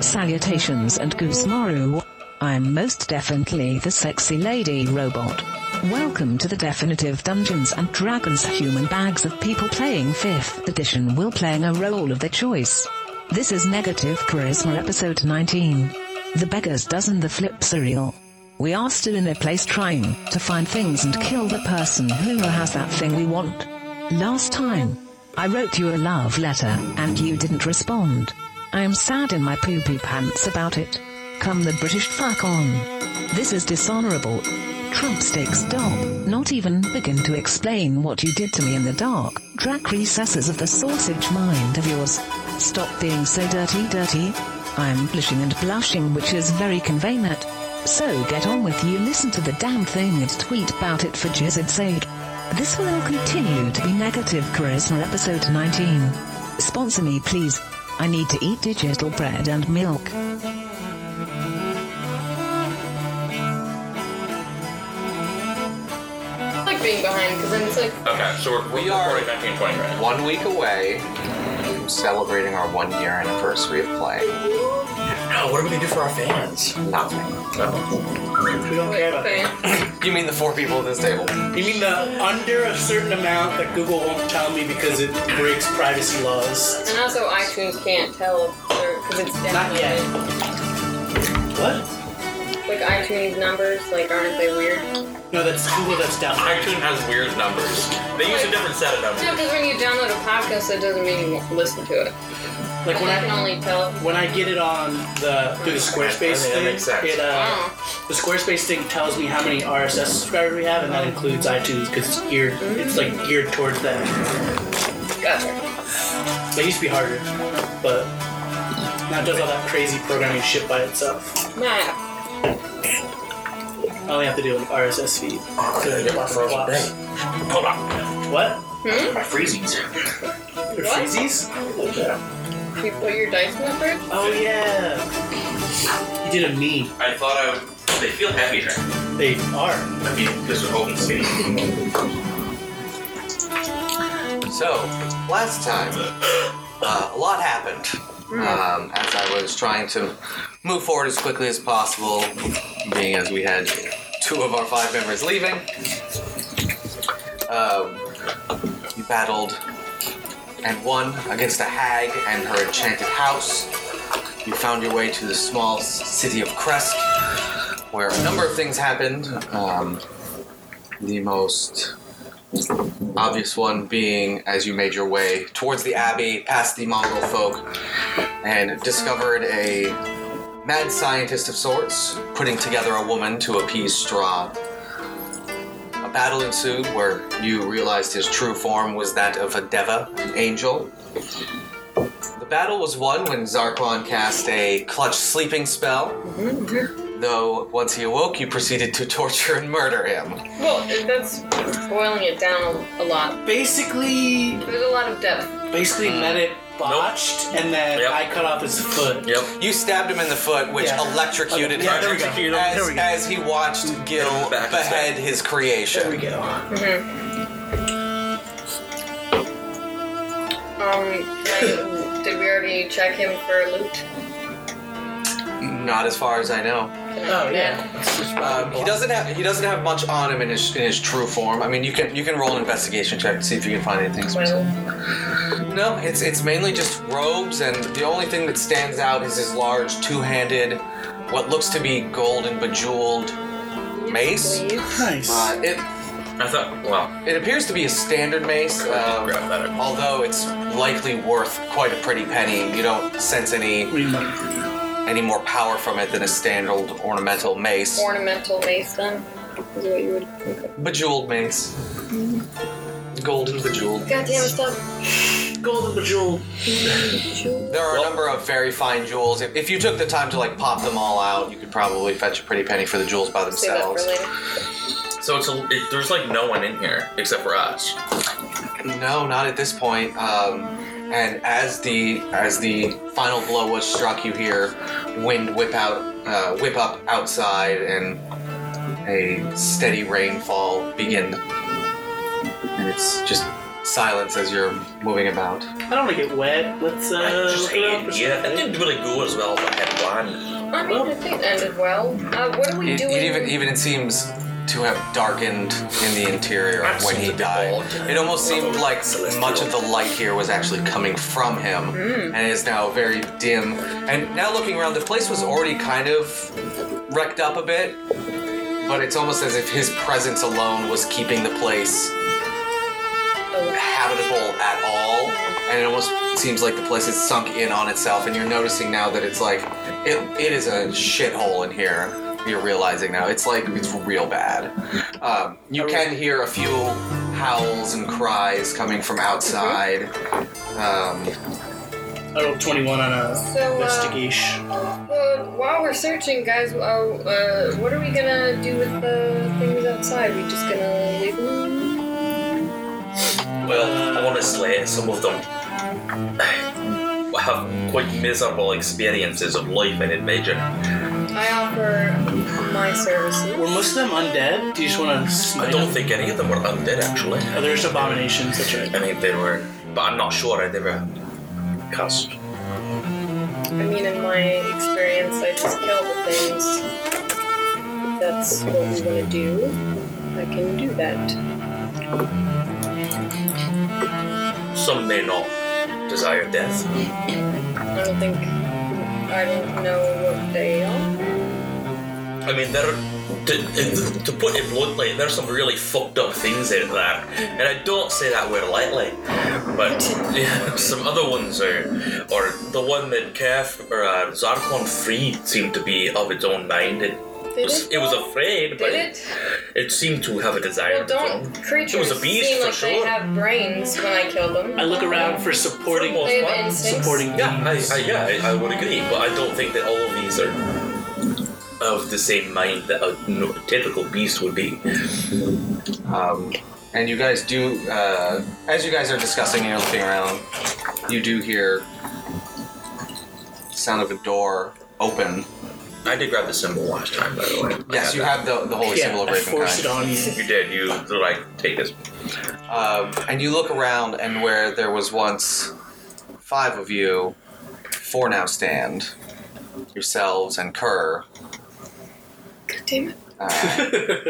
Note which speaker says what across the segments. Speaker 1: Salutations and Goose Maru. I'm most definitely the sexy lady robot. Welcome to the definitive Dungeons and Dragons human bags of people playing 5th edition will playing a role of their choice. This is Negative Charisma episode 19. The Beggar's Dozen the Flips are real. We are still in a place trying to find things and kill the person who has that thing we want. Last time, I wrote you a love letter and you didn't respond. I am sad in my poopy pants about it. Come the British fuck on. This is dishonorable. Trump stakes stop, not even begin to explain what you did to me in the dark, dark recesses of the sausage mind of yours. Stop being so dirty, dirty. I'm blushing and blushing, which is very convenient. So get on with you, listen to the damn thing and tweet about it for jizzard's sake. This will continue to be Negative Charisma episode 19. Sponsor me, please. I need to eat digital bread and milk.
Speaker 2: I like being behind because then it's like
Speaker 3: Okay, so we're,
Speaker 4: We
Speaker 3: we
Speaker 4: are-
Speaker 3: are 19, 20 right now.
Speaker 4: one week away from celebrating our one year anniversary of play.
Speaker 5: Oh, what are we gonna do for our fans?
Speaker 4: Nothing.
Speaker 5: We don't care about
Speaker 2: okay.
Speaker 4: You mean the four people at this table?
Speaker 5: You mean the under a certain amount that Google won't tell me because it breaks privacy laws?
Speaker 2: And also iTunes can't tell because it's
Speaker 5: Not yet.
Speaker 2: downloaded.
Speaker 5: What?
Speaker 2: Like iTunes numbers, like aren't they weird?
Speaker 5: No, that's Google that's down.
Speaker 3: iTunes has weird numbers. They use a different set of
Speaker 2: No,
Speaker 3: numbers.
Speaker 2: because when you download a podcast, that doesn't mean you won't listen to it.
Speaker 5: Like when
Speaker 2: I can
Speaker 5: I
Speaker 2: only tell.
Speaker 5: when I get it on the through the Squarespace
Speaker 3: I mean, that
Speaker 5: thing,
Speaker 3: makes sense.
Speaker 5: it uh,
Speaker 2: Oh,
Speaker 5: the Squarespace thing tells me how many RSS subscribers we have, and that includes iTunes because it's geared it's like geared towards them.
Speaker 2: gotcha.
Speaker 5: It used to be harder, but now it does all that crazy programming shit by itself.
Speaker 2: Math.
Speaker 5: I only have to deal with RSS feed.
Speaker 3: Oh,
Speaker 5: Good. Lots of flops.
Speaker 3: Hold on.
Speaker 5: What?
Speaker 2: Hmm?
Speaker 5: My freezies.
Speaker 2: What?
Speaker 5: Your freezies?
Speaker 2: You put your dice in the fridge?
Speaker 5: Oh yeah. You did a meme.
Speaker 3: I thought I would. They feel heavier.
Speaker 5: They are.
Speaker 3: I mean, this is open space.
Speaker 4: So, last time, uh, a lot happened. Um, as I was trying to move forward as quickly as possible, being as we had two of our five members leaving, um, you battled and won against a hag and her enchanted house. You found your way to the small s- city of Kresk, where a number of things happened. Um, the most Obvious one being as you made your way towards the abbey, past the Mongol folk, and discovered a mad scientist of sorts putting together a woman to appease Strahd. A battle ensued where you realized his true form was that of a Deva, an angel. The battle was won when Zarkon cast a clutch sleeping spell, though once he awoke, you proceeded to torture and murder him.
Speaker 2: Well, it- that's boiling it down a lot.
Speaker 5: Basically,
Speaker 2: There's a lot of depth.
Speaker 5: basically met it botched, and then
Speaker 3: Yep.
Speaker 5: I cut off his foot.
Speaker 3: Yep.
Speaker 4: You stabbed him in the foot, which
Speaker 5: Yeah.
Speaker 4: electrocuted
Speaker 5: Okay, yeah,
Speaker 4: him
Speaker 5: there we go.
Speaker 4: as,
Speaker 5: There we go.
Speaker 4: as he watched Gil
Speaker 3: Back to
Speaker 4: behead his
Speaker 5: There we
Speaker 4: creation.
Speaker 5: go.
Speaker 2: Um, can I- did we already check him for loot?
Speaker 4: Not as far as I know.
Speaker 5: Oh yeah. It's just
Speaker 4: Um, he doesn't have he doesn't have much on him in his in his true form. I mean, you can you can roll an investigation check to see if you can find anything specific.
Speaker 2: Well,
Speaker 4: No, it's it's mainly just robes, and the only thing that stands out is his large two-handed, what looks to be gold and bejeweled mace.
Speaker 2: please.
Speaker 5: nice.
Speaker 4: Uh, it
Speaker 3: I thought, well,
Speaker 4: it appears to be a standard mace.
Speaker 3: I'll
Speaker 4: Um,
Speaker 3: grab that. up.
Speaker 4: Although it's likely worth quite a pretty penny, you don't sense any
Speaker 5: We might-
Speaker 4: any more power from it than a standard ornamental mace,
Speaker 2: Ornamental mace then? Is what you would.
Speaker 4: bejeweled mace, golden bejeweled.
Speaker 2: Goddamn stuff.
Speaker 5: Golden bejeweled.
Speaker 4: There are a number of very fine jewels. If, if you took the time to like pop them all out, you could probably fetch a pretty penny for the jewels by
Speaker 2: Save that for
Speaker 4: themselves.
Speaker 2: later.
Speaker 3: So it's a, it, there's like no one in here except for us.
Speaker 4: No, not at this point. Um, and as the as the final blow was struck, you hear wind whip out, uh, whip up outside, and a steady rainfall begin. And it's just silence as you're moving about.
Speaker 5: I don't want to get wet. Let's uh.
Speaker 3: Just
Speaker 5: look it up or
Speaker 3: eight, yeah, that
Speaker 5: something.
Speaker 3: didn't really go as well as I had planned.
Speaker 2: I mean, I think it ended well. Uh, what are we
Speaker 4: It,
Speaker 2: doing?
Speaker 4: it even even it seems to have darkened in the interior of when he died. It almost seemed like much of the light here was actually coming from him,
Speaker 2: Hmm.
Speaker 4: and is now very dim. And now looking around, the place was already kind of wrecked up a bit, but it's almost as if his presence alone was keeping the place habitable at all. And it almost seems like the place is sunk in on itself, and you're noticing now that it's like it, it is a shithole in here. You're realizing now it's like it's real bad. Um, you can hear a few howls and cries coming from outside. Um,
Speaker 5: I rolled 21 Oh, on a
Speaker 2: So, uh,
Speaker 5: investigation.
Speaker 2: Well, while we're searching, guys, uh, uh, what are we gonna do with the things outside? We just gonna leave them?
Speaker 3: Well, honestly, some of them have quite miserable experiences of life and invasion.
Speaker 2: I offer my services.
Speaker 5: Were most of them undead? Do you just want to smite
Speaker 3: I don't
Speaker 5: them?
Speaker 3: think any of them were undead, actually.
Speaker 5: Are there just abominations? That's right.
Speaker 3: I mean, they were, but I'm not sure I'd ever cast.
Speaker 2: I mean, in my experience, I just kill the things. If that's what we wanna do, I can do that.
Speaker 3: Some may not desire death.
Speaker 2: I don't think. I don't know what they are.
Speaker 3: I mean, there are, to, to put it bluntly, there's some really fucked up things out there, and I don't say that word lightly. But yeah, some other ones are, or the one that Kef or uh, Zarkon freed seemed to be of its own mind. It
Speaker 2: Did
Speaker 3: was,
Speaker 2: it?
Speaker 3: it was afraid, but
Speaker 2: Did it?
Speaker 3: it seemed to have a desire.
Speaker 2: Well,
Speaker 3: of its own.
Speaker 2: don't creatures
Speaker 3: It was a beast
Speaker 2: seem
Speaker 3: for
Speaker 2: like they
Speaker 3: sure.
Speaker 2: have brains when I kill them?
Speaker 5: I look around for supporting
Speaker 3: For the
Speaker 2: They have
Speaker 3: What?
Speaker 2: instincts.
Speaker 5: supporting
Speaker 3: Yeah, I,
Speaker 5: beings.
Speaker 3: I, yeah, I, I would agree, but I don't think that all of these are of the same mind that a no- typical beast would be.
Speaker 4: Um, and you guys do, uh, as you guys are discussing and you're looking around, you do hear sound of a door open.
Speaker 3: I did grab the symbol last time, by the way. I
Speaker 4: Yes, you
Speaker 3: that.
Speaker 4: have the, the holy symbol
Speaker 5: Yeah,
Speaker 4: of
Speaker 5: I
Speaker 4: Ravenkind.
Speaker 5: force it on you.
Speaker 3: You did. You like take this.
Speaker 4: Um, and you look around, and where there was once five of you, four now stand yourselves and Kerr.
Speaker 2: God damn it.
Speaker 4: Uh,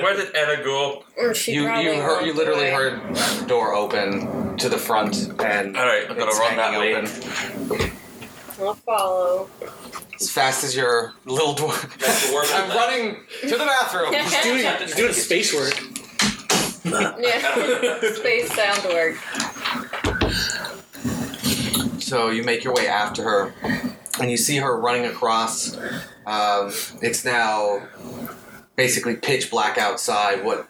Speaker 3: Where did Anna go?
Speaker 2: Or she
Speaker 4: you
Speaker 2: probably
Speaker 4: you heard you
Speaker 2: walked
Speaker 4: literally
Speaker 2: away.
Speaker 4: heard door open to the front, and
Speaker 3: All right, I'm gonna
Speaker 4: it's
Speaker 3: run that
Speaker 4: hanging
Speaker 3: way.
Speaker 2: I'll follow.
Speaker 4: as fast as your little dwarf. I'm running to the bathroom.
Speaker 5: Doing, he's doing space work.
Speaker 2: Yeah. Space sound work.
Speaker 4: So you make your way after her, and you see her running across. Um, it's now basically pitch black outside. What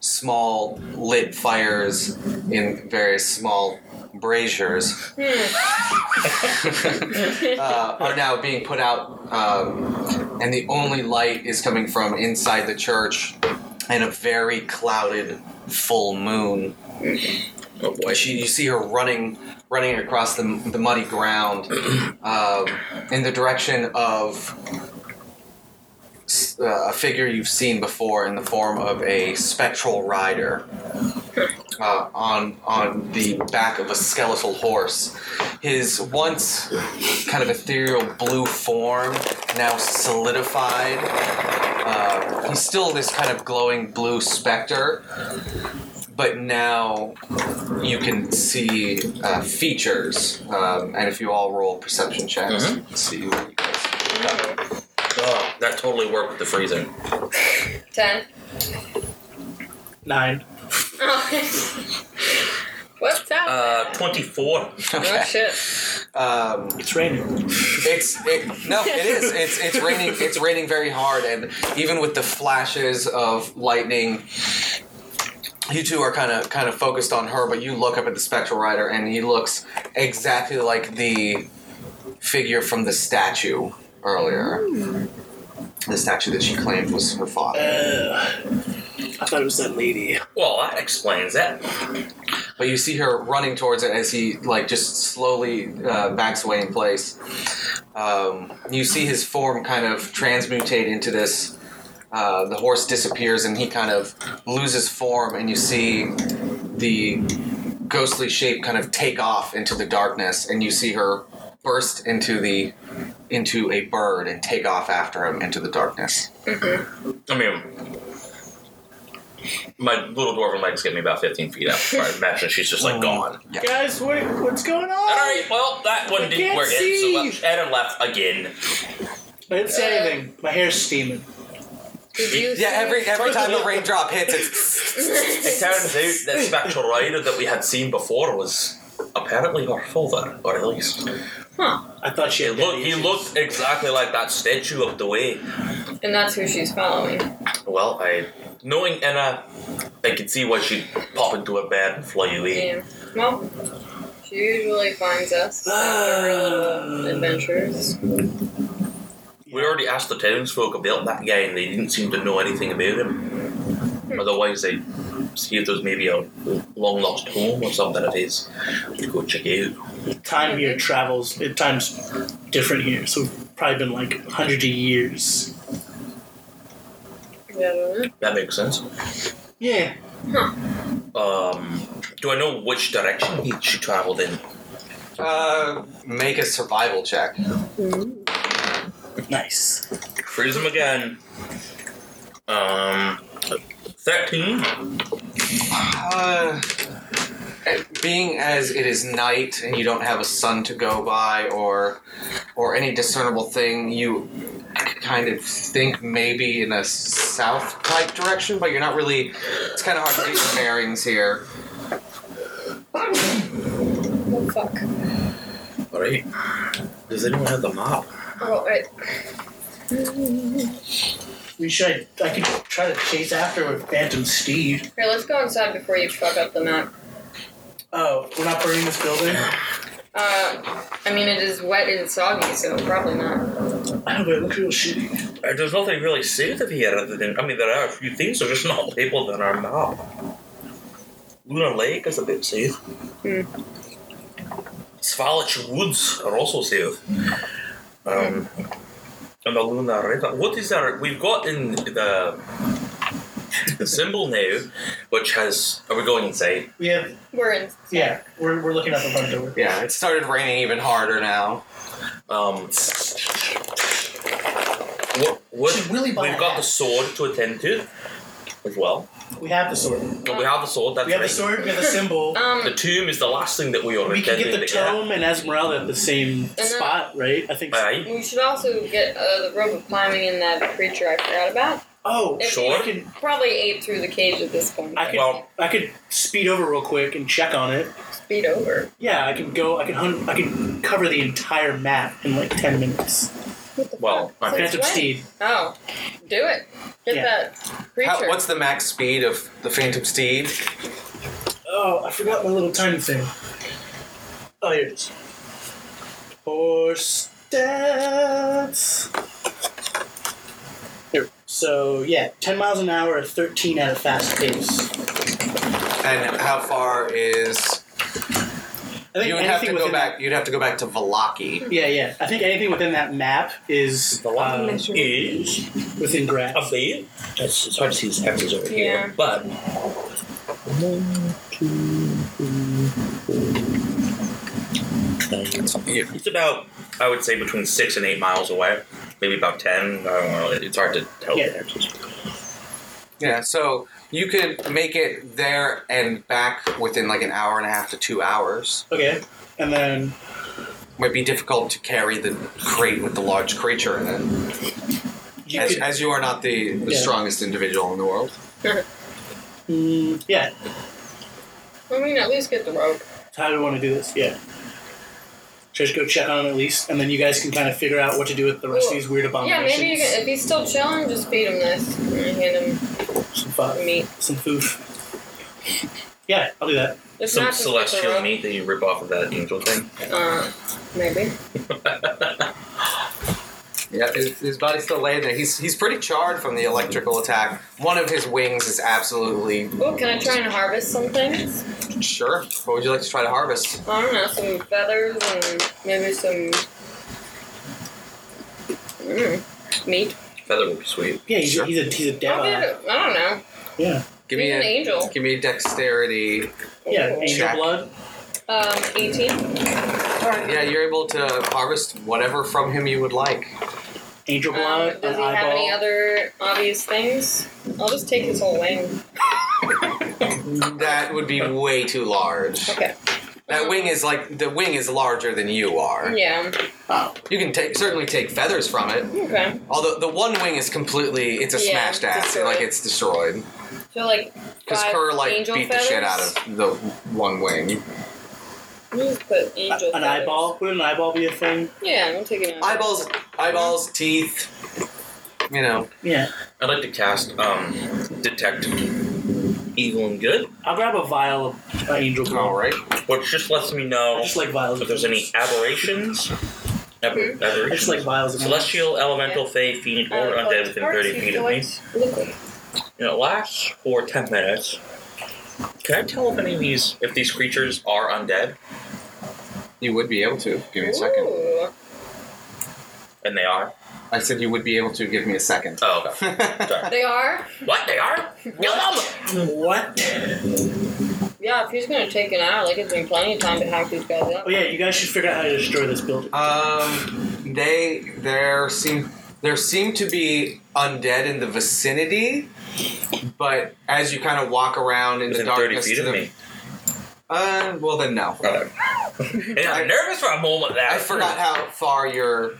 Speaker 4: small lit fires in various small braziers uh, are now being put out, um, and the only light is coming from inside the church and a very clouded full moon.
Speaker 3: Oh boy.
Speaker 4: Like, She, you see her running, running across the, the muddy ground um, in the direction of s- uh, a figure you've seen before in the form of a spectral rider uh, on on the back of a skeletal horse. His once kind of ethereal blue form now solidified. Uh, he's still this kind of glowing blue specter, but now you can see uh, features. Um, and if you all roll perception checks, see what you guys.
Speaker 3: Oh, that totally worked with the freezing.
Speaker 2: Ten.
Speaker 5: Nine.
Speaker 2: What's up?
Speaker 3: Uh, 24.
Speaker 2: oh shit.
Speaker 4: Um,
Speaker 5: It's raining.
Speaker 4: It's it, no, it is. It's it's raining. It's raining very hard, and even with the flashes of lightning, you two are kind of kind of focused on her. But you look up at the spectral rider, and he looks exactly like the figure from the statue earlier. The statue that she claimed was her father.
Speaker 5: I thought it was that lady.
Speaker 3: Well, that explains it.
Speaker 4: But you see her running towards it as he like just slowly uh, backs away in place. Um, you see his form kind of transmutate into this. Uh, the horse disappears and he kind of loses form, and you see the ghostly shape kind of take off into the darkness, and you see her burst into the into a bird and take off after him into the darkness.
Speaker 3: I mean, my little dwarven legs get me about 15 feet up. I imagine she's just
Speaker 4: Oh.
Speaker 3: like gone.
Speaker 4: Yeah.
Speaker 5: Guys, what, what's going on?
Speaker 3: All right, well, that one didn't
Speaker 5: can't
Speaker 3: work.
Speaker 5: see.
Speaker 3: It, so Adam left again.
Speaker 5: I didn't say anything. My hair's steaming.
Speaker 2: Did you
Speaker 4: Yeah,
Speaker 2: see-
Speaker 4: every every time the raindrop hits, it's
Speaker 3: It turns out that Spectral Rider that we had seen before was apparently her father, or at least.
Speaker 5: I thought she
Speaker 3: It
Speaker 5: had
Speaker 3: looked,
Speaker 5: daddy
Speaker 3: he
Speaker 5: issues.
Speaker 3: looked exactly like that statue up the way.
Speaker 2: And that's who she's following.
Speaker 3: Well, I. Knowing Anna, I could see why she'd pop into her bed and fly away.
Speaker 2: Yeah. Well, she usually finds us after uh, adventures.
Speaker 3: We already asked the townsfolk about that guy and they didn't seem to know anything about him. Otherwise, they see if there's maybe a long lost home or something of his. We'd go check it out.
Speaker 5: Time here travels. It time's different here, so we've probably been like hundreds of years.
Speaker 2: Yeah, I don't know.
Speaker 3: That makes sense.
Speaker 5: Yeah.
Speaker 3: Um, do I know which direction he, she traveled in?
Speaker 4: uh, make a survival check.
Speaker 5: Nice.
Speaker 3: Freeze him again. Um, 13.
Speaker 4: Uh, being as it is night and you don't have a sun to go by or or any discernible thing, you kind of think maybe in a south type direction, but you're not really. It's kind of hard to get your bearings here.
Speaker 2: Oh, fuck.
Speaker 3: Alright. Does anyone have the map?
Speaker 2: Oh, right.
Speaker 5: We should. I could try to chase after with Phantom Steve.
Speaker 2: Here, let's go inside before you fuck up the map.
Speaker 5: Oh, we're not burning this building.
Speaker 2: Uh, I mean, it is wet and soggy, so probably not.
Speaker 5: I know, but it looks real shitty.
Speaker 3: Uh, There's nothing really safe here other than I mean there are a few things, they're just not labeled on our map. Lunar Lake is a bit safe.
Speaker 2: Hmm.
Speaker 3: Svalich Woods are also safe. Um, and the Lunar River. What is our we've got in the the symbol now, which has are we going inside?
Speaker 5: We have.
Speaker 2: We're in.
Speaker 5: Yeah, we're, we're looking out the front door.
Speaker 4: Yeah, it started raining even harder now.
Speaker 3: Um what, what
Speaker 5: Should really buy
Speaker 3: we've
Speaker 5: a
Speaker 3: got the
Speaker 5: hat.
Speaker 3: sword to attend to as well.
Speaker 5: We have the sword.
Speaker 3: But we have the sword, that's
Speaker 5: We have
Speaker 3: right.
Speaker 5: the sword. We have the symbol.
Speaker 2: Um,
Speaker 3: The tomb is the last thing that we are
Speaker 5: we can
Speaker 3: intending
Speaker 5: get the
Speaker 3: to get.
Speaker 5: tome and Esmeralda at the same
Speaker 2: then-
Speaker 5: spot, right? I think. so.
Speaker 3: Aye.
Speaker 2: we should also get uh, the rope of climbing and that creature I forgot about.
Speaker 5: Oh,
Speaker 2: If
Speaker 3: Sure.
Speaker 5: I can.
Speaker 2: Probably ate through the cage at this point.
Speaker 5: I can.
Speaker 3: Well-
Speaker 5: I could speed over real quick and check on it.
Speaker 2: Speed over.
Speaker 5: Yeah, I can go. I can. Hun- I can cover the entire map in like ten minutes.
Speaker 2: What the
Speaker 3: Well,
Speaker 2: fuck?
Speaker 3: I mean-
Speaker 2: It's
Speaker 5: Phantom
Speaker 2: wet.
Speaker 5: Steed.
Speaker 2: Oh, do it. Get
Speaker 5: Yeah.
Speaker 2: that creature.
Speaker 4: How, what's the max speed of the Phantom Steed?
Speaker 5: Oh, I forgot my little tiny thing. Oh, here it is. Horse stats. Here. So yeah, ten miles an hour, thirteen at a fast pace.
Speaker 4: And how far is
Speaker 5: I think
Speaker 4: you would have
Speaker 5: anything
Speaker 4: to go
Speaker 5: within
Speaker 4: back? You'd have to go back to Velaki.
Speaker 5: Yeah, yeah. I think anything within that map is
Speaker 3: The one
Speaker 5: uh,
Speaker 3: is
Speaker 5: within grasp.
Speaker 3: a veil. It's, it's hard to see his axes over
Speaker 2: Yeah.
Speaker 3: here, but it's about I would say between six and eight miles away, maybe about ten. I don't know. It's hard to tell.
Speaker 5: Yeah.
Speaker 3: the axes.
Speaker 4: Yeah, so you could make it there and back within like an hour and a half to two hours.
Speaker 5: Okay. And then
Speaker 4: Might be difficult to carry the crate with the large creature in it,
Speaker 5: you
Speaker 4: as,
Speaker 5: could,
Speaker 4: as you are not the, the
Speaker 5: Yeah.
Speaker 4: strongest individual in the world.
Speaker 5: Mm, yeah.
Speaker 2: I mean, at least get the rope.
Speaker 5: How do we want to do this? Yeah. Just go check on him at least, and then you guys can kind of figure out what to do with the rest of
Speaker 2: Cool.
Speaker 5: these weird
Speaker 3: Um,
Speaker 2: Yeah,
Speaker 5: abominations.
Speaker 2: maybe you can, if he's still chilling, just feed him this and hand him
Speaker 5: some fu-
Speaker 2: meat.
Speaker 5: some food. Yeah, I'll do that.
Speaker 2: If
Speaker 3: Some
Speaker 2: not, just get the
Speaker 3: celestial
Speaker 2: rope.
Speaker 3: meat that you rip off of that angel thing.
Speaker 2: Uh, maybe.
Speaker 4: Yeah, his, his body's still laying there. He's he's pretty charred from the electrical attack. One of his wings is absolutely
Speaker 2: Oh, can I try and harvest some things?
Speaker 4: sure. What would you like to try to harvest?
Speaker 2: I don't know, some feathers and maybe some mm, meat.
Speaker 3: Feather would be sweet.
Speaker 5: Yeah, he's,
Speaker 4: Sure.
Speaker 5: he's a he's a
Speaker 2: I'll
Speaker 5: devil.
Speaker 2: get it. I don't know.
Speaker 5: Yeah,
Speaker 4: Give me
Speaker 2: He's
Speaker 4: a
Speaker 2: an angel.
Speaker 4: give me a dexterity.
Speaker 5: Yeah, angel
Speaker 4: Check.
Speaker 5: blood.
Speaker 2: Um, 18.
Speaker 4: Yeah, you're able to harvest whatever from him you would like.
Speaker 5: Angel blood.
Speaker 2: Um, does
Speaker 5: an
Speaker 2: he have any
Speaker 5: eyeball.
Speaker 2: other obvious things? I'll just take his whole wing.
Speaker 4: That would be way too large.
Speaker 2: Okay.
Speaker 4: That wing is like the wing is larger than you are.
Speaker 2: Yeah.
Speaker 5: Oh,
Speaker 4: You can take certainly take feathers from it.
Speaker 2: Okay.
Speaker 4: Although the one wing is completely it's a
Speaker 2: Yeah,
Speaker 4: smashed ass.
Speaker 2: destroyed.
Speaker 4: Like it's destroyed.
Speaker 2: So like
Speaker 4: Because
Speaker 2: five
Speaker 4: Kerr like beat
Speaker 2: angel
Speaker 4: the
Speaker 2: feathers?
Speaker 4: shit out of the one wing.
Speaker 2: We'll just put angel
Speaker 5: an
Speaker 2: feathers.
Speaker 5: eyeball. Would an eyeball be a thing?
Speaker 2: Yeah, we'll take an eyeball.
Speaker 4: Eyeballs eyeballs, teeth. You know.
Speaker 5: Yeah.
Speaker 3: I'd like to cast um, detect evil and good,
Speaker 5: I'll grab a vial of uh, angel blood.
Speaker 4: Alright.
Speaker 3: which just lets me
Speaker 5: I
Speaker 3: know
Speaker 5: just like vials.
Speaker 3: if
Speaker 5: Of
Speaker 3: there's any aberrations. Aber-
Speaker 5: I just
Speaker 3: aberrations.
Speaker 5: like vials. Of
Speaker 3: Celestial, elemental, fey, fiend, or
Speaker 2: Uh,
Speaker 3: undead within
Speaker 2: parts
Speaker 3: 30 feet of me.
Speaker 2: utilized Liquid.
Speaker 3: And it lasts for 10 minutes. Can I tell if any of these, if these creatures are undead?
Speaker 4: You would be able to. Give me a second.
Speaker 2: Ooh.
Speaker 3: And they are.
Speaker 4: I said you would be able to give me a second.
Speaker 3: Oh, okay. Sorry.
Speaker 2: They are?
Speaker 3: What? They are? Yum!
Speaker 5: What?
Speaker 2: Yeah, if he's gonna take an hour, like it's been plenty of time to hack these guys up.
Speaker 5: Oh yeah, you guys should figure out how to destroy this building.
Speaker 4: Um, they there seem there seem to be undead in the vicinity, but as you kind of walk around in
Speaker 3: Within
Speaker 4: the
Speaker 3: 30
Speaker 4: darkness,
Speaker 3: feet
Speaker 4: to
Speaker 3: of
Speaker 4: the-
Speaker 3: me.
Speaker 4: Uh, well then no.
Speaker 3: Okay. and I'm nervous for a moment there.
Speaker 4: I forgot how far your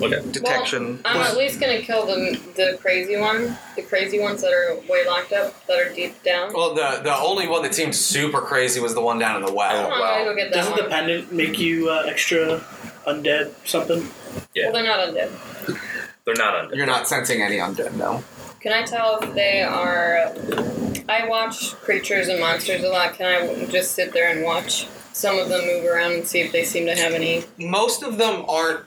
Speaker 3: Okay.
Speaker 4: detection
Speaker 2: Well, I'm at
Speaker 4: was.
Speaker 2: least gonna kill the the crazy one, the crazy ones that are way locked up, that are deep down.
Speaker 4: Well, the the only one that seemed super crazy was the one down in the
Speaker 2: I'm
Speaker 4: well.
Speaker 2: gonna
Speaker 3: Oh, wow.
Speaker 2: go get that
Speaker 5: Doesn't
Speaker 2: one.
Speaker 5: the pendant make you uh, extra undead something?
Speaker 2: Well, they're not undead.
Speaker 3: They're not undead.
Speaker 4: You're not sensing any undead, no.
Speaker 2: Can I tell if they are? I watch creatures and monsters a lot. Can I just sit there and watch some of them move around and see if they seem to have any
Speaker 4: Most of them aren't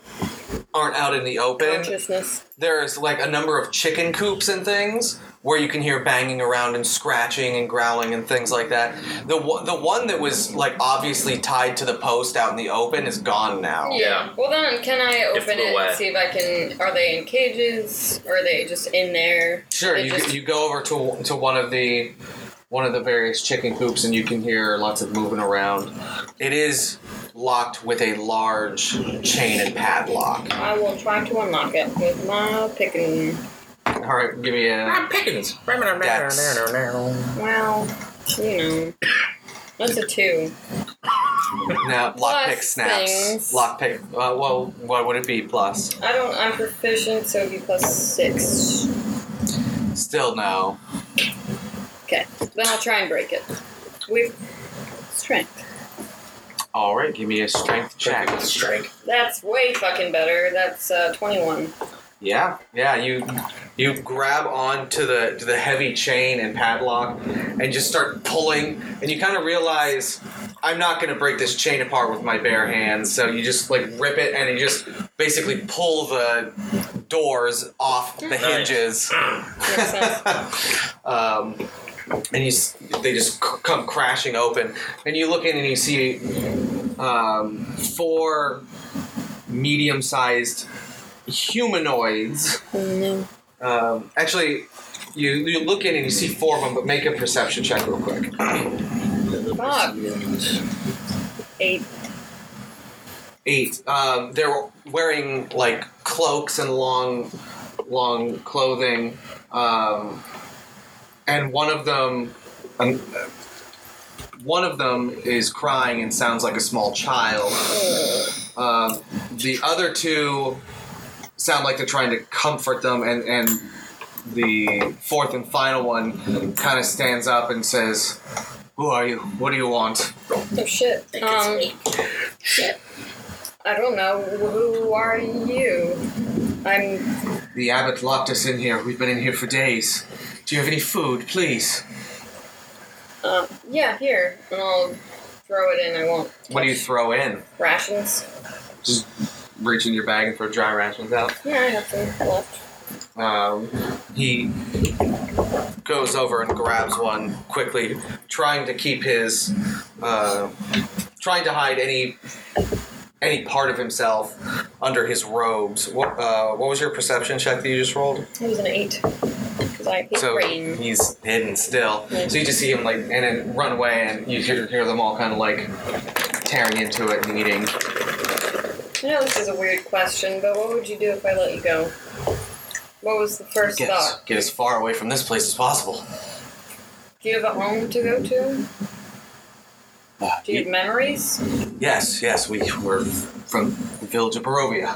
Speaker 4: aren't out in the open.
Speaker 2: consciousness?
Speaker 4: there's like a number of chicken coops and things where you can hear banging around and scratching and growling and things like that. The one, the one that was like obviously tied to the post out in the open is gone now.
Speaker 3: Yeah.
Speaker 2: Well, then, can I
Speaker 3: It
Speaker 2: open
Speaker 3: flew
Speaker 2: it
Speaker 3: away.
Speaker 2: and see if I can? Are they in cages? Or are they just in there?
Speaker 4: Sure,
Speaker 2: They
Speaker 4: you,
Speaker 2: just-
Speaker 4: you go over to to one of the one of the various chicken coops and you can hear lots of moving around. It is locked with a large chain and padlock.
Speaker 2: I will try to unlock it with my picking.
Speaker 4: All right, give me a
Speaker 3: I'm Pickens.
Speaker 4: dex.
Speaker 2: Well, you know, that's a two.
Speaker 4: Now lockpick
Speaker 2: Plus
Speaker 4: snaps.
Speaker 2: things.
Speaker 4: Lockpick. Uh, well, what would it be plus?
Speaker 2: I don't. I'm proficient, so it'd be plus six.
Speaker 4: Still no.
Speaker 2: Okay, then I'll try and break it with strength.
Speaker 4: All right, give me a strength check.
Speaker 3: Strength.
Speaker 2: That's way fucking better. That's uh, 21.
Speaker 4: Yeah, yeah. You you grab onto the to the heavy chain and padlock, and just start pulling. And you kind of realize I'm not going to break this chain apart with my bare hands. So you just like rip it, and you just basically pull the doors off the
Speaker 3: Nice.
Speaker 4: hinges.
Speaker 2: Makes sense.
Speaker 4: um, and you s- they just c- come crashing open and you look in and you see um, four medium-sized humanoids
Speaker 2: No.
Speaker 4: um, actually you, you look in and you see four of them but make a perception check real quick
Speaker 2: Fuck. Eight.
Speaker 4: eight um, they're wearing like cloaks and long long clothing um, and one of them um, one of them is crying and sounds like a small child um, the other two sound like they're trying to comfort them and, and the fourth and final one kind of stands up and says who are you what do you want
Speaker 2: Oh shit. Um. Shit. I don't know. Who are you? I'm.
Speaker 4: The abbot locked us in here. We've been in here for days. Do you have any food, please?
Speaker 2: Uh, yeah, here. And I'll throw it in. I won't.
Speaker 4: What do you throw in?
Speaker 2: Rations.
Speaker 4: Just reach in your bag and throw dry rations out.
Speaker 2: Yeah, I have some left.
Speaker 4: Um, he goes over and grabs one quickly, trying to keep his, uh, trying to hide any any part of himself under his robes. What, uh, what was your perception check that you just rolled?
Speaker 2: It was an eight. because I hate
Speaker 4: So
Speaker 2: rain.
Speaker 4: he's hidden still. So you just see him like and then run away, and you hear, hear them all kind of like tearing into it and eating.
Speaker 2: I know this is a weird question, but what would you do if I let you go? What was the first
Speaker 4: Get as,
Speaker 2: thought?
Speaker 4: get as far away from this place as possible.
Speaker 2: Do you have a home to go to?
Speaker 4: Uh,
Speaker 2: Do you have memories?
Speaker 4: yes, yes, we were from the village of Barovia.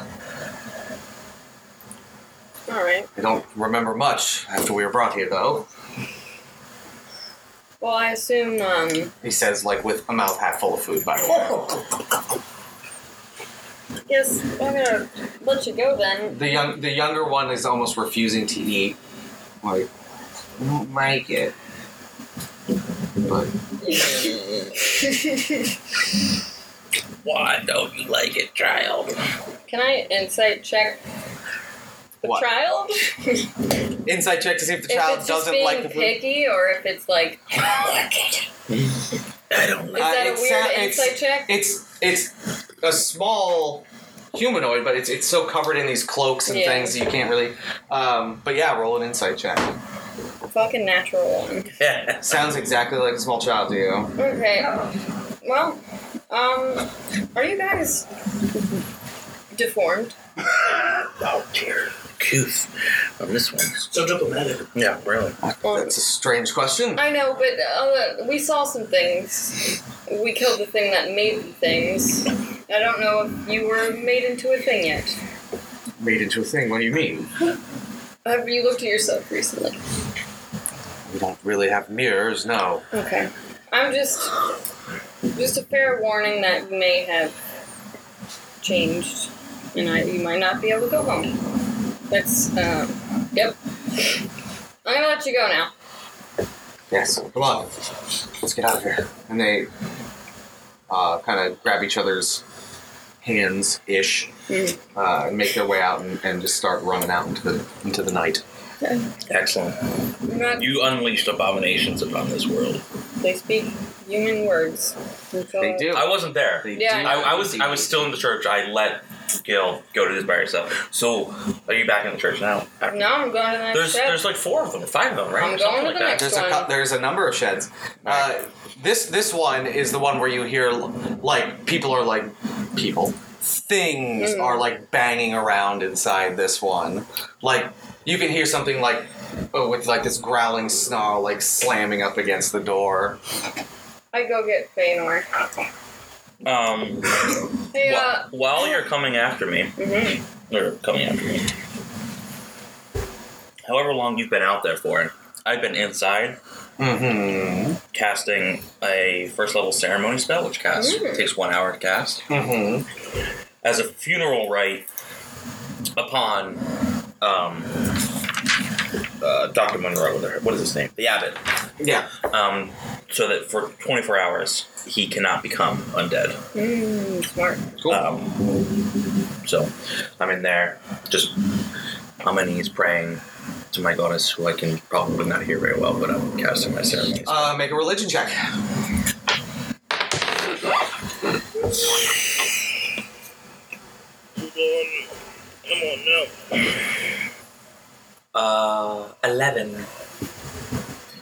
Speaker 2: All right.
Speaker 4: I don't remember much after we were brought here, though.
Speaker 2: Well, I assume. Um,
Speaker 4: He says, like with a mouth half full of food. By the way,
Speaker 2: yes, I'm gonna let you go then.
Speaker 4: the young, the younger one is almost refusing to eat. Like, "Mm, like it, but
Speaker 3: Why don't you like it, child?
Speaker 2: Can I insight check the
Speaker 4: What?
Speaker 2: child?
Speaker 4: Insight check to see if the
Speaker 2: if
Speaker 4: child
Speaker 2: it's just
Speaker 4: doesn't
Speaker 2: being
Speaker 4: like the food.
Speaker 2: picky, or if it's like I don't like it.
Speaker 3: I don't
Speaker 2: Is
Speaker 3: like
Speaker 2: that a
Speaker 4: it
Speaker 2: weird
Speaker 4: sound- Uh, it's-
Speaker 2: insight check?
Speaker 4: It's it's a small humanoid, but it's it's so covered in these cloaks and
Speaker 2: Yeah.
Speaker 4: things that you can't really. Um, but yeah, roll an insight check.
Speaker 2: Fucking natural one.
Speaker 3: it.
Speaker 4: Sounds exactly like a small child to you.
Speaker 2: Okay. Well, um, are you guys deformed?
Speaker 3: Oh dear. Cooth on this one.
Speaker 5: So diplomatic.
Speaker 3: Yeah, really.
Speaker 4: That's a strange question.
Speaker 2: I know, but uh, we saw some things. We killed the thing that made the things. I don't know if you were made into a thing yet.
Speaker 4: Made into a thing. What do you mean?
Speaker 2: Have you looked at yourself recently?
Speaker 4: We don't really have mirrors. No.
Speaker 2: Okay. I'm just just a fair warning that you may have changed, and I, you might not be able to go home. That's um, yep. I'm gonna let you go now.
Speaker 4: Yes. Come on. Let's get out of here. And they uh, kind of grab each other's hands ish.
Speaker 2: Hmm.
Speaker 4: Uh, and make their way out and, and just start running out into the into the night.
Speaker 3: Excellent.
Speaker 2: I'm not,
Speaker 3: You unleashed abominations upon this world.
Speaker 2: they speak human words. That's all-
Speaker 4: They do.
Speaker 3: I wasn't there.
Speaker 4: They
Speaker 2: Yeah,
Speaker 4: do.
Speaker 3: I, I was I was still in the church. I let Gil go to this by herself. So are you back in the church now?
Speaker 2: No, I'm going to the next
Speaker 3: There's
Speaker 2: step.
Speaker 3: there's like four of them, five of them, right?
Speaker 2: I'm
Speaker 3: Or something
Speaker 2: going to the
Speaker 3: like
Speaker 2: next-
Speaker 3: that.
Speaker 4: There's a cou- there's a number of sheds. Uh, this this one is the one where you hear like people are like people things are like banging around inside this one. Like you can hear something like oh, with like this growling snarl like slamming up against the door.
Speaker 2: I go get Feanor.
Speaker 3: Um,
Speaker 2: Hey, uh,
Speaker 3: wh- while you're coming after me,
Speaker 2: Mm-hmm.
Speaker 3: or coming after me, however long you've been out there for, I've been inside
Speaker 4: Mm-hmm.
Speaker 3: casting a first level ceremony spell, which casts
Speaker 2: Mm.
Speaker 3: takes one hour to cast.
Speaker 4: Mm-hmm.
Speaker 3: as a funeral rite upon um, uh, Dr. Monroe, with her- what is his name? The abbot.
Speaker 4: Yeah.
Speaker 3: Um, so that for 24 hours, he cannot become undead.
Speaker 2: mm, smart.
Speaker 4: Cool.
Speaker 3: Um, so I'm in there, just on my knees praying to my goddess, who I can probably not hear very well, but I'm casting my ceremony.
Speaker 4: Uh, make a religion check.
Speaker 3: Uh, 11.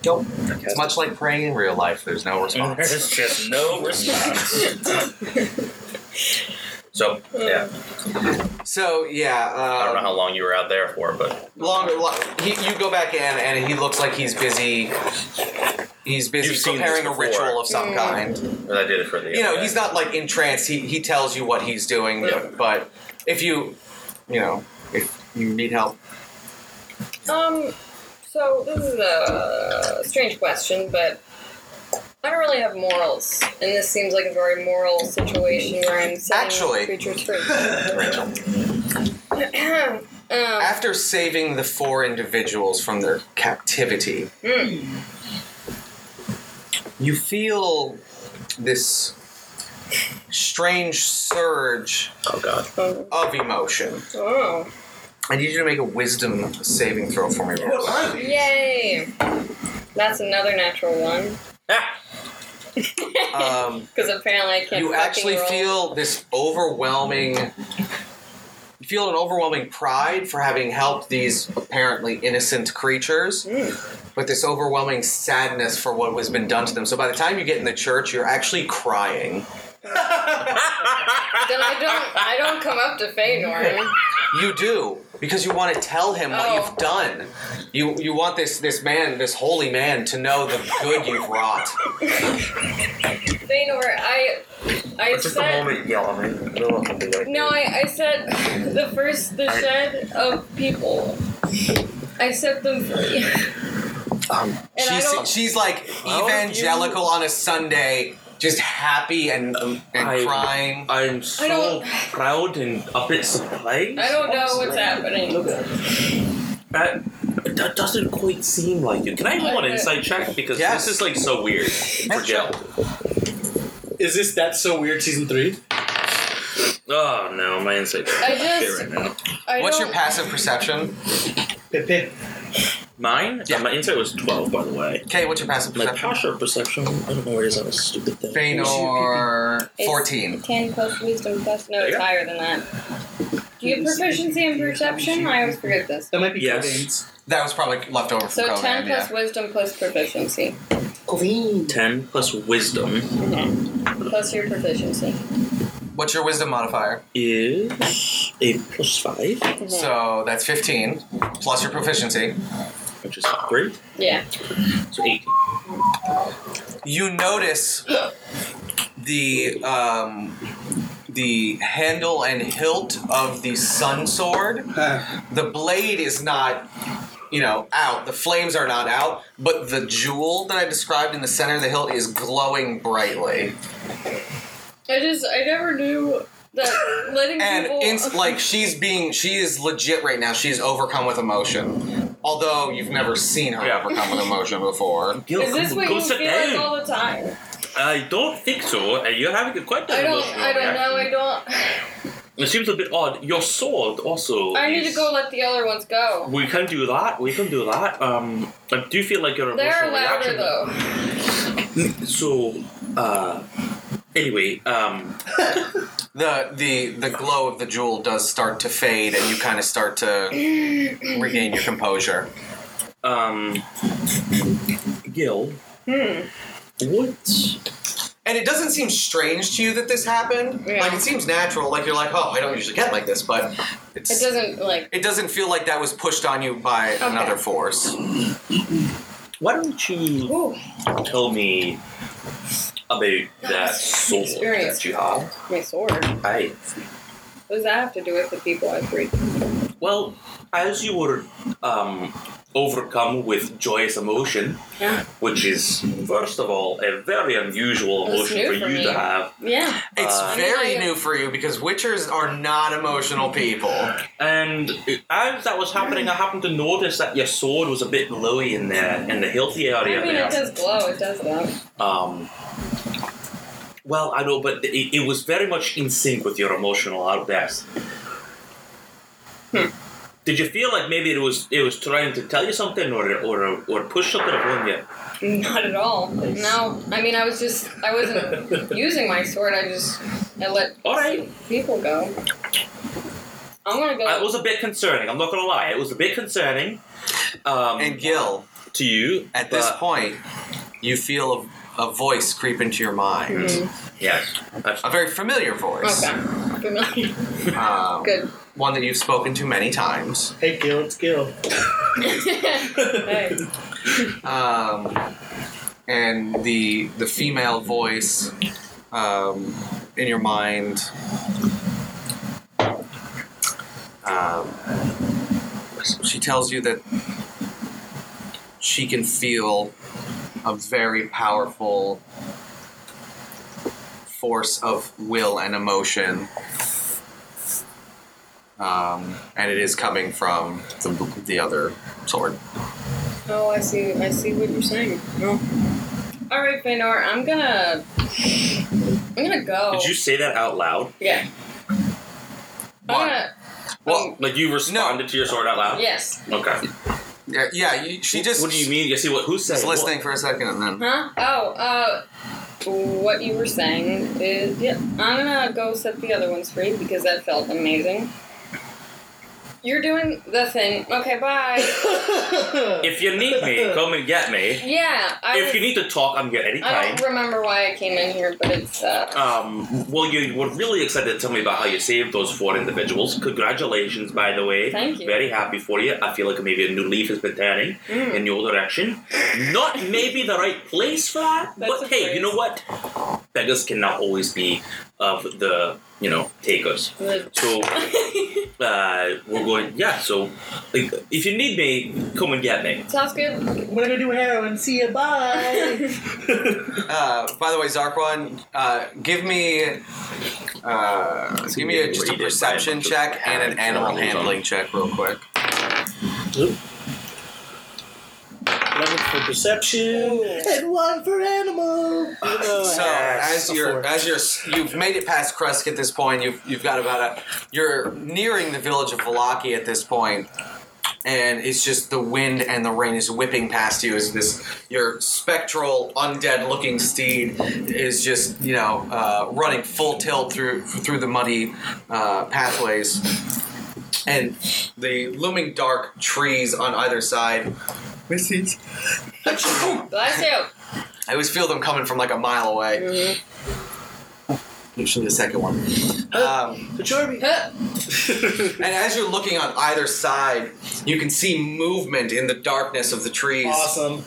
Speaker 4: Nope. It's much like praying in real life. There's no response.
Speaker 3: There's just no response. so, yeah.
Speaker 4: So yeah. Uh,
Speaker 3: I don't know how long you were out there for, but
Speaker 4: longer. Lo- he, you go back in, and he looks like he's busy. He's busy
Speaker 3: You've seen
Speaker 4: preparing
Speaker 3: this
Speaker 4: a
Speaker 3: before.
Speaker 4: ritual of some kind.
Speaker 3: but I did it for the.
Speaker 4: You know, he's not like in trance. He he tells you what he's doing,
Speaker 2: Yeah.
Speaker 4: but if you, you know, if you need help,
Speaker 2: Um, so this is a strange question, but I don't really have morals, and this seems like a very moral situation where I'm setting
Speaker 4: Actually-
Speaker 2: creatures free. um,
Speaker 4: after saving the four individuals from their captivity, you feel this strange surge
Speaker 3: Oh God.
Speaker 4: of emotion.
Speaker 2: oh,
Speaker 4: I need you to make a wisdom saving throw for me. Ross.
Speaker 2: yay! That's another natural one
Speaker 3: Ah!
Speaker 4: Um,
Speaker 2: because apparently I can't.
Speaker 4: you
Speaker 2: fucking
Speaker 4: actually
Speaker 2: roll.
Speaker 4: feel this overwhelming You feel an overwhelming pride for having helped these apparently innocent creatures,
Speaker 2: Mm.
Speaker 4: but this overwhelming sadness for what has been done to them. So by the time you get in the church, you're actually crying.
Speaker 2: Then I don't. I don't come up to Feynor.
Speaker 4: You do because you want to tell him what
Speaker 2: Oh.
Speaker 4: you've done. You you want this this man, this holy man, to know the good you've wrought.
Speaker 2: Feynor, I. I
Speaker 3: It's just a
Speaker 2: said-
Speaker 3: moment yelling. I mean, I don't know if I'll do that.
Speaker 2: No, I, I said the first the shed of people. I set them free. and I
Speaker 4: she's
Speaker 2: don't,
Speaker 4: she's like evangelical on a Sunday, just happy and and
Speaker 3: I-
Speaker 4: crying.
Speaker 3: I'm so
Speaker 2: don't-
Speaker 3: proud and up at surprise.
Speaker 2: I don't know what's happening.
Speaker 3: That, that doesn't quite seem like it. Can I roll an insight check? Because
Speaker 4: Yes.
Speaker 3: this is like so weird for Jill.
Speaker 5: Is this That's So Weird season three?
Speaker 3: Oh no, my insight check
Speaker 2: I
Speaker 3: is
Speaker 2: just-
Speaker 3: shit right now.
Speaker 2: I
Speaker 4: What's your
Speaker 2: don't-
Speaker 4: passive perception?
Speaker 5: Pip, pip.
Speaker 3: Mine?
Speaker 4: Yeah.
Speaker 3: Yeah, my insight was 12, by the way.
Speaker 4: Okay, what's your passive
Speaker 3: My
Speaker 4: perception?
Speaker 3: partial perception, I don't know where it is on this stupid thing.
Speaker 4: Feynor
Speaker 2: It's
Speaker 4: fourteen.
Speaker 2: Ten plus wisdom plus no,
Speaker 3: There you
Speaker 2: it's
Speaker 3: go.
Speaker 2: higher than that. Do you have proficiency in perception? I always forget this.
Speaker 5: That might be
Speaker 3: Yes.
Speaker 5: Cobain's.
Speaker 4: That was probably left over from
Speaker 2: So
Speaker 4: Conan,
Speaker 2: ten
Speaker 4: yeah.
Speaker 2: plus wisdom plus proficiency.
Speaker 5: Cobain.
Speaker 3: 10 plus wisdom
Speaker 2: Plus your proficiency.
Speaker 4: What's your wisdom modifier?
Speaker 3: is a plus 5,
Speaker 4: So that's fifteen plus your proficiency.
Speaker 3: which is great.
Speaker 2: Yeah.
Speaker 3: So 18.
Speaker 4: you notice the um, the handle and hilt of the sun sword. The blade is not, you know, out. The flames are not out, but the jewel that I described in the center of the hilt is glowing brightly.
Speaker 2: I just I never knew that letting
Speaker 4: And
Speaker 2: people
Speaker 4: inst- like she's being, she is legit right now. She is overcome with emotion. Although you've never seen her
Speaker 3: Yeah.
Speaker 4: overcome with emotion before.
Speaker 3: Gil,
Speaker 2: is this what
Speaker 3: go
Speaker 2: you
Speaker 3: sit
Speaker 2: feel
Speaker 3: down.
Speaker 2: like all the time?
Speaker 3: I don't think so. and You're having a quite an
Speaker 2: I don't
Speaker 3: emotional
Speaker 2: I don't
Speaker 3: reaction.
Speaker 2: know, I don't
Speaker 3: It seems a bit odd. Your sword also.
Speaker 2: I need
Speaker 3: is-
Speaker 2: to go let the other ones go.
Speaker 3: We can do that. We can do that. Um, I do feel like your emotional
Speaker 2: They're louder
Speaker 3: reaction.
Speaker 2: though.
Speaker 3: So, uh, anyway, um,
Speaker 4: the the the glow of the jewel does start to fade and you kind of start to regain your composure
Speaker 3: um, Gil,
Speaker 2: Hmm.
Speaker 3: what?
Speaker 4: and it doesn't seem strange to you that this happened
Speaker 2: Yeah.
Speaker 4: like it seems natural like you're like oh i don't usually get like this but it's,
Speaker 2: It doesn't like
Speaker 4: it doesn't feel like that was pushed on you by another force
Speaker 3: Why don't you
Speaker 2: ooh,
Speaker 3: tell me about that sword
Speaker 2: Experience.
Speaker 3: that you have?
Speaker 2: my sword.
Speaker 3: I
Speaker 2: What does that have to do with the people I freed?
Speaker 3: well, as you were um, overcome with joyous emotion,
Speaker 2: Yeah.
Speaker 3: which is first of all a very unusual
Speaker 2: That's
Speaker 3: emotion
Speaker 2: new
Speaker 3: for
Speaker 2: for
Speaker 3: you
Speaker 2: me.
Speaker 3: to have.
Speaker 2: Yeah.
Speaker 4: it's
Speaker 3: Uh,
Speaker 4: very
Speaker 2: Yeah.
Speaker 4: new for you because witchers are not emotional people
Speaker 3: And as that was happening, I happened to notice that your sword was a bit glowy in the in the hilty area
Speaker 2: I mean,
Speaker 3: there.
Speaker 2: it does glow. It does glow.
Speaker 3: Um, well, I know, but it, it was very much in sync with your emotional outburst.
Speaker 2: Hmm.
Speaker 3: Did you feel like maybe it was it was trying to tell you something or or or push something upon you?
Speaker 2: Not at all. No. I mean, I was just, I wasn't using my sword. I just, I let
Speaker 3: All right.
Speaker 2: people go. I'm gonna go.
Speaker 3: It was a bit concerning. I'm not gonna lie. It was a bit concerning. Um,
Speaker 4: and gil
Speaker 3: to you
Speaker 4: at this
Speaker 3: but-
Speaker 4: point you feel a, a voice creep into your mind
Speaker 3: yes. That's-
Speaker 4: a very familiar voice
Speaker 2: Hmm. okay. Familiar.
Speaker 4: um,
Speaker 2: Good.
Speaker 4: one that you've spoken to many times
Speaker 5: Hey, Gil, it's Gil.
Speaker 2: Hey.
Speaker 4: um, and the the female voice um, in your mind. Um, she tells you that she can feel a very powerful force of will and emotion. Um, and it is coming from the, the other sword.
Speaker 2: Oh, I see. I see what you're saying. No. All right, Feynor. I'm gonna, I'm gonna go.
Speaker 3: Did you say that out loud?
Speaker 2: Yeah. I'm gonna.
Speaker 4: Well,
Speaker 3: Like you responded to your sword out loud?
Speaker 2: um, Yes.
Speaker 3: Okay.
Speaker 4: yeah, yeah you, she just
Speaker 3: What do you mean? You see what? Who said?
Speaker 4: Just
Speaker 3: what?
Speaker 4: listening for a second and then.
Speaker 2: Huh? Oh, uh, what you were saying is, yeah, I'm gonna go set the other ones free because that felt amazing. You're doing the thing. Okay, bye.
Speaker 3: If you need me, come and get me.
Speaker 2: Yeah, I,
Speaker 3: If
Speaker 2: was-
Speaker 3: you need to talk, I'm here
Speaker 2: I
Speaker 3: anytime.
Speaker 2: don't remember why I came in here, but it's uh,
Speaker 3: Um, well, you were really excited to tell me about how you saved those four individuals. Congratulations, by the way.
Speaker 2: Thank you.
Speaker 3: Very happy for you. I feel like maybe a new leaf has been turning
Speaker 2: Mm.
Speaker 3: in your direction. Not maybe the right place for that,
Speaker 2: That's
Speaker 3: but
Speaker 2: a
Speaker 3: hey,
Speaker 2: phrase.
Speaker 3: you know what? Beggars cannot always be of the, you know, takers.
Speaker 2: the-
Speaker 3: So uh, we're going, yeah, so like, if you need me, come and get me.
Speaker 2: sounds good.
Speaker 5: We're gonna do heroin. See you. Bye.
Speaker 4: Uh, by the way, Zarquan, uh, give me uh, give me a, just a
Speaker 3: rated by a
Speaker 4: perception
Speaker 3: bunch of
Speaker 4: check and an animal
Speaker 3: animals.
Speaker 4: handling check, real quick.
Speaker 5: Oop. Eleven for perception and one for animal.
Speaker 4: So as you're as you're you've made it past Kresk at this point, you've you've got about a you're nearing the village of Valaki at this point, and it's just the wind and the rain is whipping past you as this your spectral undead looking steed is just you know uh, running full tilt through through the muddy uh, pathways. And the looming dark trees on either side. Missy's.
Speaker 2: Bless you.
Speaker 4: I always feel them coming from like a mile away. Usually the second one. Um,
Speaker 5: Jorby.
Speaker 2: Huh.
Speaker 4: and as you're looking on either side, you can see movement in the darkness of the trees.
Speaker 5: Awesome.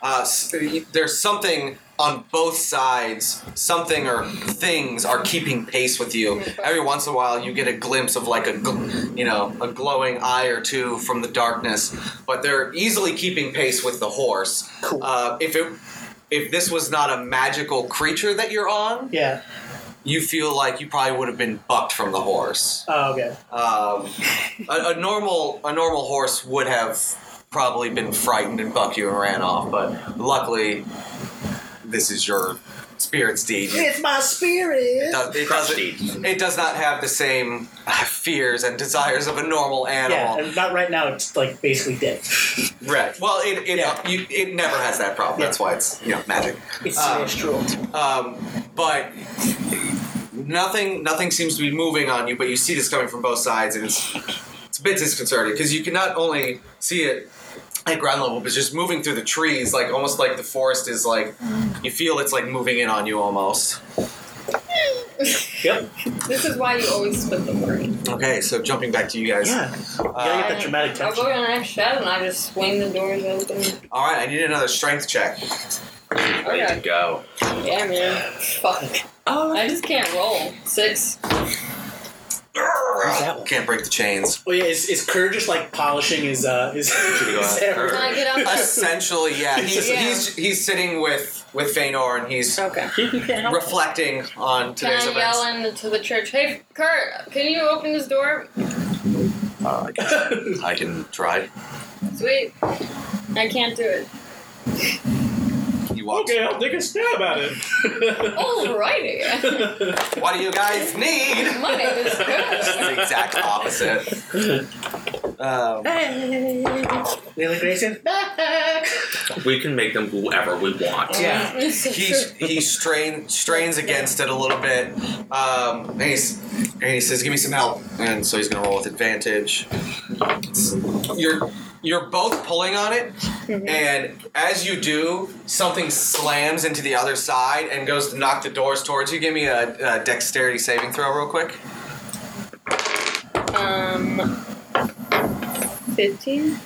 Speaker 4: Uh, s- there's something on both sides. Something or things are keeping pace with you. Every once in a while, you get a glimpse of like a, gl- you know, a glowing eye or two from the darkness. But they're easily keeping pace with the horse.
Speaker 5: Cool.
Speaker 4: Uh, if it, if this was not a magical creature that you're on,
Speaker 5: Yeah.
Speaker 4: you feel like you probably would have been bucked from the horse.
Speaker 5: Oh, okay.
Speaker 4: Um, a, a normal a normal horse would have probably been frightened and bucked you and ran off, but luckily, this is your spirit steed. It
Speaker 5: It's my spirit.
Speaker 4: does, it,
Speaker 3: Crusty.
Speaker 4: doesn't- it does not have the same uh, fears and desires of a normal
Speaker 5: Yeah,
Speaker 4: animal.
Speaker 5: and not right now. It's like basically dead.
Speaker 4: Right. Well, it it,
Speaker 5: Yeah.
Speaker 4: you, it never has that problem. That's why it's you know magic.
Speaker 5: It's
Speaker 4: Um,
Speaker 5: celestial.
Speaker 4: Um, but nothing nothing seems to be moving on you, but you see this coming from both sides, and it's it's a bit disconcerting because you can not only see it at ground level, but just moving through the trees, like almost like the forest is like you feel it's like moving in on you almost.
Speaker 5: Yep.
Speaker 2: This is why you always split the word.
Speaker 4: Okay, so jumping back to you guys.
Speaker 5: Yeah. You gotta get
Speaker 3: Uh,
Speaker 5: that dramatic
Speaker 2: I'll go to
Speaker 5: tension.
Speaker 2: the next shed and I just swing the doors open.
Speaker 4: All right, I need another strength check.
Speaker 3: Ready to
Speaker 2: Okay.
Speaker 3: go.
Speaker 2: Yeah, man. Fuck. I just can't roll. Six.
Speaker 5: that one?
Speaker 4: Can't break the chains.
Speaker 5: Oh yeah, is, is Kerr just like polishing his uh his, his hammer?
Speaker 2: Can I get up?
Speaker 4: Essentially, yeah, he's
Speaker 2: Yeah.
Speaker 4: he's he's sitting with with Feanor and he's
Speaker 2: Okay.
Speaker 4: reflecting
Speaker 2: Can
Speaker 4: on today's
Speaker 2: I
Speaker 4: events.
Speaker 2: yell into the church? Hey, Kurt, can you open this door?
Speaker 4: Uh, I, can, I can try.
Speaker 2: Sweet. I can't do it.
Speaker 4: You walk.
Speaker 5: I'll take a stab at it.
Speaker 2: Alrighty.
Speaker 4: What do you guys need?
Speaker 2: My name is
Speaker 4: It's
Speaker 2: Kurt.
Speaker 4: the exact opposite. Um,
Speaker 5: Lily Grayson back.
Speaker 3: We can make them whoever we want.
Speaker 4: yeah. He,
Speaker 2: Sure.
Speaker 4: he strain, strains against it a little bit. Um, and, he's, and he says, Give me some help. And so he's going to roll with advantage. It's- You're, you're both pulling on it, and as you do, something slams into the other side and goes to knock the doors towards you. Give me a, a dexterity saving throw, real quick.
Speaker 2: Um, 15?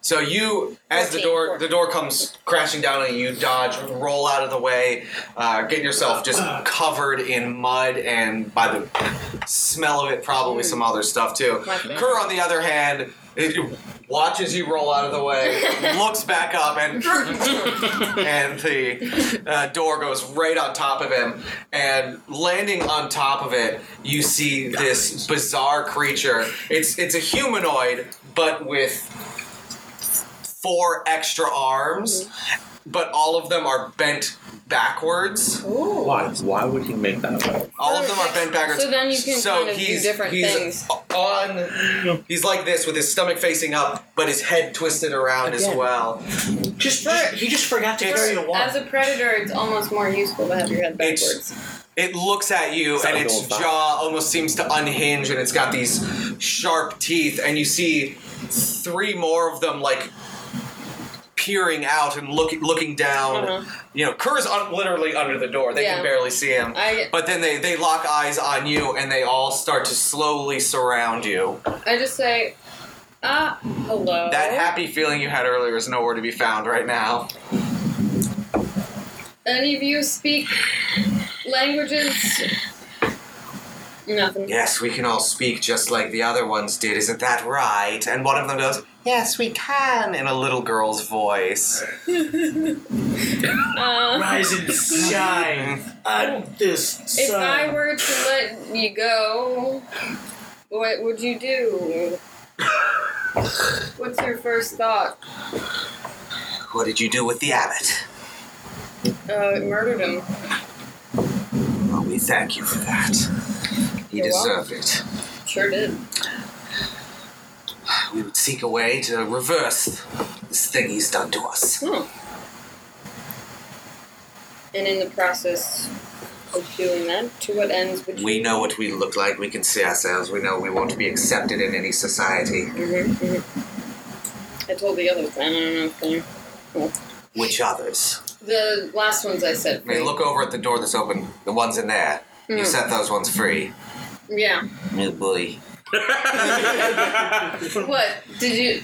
Speaker 4: So you, as the
Speaker 2: Fourteen,
Speaker 4: door
Speaker 2: fourteen.
Speaker 4: the door comes crashing down on you, you dodge, roll out of the way, uh, get yourself just covered in mud and by the smell of it, probably some other stuff too.
Speaker 2: My bad.
Speaker 4: Kerr, on the other hand, it watches you roll out of the way, looks back up, and and the uh, door goes right on top of him. And landing on top of it, you see this bizarre creature. It's it's a humanoid, but with four extra arms,
Speaker 2: Mm-hmm.
Speaker 4: but all of them are bent backwards.
Speaker 3: Why? Why would he make that up?
Speaker 4: All of them are bent backwards.
Speaker 2: So then you can
Speaker 4: So
Speaker 2: kind of do
Speaker 4: he's,
Speaker 2: different
Speaker 4: he's
Speaker 2: things.
Speaker 4: On, he's like this with his stomach facing up, but his head twisted around as
Speaker 5: Again.
Speaker 4: well.
Speaker 5: Just, just he just forgot to carry a wand.
Speaker 2: As a predator, it's almost more useful to have your head
Speaker 4: It's-
Speaker 2: backwards.
Speaker 4: It looks at you,
Speaker 3: Sounds
Speaker 4: and its
Speaker 3: old fashioned.
Speaker 4: jaw almost seems to unhinge, and it's got these sharp teeth, and you see three more of them like peering out and looking looking down. You know, Kerr's un- literally under the door; they
Speaker 2: Uh-huh. Yeah.
Speaker 4: can barely see him.
Speaker 2: I-
Speaker 4: but then they they lock eyes on you, and they all start to slowly surround you.
Speaker 2: I just say, ah, hello.
Speaker 4: That happy feeling you had earlier is nowhere to be found right now.
Speaker 2: Any of you speak languages? Nothing.
Speaker 4: Yes, we can all speak just like the other ones did, isn't that right? And one of them goes, Yes, we can, in a little girl's voice.
Speaker 2: Uh,
Speaker 5: Rise and shine. I'm this
Speaker 2: if
Speaker 5: sun.
Speaker 2: I were to let you go, what would you do? What's your first thought?
Speaker 4: What did you do with the abbot?
Speaker 2: Uh, it murdered him.
Speaker 4: Well, we thank you for that. He
Speaker 2: You're
Speaker 4: deserved it.
Speaker 2: Sure did.
Speaker 4: We would seek a way to reverse this thing he's done to us.
Speaker 2: Huh. And in the process of doing that, to what ends would you?
Speaker 4: We know what we look like, we can see ourselves, we know we won't be accepted in any society.
Speaker 2: Mhm, mhm. I told the others. I don't know if they
Speaker 4: Which others?
Speaker 2: The last ones I said.
Speaker 4: I mean, look over at the door that's open, the ones in there.
Speaker 6: Hmm.
Speaker 4: You set those ones free.
Speaker 2: Yeah.
Speaker 4: Oh boy.
Speaker 2: What did you?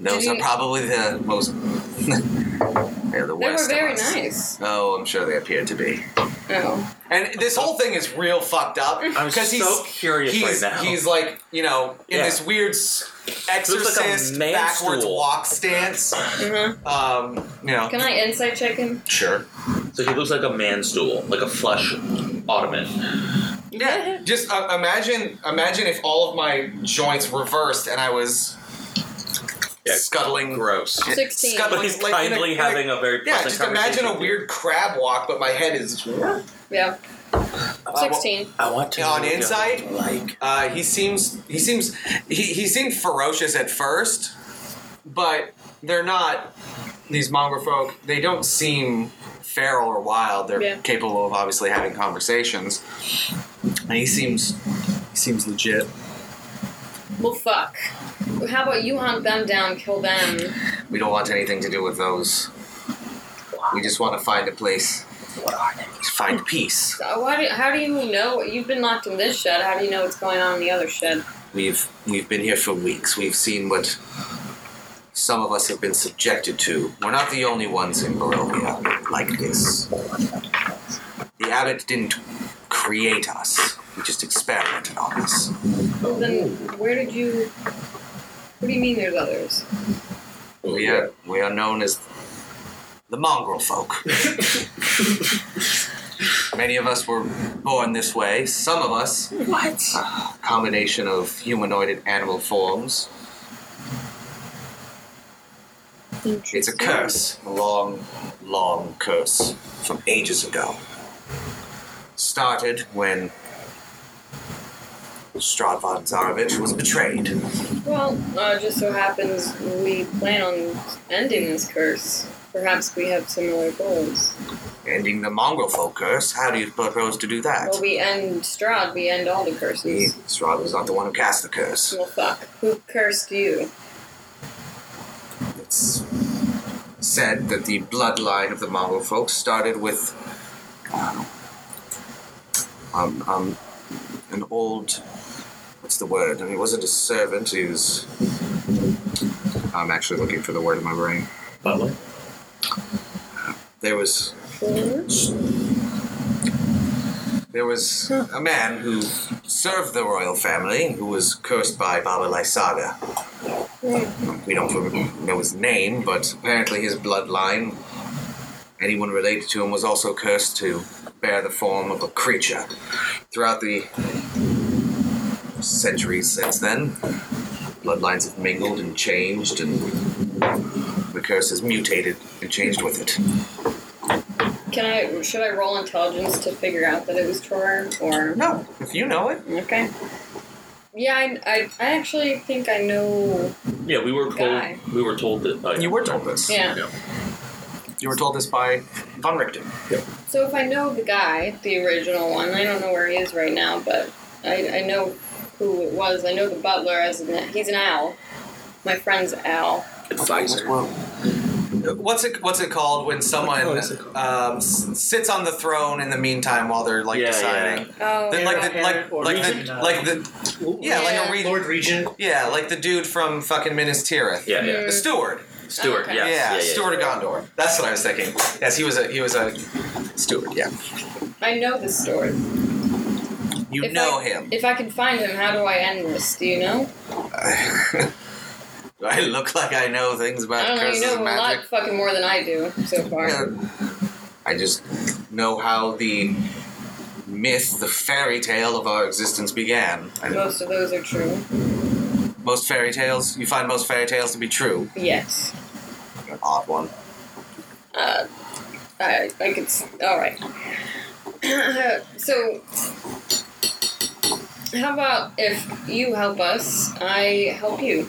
Speaker 4: Those
Speaker 2: Did
Speaker 4: are
Speaker 2: you-
Speaker 4: probably the most. they're the
Speaker 2: They
Speaker 4: worst
Speaker 2: were
Speaker 4: of
Speaker 2: very
Speaker 4: us.
Speaker 2: nice.
Speaker 4: Oh, I'm sure they appear to be.
Speaker 2: Oh.
Speaker 4: And this whole thing is real fucked up
Speaker 6: I'm
Speaker 4: because
Speaker 6: so
Speaker 4: he's
Speaker 6: curious
Speaker 4: he's
Speaker 6: right now.
Speaker 4: he's like you know in
Speaker 6: Yeah.
Speaker 4: this weird s- exorcist
Speaker 6: man
Speaker 4: backwards
Speaker 6: stool. Mm-hmm.
Speaker 4: walk stance. Um, you know,
Speaker 2: Can I insight check him?
Speaker 4: sure.
Speaker 3: So he looks like a man stool, like a flush ottoman.
Speaker 4: Yeah, just uh, imagine imagine if all of my joints reversed and I was
Speaker 6: Yeah,
Speaker 4: scuttling
Speaker 6: Gross.
Speaker 2: Sixteen.
Speaker 4: Scuttling
Speaker 6: But he's
Speaker 4: like, in a-
Speaker 6: kindly
Speaker 4: like-
Speaker 6: having a very
Speaker 4: Yeah,
Speaker 6: pleasant
Speaker 4: just imagine a
Speaker 6: conversation.
Speaker 4: weird crab walk, but my head is
Speaker 2: Yeah.
Speaker 4: Uh,
Speaker 2: Sixteen.
Speaker 6: I want to
Speaker 4: on
Speaker 6: know,
Speaker 4: insight?
Speaker 6: Like
Speaker 4: Uh, he seems he seems he, he seemed ferocious at first, but they're not these mongrel folk. They don't seem feral or wild. They're
Speaker 2: Yeah.
Speaker 4: capable of obviously having conversations. And he seems he seems legit.
Speaker 2: Well, fuck. How about you hunt them down, kill them?
Speaker 4: We don't want anything to do with those. We just want to find a place. Find peace.
Speaker 2: So Uh, why do, how do you know? You've been locked in this shed. How do you know what's going on in the other shed?
Speaker 4: We've we've been here for weeks. We've seen what some of us have been subjected to. We're not the only ones in Barovia like this. The abbot didn't create us. He just experimented on us.
Speaker 2: Well, then where did you? What do you mean? There's others.
Speaker 4: We are we are known as the mongrel folk. Many of us were born this way. Some of us, what? combination of humanoid and animal forms. It's a curse, a long, long curse from ages ago. Started when Stradvan Tsarevich was betrayed.
Speaker 2: Well, uh, just so happens we plan on ending this curse. Perhaps we have similar goals.
Speaker 4: Ending the mongrel folk curse. How do you propose to do that?
Speaker 2: Well, we end Strahd, we end all the curses.
Speaker 4: Strahd was not the one who cast the curse.
Speaker 2: Well, fuck. Who cursed you?
Speaker 4: It's said that the bloodline of the Mongol folk started with um, um, an old. What's the word? And he wasn't a servant, he was. I'm actually looking for the word in my brain.
Speaker 6: butler.
Speaker 4: There was. There was a man who served the royal family who was cursed by Baba Lysaga. We don't know his name, but apparently his bloodline, anyone related to him, was also cursed to bear the form of a creature. Throughout the centuries since then, bloodlines have mingled and changed, and the curse has mutated and changed with it.
Speaker 2: Can I? Should I roll intelligence to figure out that it was Tor? Or
Speaker 4: No, if you know it.
Speaker 2: okay. Yeah, I, I, I actually think I know.
Speaker 3: Yeah, we were told.
Speaker 2: Guy.
Speaker 3: We were told that. Uh,
Speaker 4: You were told this.
Speaker 2: Yeah.
Speaker 4: You were told this by Von Richten.
Speaker 2: So if I know the guy, the original one, I don't know where he is right now, but I, I know who it was. I know the butler as an, he's an owl. My friend's owl.
Speaker 6: Advisor.
Speaker 4: What's it? What's it called when someone
Speaker 6: Oh, what's it called?
Speaker 4: um, s- sits on the throne in the meantime while they're like
Speaker 6: Yeah,
Speaker 4: deciding?
Speaker 2: Oh,
Speaker 4: Then, like, the,
Speaker 5: yeah.
Speaker 4: like,
Speaker 5: Or
Speaker 4: like,
Speaker 5: regent?
Speaker 4: the, like the, yeah, like
Speaker 2: uh, Yeah.
Speaker 4: a re-
Speaker 5: Lord Regent.
Speaker 4: yeah, like the dude from fucking Minas Tirith.
Speaker 6: Yeah, yeah.
Speaker 4: the steward.
Speaker 6: Stewart.
Speaker 2: Okay.
Speaker 6: Yeah,
Speaker 4: yeah,
Speaker 6: yeah,
Speaker 4: Steward of Gondor. That's what I was thinking. Yes, he was a he was a steward. Yeah,
Speaker 2: I know this story.
Speaker 4: you
Speaker 2: If
Speaker 4: know
Speaker 2: I,
Speaker 4: him.
Speaker 2: If I can find him, how do I end this? Do you know?
Speaker 4: Do I look like I know things
Speaker 2: I
Speaker 4: about
Speaker 2: don't know.
Speaker 4: curses
Speaker 2: You know
Speaker 4: and
Speaker 2: a lot
Speaker 4: magic.
Speaker 2: fucking more than I do so far.
Speaker 4: I just know how the myth, the fairy tale of our existence began. And
Speaker 2: Most of those are true.
Speaker 4: most fairy tales, you find most fairy tales to be true.
Speaker 2: Yes.
Speaker 4: An odd one.
Speaker 2: Uh, I, I could. s- All right. so, how about if you help us, I help you?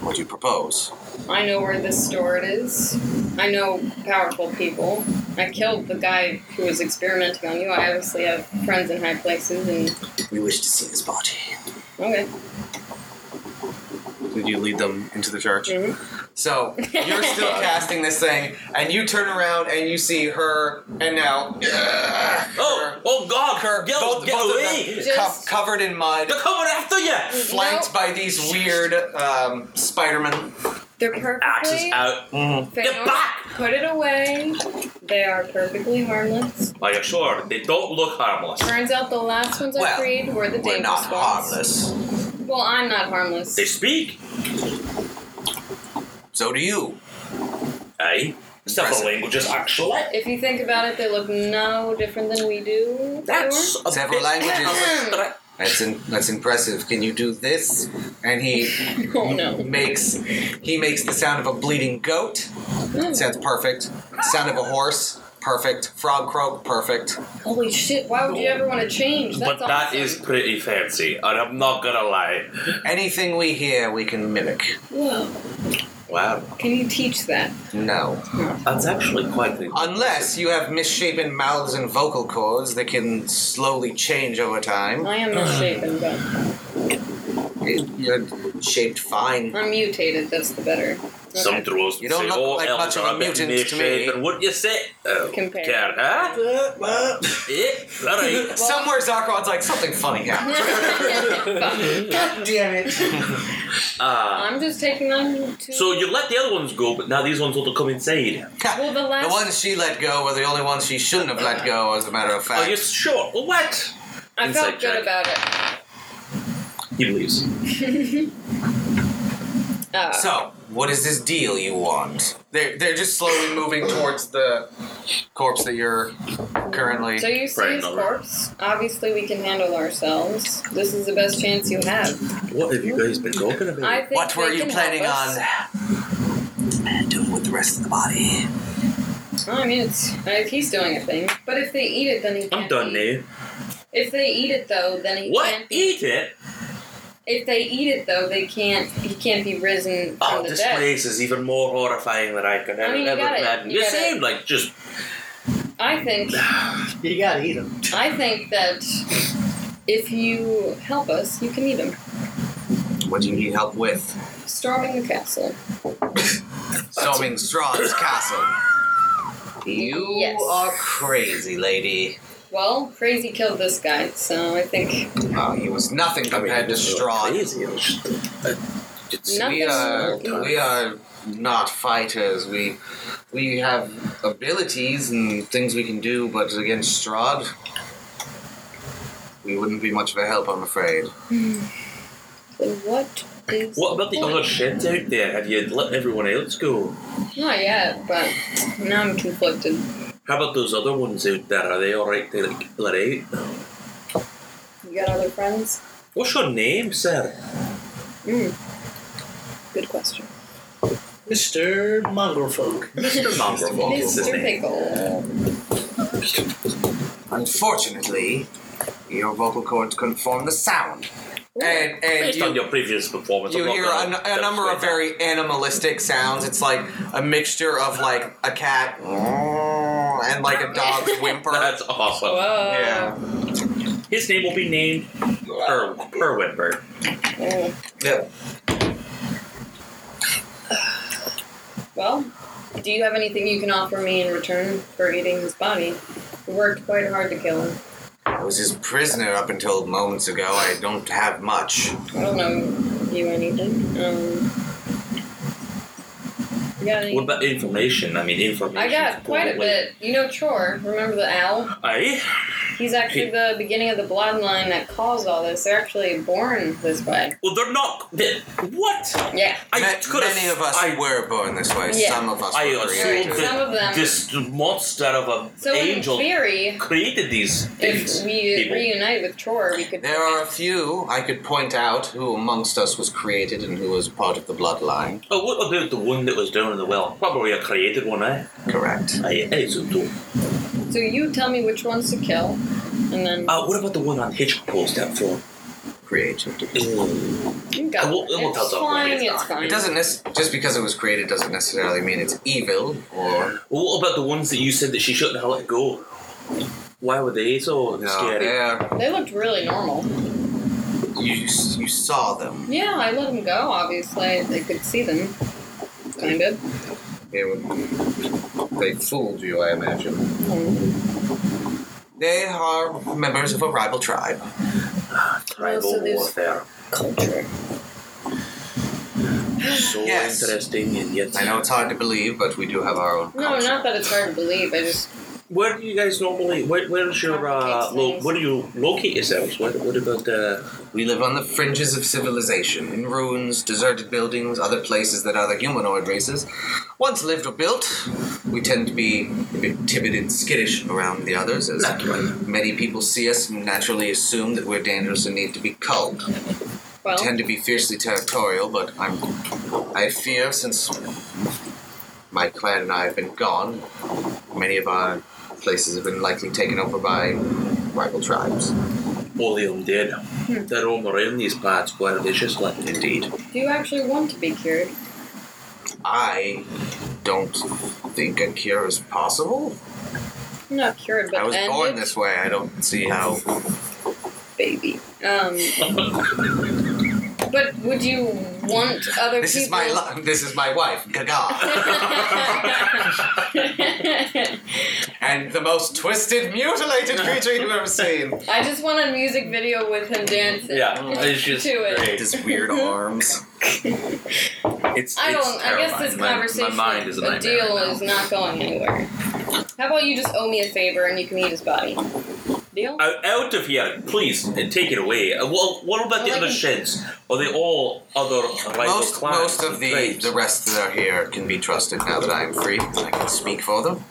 Speaker 4: What do you propose?
Speaker 2: I know where this store is. I know powerful people. I killed the guy who was experimenting on you. I obviously have friends in high places, and
Speaker 4: We wish to see his body.
Speaker 2: okay.
Speaker 4: Did you lead them into the church?
Speaker 2: Mhm.
Speaker 4: So you're still casting this thing, and you turn around and you see her, and now
Speaker 3: Oh, oh God,
Speaker 4: her,
Speaker 3: get,
Speaker 4: both,
Speaker 3: get
Speaker 4: both
Speaker 3: away!
Speaker 4: of them
Speaker 2: Just-
Speaker 4: co- covered in mud,
Speaker 3: They're coming after you!
Speaker 4: flanked by these weird um, Spider-Man.
Speaker 2: They're perfectly
Speaker 3: Axe is out.
Speaker 2: Thanos,
Speaker 3: back!
Speaker 2: Put it away. They are perfectly harmless.
Speaker 3: Like, sure, they don't look harmless.
Speaker 2: Turns out the last ones I
Speaker 4: Well,
Speaker 2: freed were the
Speaker 4: We're
Speaker 2: dangerous
Speaker 4: not
Speaker 2: ones.
Speaker 4: harmless.
Speaker 2: Well, I'm not harmless.
Speaker 3: They speak.
Speaker 4: So do you.
Speaker 3: Aye. eh? Several
Speaker 4: Impressive.
Speaker 3: languages, actually.
Speaker 2: If you think about it, they look no different than we do.
Speaker 3: That's
Speaker 2: Or-
Speaker 3: a
Speaker 4: Several
Speaker 3: bit
Speaker 4: languages.
Speaker 3: abstract.
Speaker 4: That's in, that's impressive. Can you do this? And he
Speaker 2: Oh no.
Speaker 4: makes he makes the sound of a bleeding goat.
Speaker 2: Mm.
Speaker 4: Sounds perfect. Sound of a horse. Perfect. Frog croak. Perfect.
Speaker 2: Holy shit! Why would you ever want to change? That's
Speaker 3: But that
Speaker 2: awesome.
Speaker 3: is pretty fancy, and I'm not gonna lie.
Speaker 4: Anything we hear, we can mimic.
Speaker 2: Whoa.
Speaker 3: Wow.
Speaker 2: Can you teach that?
Speaker 4: No.
Speaker 3: That's actually quite the.
Speaker 4: Unless you have misshapen mouths and vocal cords that can slowly change over time.
Speaker 2: I am misshapen, but
Speaker 4: It- You're shaped fine.
Speaker 2: I'm mutated. That's the better. Okay.
Speaker 3: Some trolls
Speaker 4: You don't
Speaker 3: say,
Speaker 4: look
Speaker 3: oh,
Speaker 4: like
Speaker 3: elves
Speaker 4: much of
Speaker 3: are
Speaker 4: a
Speaker 3: bit
Speaker 4: mutant to me."
Speaker 3: misshapen." What you say? Oh,
Speaker 2: Compare.
Speaker 3: care, huh? Eh, all right.
Speaker 4: Somewhere Zarkrod's like, something funny happened.
Speaker 5: Damn it.
Speaker 3: Uh,
Speaker 2: I'm just taking them to.
Speaker 3: so you let the other ones go, but now these ones will come inside.
Speaker 2: Well, the last.
Speaker 4: The ones she let go were the only ones she shouldn't have let go, as a matter of
Speaker 3: Are you
Speaker 4: fact.
Speaker 3: sure? Well, what?
Speaker 2: I felt
Speaker 3: Insight
Speaker 2: good
Speaker 3: check.
Speaker 2: about it.
Speaker 3: He leaves.
Speaker 2: Uh,
Speaker 4: So, what is this deal you want? They're, they're just slowly moving towards the corpse that you're currently.
Speaker 2: So you see
Speaker 3: Right,
Speaker 2: his
Speaker 3: another.
Speaker 2: corpse. Obviously, we can handle ourselves. This is the best chance you have.
Speaker 3: What have you guys been talking about?
Speaker 2: I think
Speaker 4: What were
Speaker 2: they
Speaker 4: you
Speaker 2: can
Speaker 4: planning
Speaker 2: help
Speaker 4: on
Speaker 2: us.
Speaker 4: doing with the rest of the body?
Speaker 2: I mean, it's if he's doing a thing. But if they eat it, then he.
Speaker 3: I'm
Speaker 2: Can't
Speaker 3: done
Speaker 2: eat.
Speaker 3: now.
Speaker 2: If they eat it though, then he
Speaker 3: What?
Speaker 2: can't. Be,
Speaker 3: Eat it?
Speaker 2: if they eat it though, they can't. He can't be risen
Speaker 3: Oh,
Speaker 2: from the
Speaker 3: this
Speaker 2: dead.
Speaker 3: place is even more horrifying than I could
Speaker 2: I
Speaker 3: ever,
Speaker 2: mean, you
Speaker 3: ever
Speaker 2: gotta-
Speaker 3: imagine.
Speaker 2: you
Speaker 3: You
Speaker 2: gotta-
Speaker 3: seem like just
Speaker 2: I think.
Speaker 5: You gotta eat him.
Speaker 2: I think that if you help us, you can eat him.
Speaker 4: What do you need help with?
Speaker 2: Storming the castle.
Speaker 4: Storming Strahd's castle. You
Speaker 2: Yes.
Speaker 4: are crazy, lady.
Speaker 2: Well, crazy killed this guy, so I think
Speaker 4: Uh, he was nothing
Speaker 3: I mean,
Speaker 4: compared to
Speaker 3: it's
Speaker 4: Strahd.
Speaker 3: Crazy. It was just, uh, it's- uh,
Speaker 2: Nothing-
Speaker 4: We are we are not fighters. We we have abilities and things we can do, but against Strahd, we wouldn't be much of a help, I'm afraid.
Speaker 2: then what is?
Speaker 3: What about the
Speaker 2: point?
Speaker 3: other shit out there? Have you let everyone else go?
Speaker 2: Not yet, but now I'm conflicted.
Speaker 3: How about those other ones out there? Are they alright to like, let out?
Speaker 2: You got other friends?
Speaker 3: What's your name, sir?
Speaker 2: Good question.
Speaker 5: Mr. Mongrelfolk.
Speaker 3: Mr. Mongrelfolk is his
Speaker 2: Mr.
Speaker 3: name.
Speaker 2: Pickle.
Speaker 4: Unfortunately, your vocal cords couldn't form the sound. And, and
Speaker 3: Based on
Speaker 4: you,
Speaker 3: your previous performance,
Speaker 4: you
Speaker 3: I'm not
Speaker 4: hear a,
Speaker 3: gonna
Speaker 4: n- a number of
Speaker 3: demonstrate
Speaker 4: very animalistic sounds. It's like a mixture of like a cat and like a dog's
Speaker 3: that.
Speaker 4: whimper.
Speaker 3: Oh, That's awesome.
Speaker 2: Whoa.
Speaker 4: Yeah.
Speaker 3: His name will be named per per Winberg.
Speaker 2: Mm.
Speaker 4: Yep.
Speaker 2: Well, do you have anything you can offer me in return for eating his body? We worked quite hard to kill him.
Speaker 4: I was his prisoner up until moments ago. I don't have much.
Speaker 2: I don't know you anything. Um, you got any?
Speaker 3: What about information? I mean, information.
Speaker 2: I got quite a bit. You know Chor, remember the owl?
Speaker 3: I
Speaker 2: He's actually the beginning of the bloodline that caused all this. They're actually born this way.
Speaker 3: well, they're not. They, what?
Speaker 2: Yeah.
Speaker 3: I
Speaker 4: Ma-
Speaker 3: could have.
Speaker 4: many of us
Speaker 3: I,
Speaker 4: were born this way.
Speaker 2: Yeah.
Speaker 4: Some of us
Speaker 3: I
Speaker 4: were
Speaker 3: assumed
Speaker 4: created.
Speaker 2: Right. Some of
Speaker 3: that
Speaker 2: them-
Speaker 3: this monster of a
Speaker 2: So
Speaker 3: angel
Speaker 2: in theory,
Speaker 3: created these things.
Speaker 2: if we
Speaker 3: people.
Speaker 2: reunite with Chor, we could.
Speaker 4: There are a few I could point out who amongst us was created and who was part of the bloodline.
Speaker 3: oh, what about the one that was down in the well? Probably a created one, eh?
Speaker 4: Correct.
Speaker 3: I, I assume too.
Speaker 2: So you tell me which ones to kill, and then
Speaker 3: Uh, what about the one on Hitchcock's that floor?
Speaker 4: Created.
Speaker 3: Mm.
Speaker 2: you got
Speaker 3: I will- I will
Speaker 2: it.
Speaker 3: tell
Speaker 2: It's
Speaker 3: someone
Speaker 2: fine.
Speaker 3: it's
Speaker 2: It's,
Speaker 3: not.
Speaker 2: fine.
Speaker 4: It doesn't nec- just because it was created doesn't necessarily mean it's evil or
Speaker 3: Well, what about the ones that you said that she shouldn't have let go? Why were they so
Speaker 4: no.
Speaker 3: scary?
Speaker 4: There,
Speaker 2: They looked really normal.
Speaker 4: you you saw them.
Speaker 2: Yeah, I let them go. Obviously, they could see them. Kind of.
Speaker 4: They were they fooled you, I imagine.
Speaker 2: Mm.
Speaker 4: They are members of a rival tribe.
Speaker 3: Tribal
Speaker 2: Also, there's-
Speaker 3: warfare.
Speaker 2: Culture.
Speaker 3: So
Speaker 4: Yes.
Speaker 3: interesting, and yet
Speaker 4: I know it's hard to believe, but we do have our own.
Speaker 2: No,
Speaker 4: culture.
Speaker 2: not that it's hard to believe. I just
Speaker 3: Where do you guys normally? Where, where's your uh?
Speaker 2: Complicates
Speaker 3: Lo-
Speaker 2: things.
Speaker 3: where do you locate yourselves? What, what about uh?
Speaker 4: We live on the fringes of civilization, in ruins, deserted buildings, other places that other humanoid races once lived or built. We tend to be a bit timid and skittish around the others, as
Speaker 3: Naturally.
Speaker 4: many people see us and naturally assume that we're dangerous and need to be culled.
Speaker 2: well,
Speaker 4: tend to be fiercely territorial, but I'm I fear since my clan and I have been gone, many of our places have been likely taken over by rival tribes.
Speaker 3: All the undead. They're all around these parts quite viciously. Indeed.
Speaker 2: do you actually want to be cured?
Speaker 4: I don't think a cure is possible.
Speaker 2: Not cured, but
Speaker 4: I was
Speaker 2: ended,
Speaker 4: born this way. I don't see how.
Speaker 2: baby. Um. but would you want other
Speaker 4: This is
Speaker 2: people?
Speaker 4: my li- this is my wife, Gaga, and the most twisted, mutilated creature you've ever seen.
Speaker 2: I just want a music video with him dancing.
Speaker 3: it's just
Speaker 2: To it.
Speaker 3: great.
Speaker 4: His weird arms.
Speaker 3: It's,
Speaker 2: I
Speaker 3: it's
Speaker 2: don't. I guess
Speaker 3: terrifying.
Speaker 2: this
Speaker 3: My-
Speaker 2: conversation,
Speaker 3: My mind is a
Speaker 2: the
Speaker 3: nightmare
Speaker 2: deal
Speaker 3: right now.
Speaker 2: is not going anywhere. How about you just owe me a favor and you can eat his body? Deal?
Speaker 3: Out, out of here, please, and take it away. Uh, What, what about the
Speaker 2: Well,
Speaker 3: other
Speaker 2: I can-
Speaker 3: sheds? Are they all other rival
Speaker 4: Most,
Speaker 3: clans?
Speaker 4: most of
Speaker 3: and
Speaker 4: the,
Speaker 3: tribes?
Speaker 4: the rest that are here can be trusted now that I am free and I can speak for them.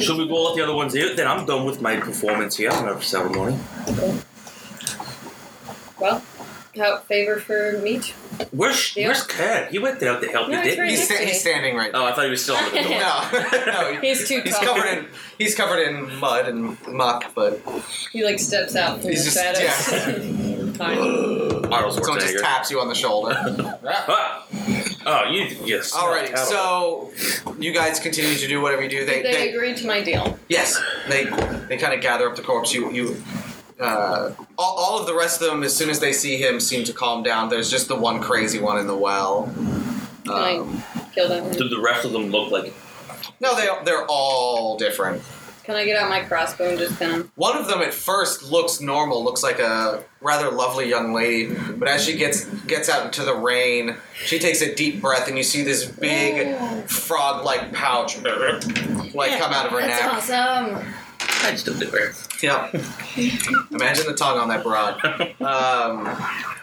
Speaker 3: Should we go let the other ones out? Then I'm done with my performance here in our ceremony.
Speaker 2: Well, how favor for meat?
Speaker 3: Where's
Speaker 2: Yeah.
Speaker 3: Where's Kerr? He went out to help
Speaker 2: No,
Speaker 3: you,
Speaker 2: it's
Speaker 3: didn't
Speaker 2: right
Speaker 3: he?
Speaker 4: He's, sta-
Speaker 2: next to
Speaker 4: he's
Speaker 2: me.
Speaker 4: standing right
Speaker 3: Oh, I thought he was still under the door.
Speaker 4: No, no, he-
Speaker 2: He's too
Speaker 4: he's
Speaker 2: tall.
Speaker 4: covered in he's covered in mud and muck, but
Speaker 2: He like steps out from
Speaker 4: He's
Speaker 2: the
Speaker 4: just-
Speaker 2: shadows.
Speaker 3: Uh,
Speaker 2: Fine.
Speaker 3: Arnold
Speaker 4: someone just
Speaker 3: Schwarzenegger.
Speaker 4: taps you on the shoulder.
Speaker 3: Ah. Oh, you yes.
Speaker 4: Alrighty, so you guys continue to do whatever you do. They,
Speaker 2: They agreed to my deal.
Speaker 4: yes, they they kind of gather up the corpse. You you. Uh, all, all of the rest of them, as soon as they see him, seem to calm down. There's just the one crazy one in the well.
Speaker 2: Can
Speaker 3: Um,
Speaker 2: I kill that
Speaker 3: Do
Speaker 2: one?
Speaker 3: the rest of them look like?
Speaker 4: No, they they're all different.
Speaker 2: Can I get out my crossbow and just kind of?
Speaker 4: One of them at first looks normal, looks like a rather lovely young lady, but as she gets gets out into the rain, she takes a deep breath and you see this big frog-like pouch like come out of her
Speaker 2: That's
Speaker 4: neck.
Speaker 2: awesome.
Speaker 3: I just don't do it.
Speaker 4: Yeah. Imagine the tongue on that broad. Um,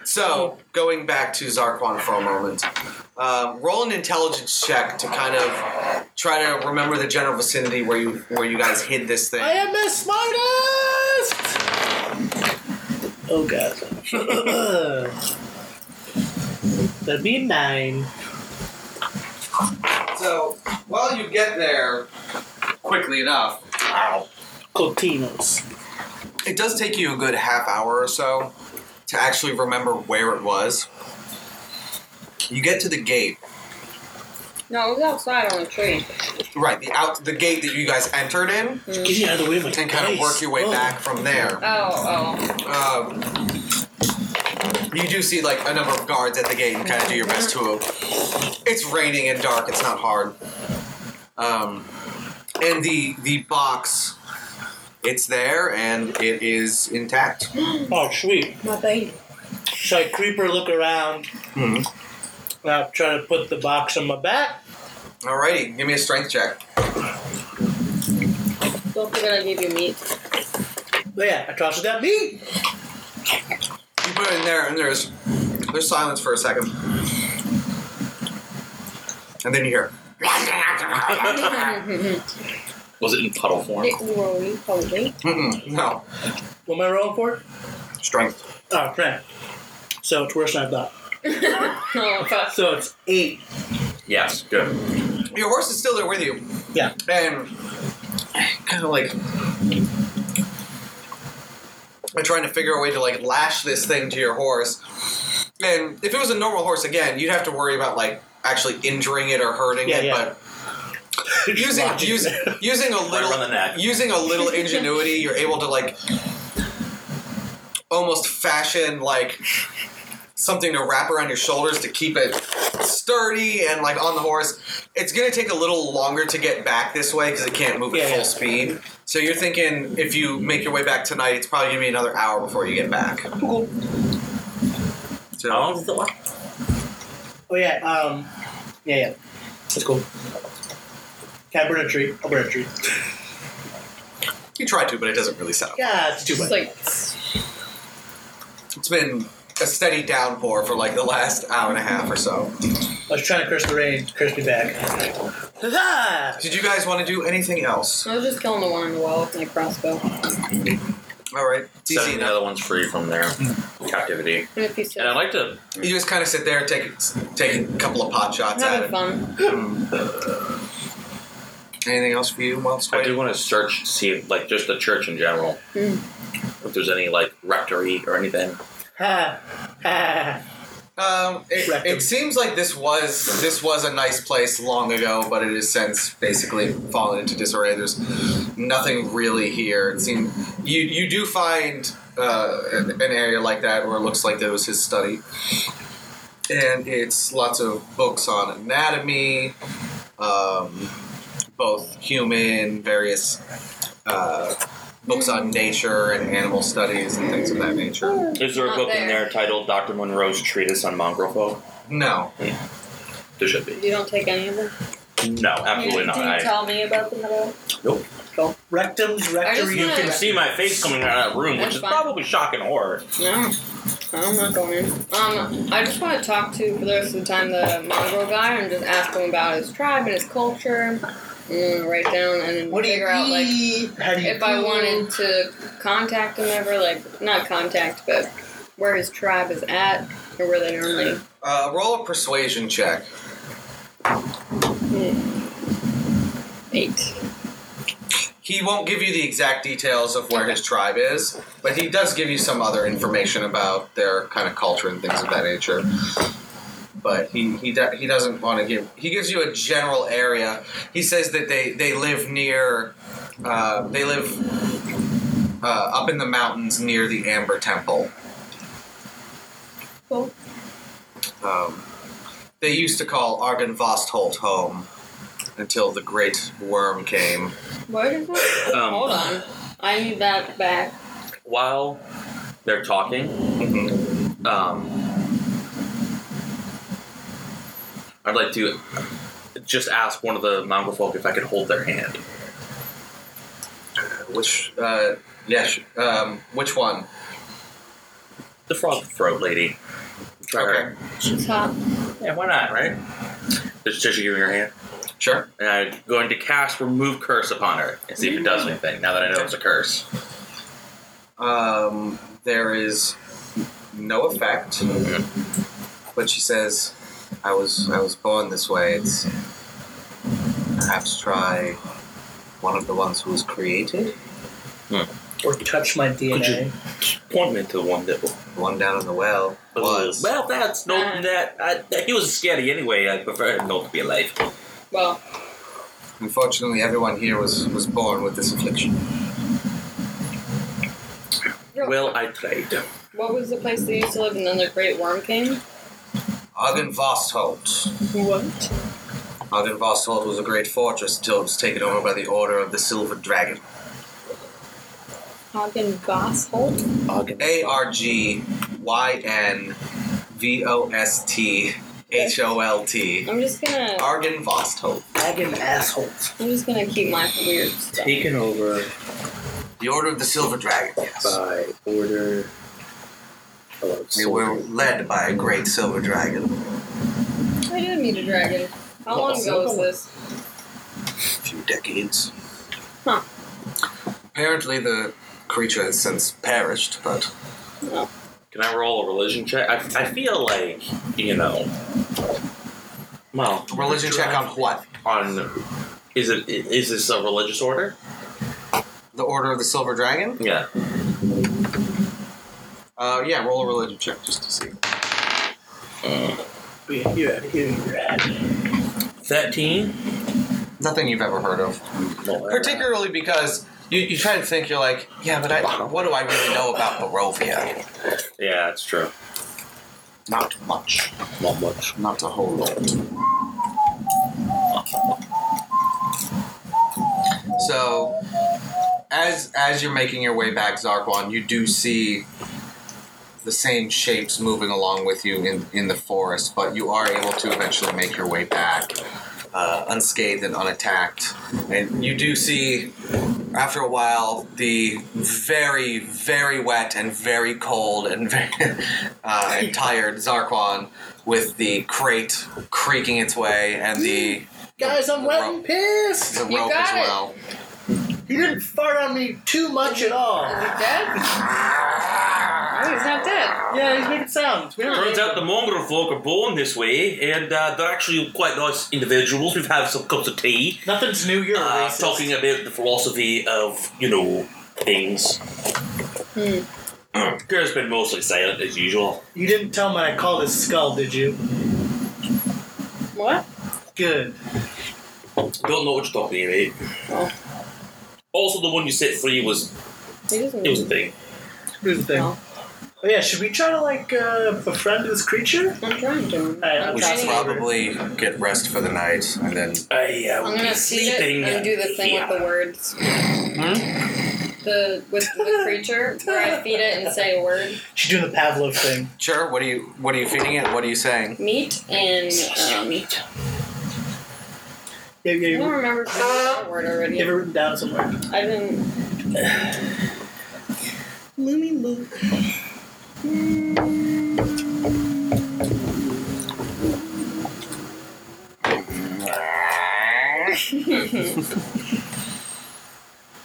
Speaker 4: so, going back to Zarquan for a moment, um, roll an intelligence check to kind of try to remember the general vicinity where you where you guys hid this thing.
Speaker 5: I am the smartest! Oh god. That'd be nine.
Speaker 4: So while you get there quickly enough,
Speaker 5: Cotinos.
Speaker 4: it does take you a good half hour or so to actually remember where it was. You get to the gate,
Speaker 2: No, it was outside on a tree.
Speaker 4: right? The out the gate that you guys entered in,
Speaker 5: Get me out of the way of my
Speaker 4: and kind of work your way
Speaker 5: Hmm. Oh.
Speaker 4: back from there.
Speaker 2: Oh, oh.
Speaker 4: Um, You do see like a number of guards at the gate and kind of do your best to. It's raining and dark. It's not hard. Um, and the the box, it's there and it is intact.
Speaker 2: Mm.
Speaker 5: Oh, sweet.
Speaker 2: My baby.
Speaker 5: So I creeper look around.
Speaker 4: Mhm.
Speaker 5: And I'll try to put the box on my back.
Speaker 4: Alrighty, give me a strength check.
Speaker 2: Don't forget I gave you meat.
Speaker 5: But yeah, I toss it at me.
Speaker 4: You put it in there, and there's there's silence for a second, and then you hear.
Speaker 6: Was it in puddle form?
Speaker 2: It rolling, probably.
Speaker 4: Mm-mm, no
Speaker 5: What am I rolling for?
Speaker 4: strength.
Speaker 5: Oh, crap. So it's worse than I thought.
Speaker 2: Oh, fuck.
Speaker 5: So it's eight.
Speaker 3: Yes, good.
Speaker 4: Your horse is still there with you,
Speaker 5: Yeah.
Speaker 4: and kind of like I'm trying to figure a way to like lash this thing to your horse. And if it was a normal horse, again, you'd have to worry about like actually injuring it or hurting
Speaker 5: Yeah,
Speaker 4: it,
Speaker 5: yeah.
Speaker 4: but. using
Speaker 5: Lock it.
Speaker 4: using using a little
Speaker 6: around the neck.
Speaker 4: using a little ingenuity, you're able to like almost fashion like something to wrap around your shoulders to keep it sturdy and like on the horse. It's gonna take a little longer to get back this way because it can't move
Speaker 5: Yeah,
Speaker 4: at full
Speaker 5: yeah.
Speaker 4: speed. So you're thinking if you make your way back tonight, it's probably gonna be another hour before you get back. So
Speaker 6: How long does it last?
Speaker 5: Oh, yeah. Um, yeah, yeah. That's cool. Can I burn a tree? I'll burn a tree.
Speaker 4: you tried to, but it doesn't really sound.
Speaker 5: Yeah, it's too
Speaker 2: Just
Speaker 5: much.
Speaker 2: like,
Speaker 4: It's been a steady downpour for like the last hour and a half or so.
Speaker 5: I was trying to curse the rain, curse me back. Ah!
Speaker 4: Did you guys want to do anything else?
Speaker 2: I was just killing the one on the wall with my crossbow.
Speaker 4: All right, it's easy
Speaker 6: Setting the
Speaker 4: enough.
Speaker 6: other one's free from their
Speaker 3: Hmm.
Speaker 6: captivity.
Speaker 2: And a piece
Speaker 6: And I'd
Speaker 2: of.
Speaker 6: like to.
Speaker 4: You just kind of sit there, and take take a couple of pot
Speaker 2: I'm
Speaker 4: shots at
Speaker 2: having
Speaker 4: it.
Speaker 2: fun.
Speaker 4: Anything else for you whilst
Speaker 6: I do
Speaker 4: waiting?
Speaker 6: want to search, see, like, just the church in general.
Speaker 2: Mm.
Speaker 6: If there's any, like, rectory or anything.
Speaker 5: Ha! Ha!
Speaker 4: Um, it,
Speaker 5: Rectum.
Speaker 4: it seems like this was this was a nice place long ago, but it has since basically fallen into disarray. There's nothing really here. It seemed you you do find uh, an an area like that where it looks like that was his study, and it's lots of books on anatomy, um, both human, various uh, books on nature and animal studies and things of that nature.
Speaker 6: Is there a
Speaker 2: Not
Speaker 6: book in
Speaker 2: there.
Speaker 6: there titled Dr. Monroe's Treatise on Mongrelphobe?
Speaker 4: No,
Speaker 6: There should be.
Speaker 2: You don't take any of them?
Speaker 6: No, absolutely
Speaker 2: you,
Speaker 6: not.
Speaker 2: Do you
Speaker 6: I,
Speaker 2: tell me about them at all?
Speaker 5: Rectums,
Speaker 2: I just
Speaker 5: rectory.
Speaker 2: wanna-
Speaker 6: can see my face coming out of that room, which
Speaker 2: That's
Speaker 6: is
Speaker 2: fine.
Speaker 6: probably shocking horror.
Speaker 2: No. I'm not going. Um, I just want to talk to, for the rest of the time, the mongrel guy and just ask him about his tribe and his culture. And write down and then
Speaker 5: What do you
Speaker 2: figure out, like,
Speaker 5: eat? How do you
Speaker 2: if I
Speaker 5: cook?
Speaker 2: wanted to contact him ever, like not contact, but where his tribe is at or where they normally.
Speaker 4: uh, roll a persuasion check.
Speaker 2: Eight.
Speaker 4: He won't give you the exact details of where his tribe is, but he does give you some other information about their kind of culture and things of that nature. But he he, do, he doesn't want to give. He gives you a general area. He says that they they live near, uh, they live uh, up in the mountains near the Amber Temple.
Speaker 2: Cool.
Speaker 4: Um, they used to call Argen Vostholt home until the Great Worm came.
Speaker 2: What is it?
Speaker 6: Um,
Speaker 2: Hold on. I need that back.
Speaker 6: While they're talking, um, I'd like to just ask one of the Mongrelfolk if I could hold their hand.
Speaker 4: Which, uh, yeah, sh- um, which one?
Speaker 6: The frog throat lady. Try her.
Speaker 2: She's hot.
Speaker 6: Yeah, why not, right? Does does she give me her hand?
Speaker 4: Sure.
Speaker 6: And I'm going to cast Remove Curse upon her and see if it does anything now that I know it's a curse.
Speaker 4: Um, there is no effect, but she says, "I was I was born this way. It's perhaps try one of the ones who was created,
Speaker 5: Or touch my DNA.
Speaker 6: Point me to the one that will
Speaker 4: the one down in the well was."
Speaker 6: Well, that's no
Speaker 2: Ah.
Speaker 6: that, I, that he was scary anyway. I prefer him not to be alive.
Speaker 2: Well,
Speaker 4: Unfortunately, everyone here was was born with this affliction.
Speaker 2: real
Speaker 3: Well, I tried.
Speaker 2: What was the place they used to live, and then the great worm came?
Speaker 4: Agenvosthold.
Speaker 2: What?
Speaker 4: Agenvosthold was a great fortress until it was taken over by the Order of the Silver Dragon.
Speaker 2: Hagen Goshold?
Speaker 4: A R G Y N V O S T H O L T.
Speaker 2: I'm just gonna.
Speaker 4: Argen Vostholt.
Speaker 5: Dragon assholes.
Speaker 2: I'm just gonna keep my weird stuff.
Speaker 7: Taken over
Speaker 4: The Order of the Silver Dragon, yes.
Speaker 7: by order. of
Speaker 4: They were led by a great silver dragon
Speaker 2: I did meet a dragon. How long ago was this?
Speaker 4: a few decades.
Speaker 2: Huh.
Speaker 4: Apparently, the creature has since perished, but
Speaker 3: Can I roll a religion check? I, I feel like, you know. Well,
Speaker 4: religion check on what?
Speaker 3: on. Is it is this a religious order?
Speaker 4: The Order of the Silver Dragon?
Speaker 3: Yeah.
Speaker 4: Uh, yeah, roll a religion check just to see.
Speaker 5: Oh, Yeah, you're out of here. You're out of here.
Speaker 3: 13?
Speaker 4: Nothing you've ever heard of. Particularly because you, you try to think, you're like, yeah, but I, what do I really know about Barovia?
Speaker 3: Yeah, that's true.
Speaker 4: Not much.
Speaker 3: Not much.
Speaker 4: Not a whole lot. So, as as you're making your way back, Zarquan, you do see the same shapes moving along with you in in the forest, but you are able to eventually make your way back. Uh, unscathed and unattacked, and you do see after a while the very, very wet and very cold and very uh, and tired Zarquan with the crate creaking its way and the
Speaker 5: Guys, I'm
Speaker 4: the
Speaker 5: wet
Speaker 4: rope-
Speaker 5: and pissed.
Speaker 4: the
Speaker 2: You
Speaker 4: rope as
Speaker 2: got it.
Speaker 4: well.
Speaker 5: You didn't fart on me too much at all.
Speaker 2: Is he dead? Oh, he's not dead.
Speaker 5: Yeah, he's making sounds. We don't
Speaker 3: Turns
Speaker 5: need-
Speaker 3: out the mongrel folk are born this way, and uh, they're actually quite nice individuals. We've had some cups of tea,
Speaker 5: Nothing's new. You're a
Speaker 3: uh,
Speaker 5: racist.
Speaker 3: talking about the philosophy of, you know, things.
Speaker 2: Hmm.
Speaker 3: Kira's been mostly silent as usual.
Speaker 5: You didn't tell him I called his skull, did you?
Speaker 2: What?
Speaker 5: Good.
Speaker 3: Don't know what you're talking
Speaker 2: Oh,
Speaker 3: about. Also, the one you set free was
Speaker 2: he doesn't.
Speaker 3: it was a thing.
Speaker 5: Here's the thing.
Speaker 2: No.
Speaker 5: Oh yeah, should we try to like uh, befriend this creature?
Speaker 2: I'm trying to.
Speaker 5: Hey,
Speaker 2: I'm
Speaker 4: We
Speaker 5: Okay.
Speaker 4: should
Speaker 2: trying to.
Speaker 4: probably get rest for the night and then
Speaker 3: I uh,
Speaker 2: I'm
Speaker 3: will be
Speaker 2: gonna seat it
Speaker 3: sleeping
Speaker 2: and do the thing
Speaker 3: here. Hmm?
Speaker 2: with the words. The with the creature where I feed it and say a word,
Speaker 5: She's doing the Pavlov thing.
Speaker 4: sure. What are you What are you feeding it? What are you saying?
Speaker 2: meat and um,
Speaker 5: Yeah, yeah.
Speaker 2: I
Speaker 5: You,
Speaker 2: don't remember if I said that word already.
Speaker 5: you have it written down somewhere.
Speaker 2: I didn't. Loomy Luke.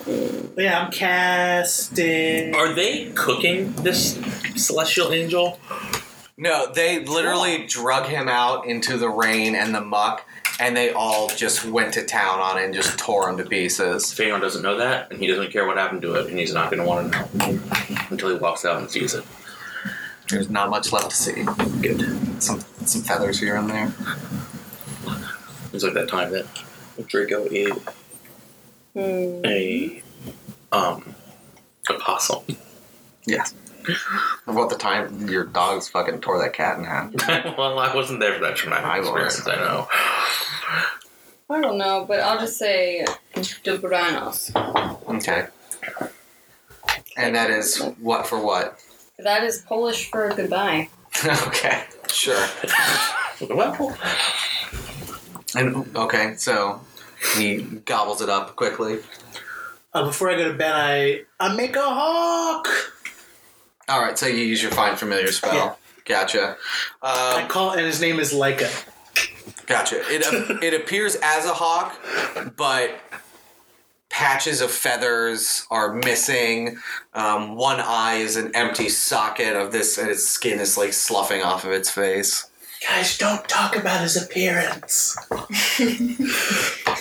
Speaker 5: But yeah, I'm casting.
Speaker 3: Are they cooking this celestial angel?
Speaker 4: No, they literally drug him out into the rain and the muck, and they all just went to town on it and just tore him to pieces.
Speaker 3: Feanor doesn't know that, and he doesn't care what happened to it, and he's not going to want to know until he walks out and sees it.
Speaker 4: There's not much left to see.
Speaker 3: Good.
Speaker 4: Some some feathers here and there.
Speaker 3: It's like that time that Draco ate
Speaker 2: Hmm.
Speaker 3: a um a possum.
Speaker 4: Yes. About the time your dogs fucking tore that cat in half.
Speaker 3: well, I wasn't there for that traumatic
Speaker 4: I was.
Speaker 3: experience. I know.
Speaker 2: I don't know, but I'll just say Dobranos.
Speaker 4: Okay. And that is what for what?
Speaker 2: That is Polish for goodbye.
Speaker 4: okay. Sure.
Speaker 3: Well,
Speaker 4: And okay, so he gobbles it up quickly.
Speaker 5: Uh, before I go to bed, I I make a hawk.
Speaker 4: All right, so you use your find familiar spell.
Speaker 5: Yeah.
Speaker 4: Gotcha.
Speaker 5: I
Speaker 4: Um,
Speaker 5: call, and his name is Leica.
Speaker 4: gotcha. It ap- it appears as a hawk, but patches of feathers are missing. Um, one eye is an empty socket of this, and its skin is like sloughing off of its face.
Speaker 5: Guys, don't talk about his appearance.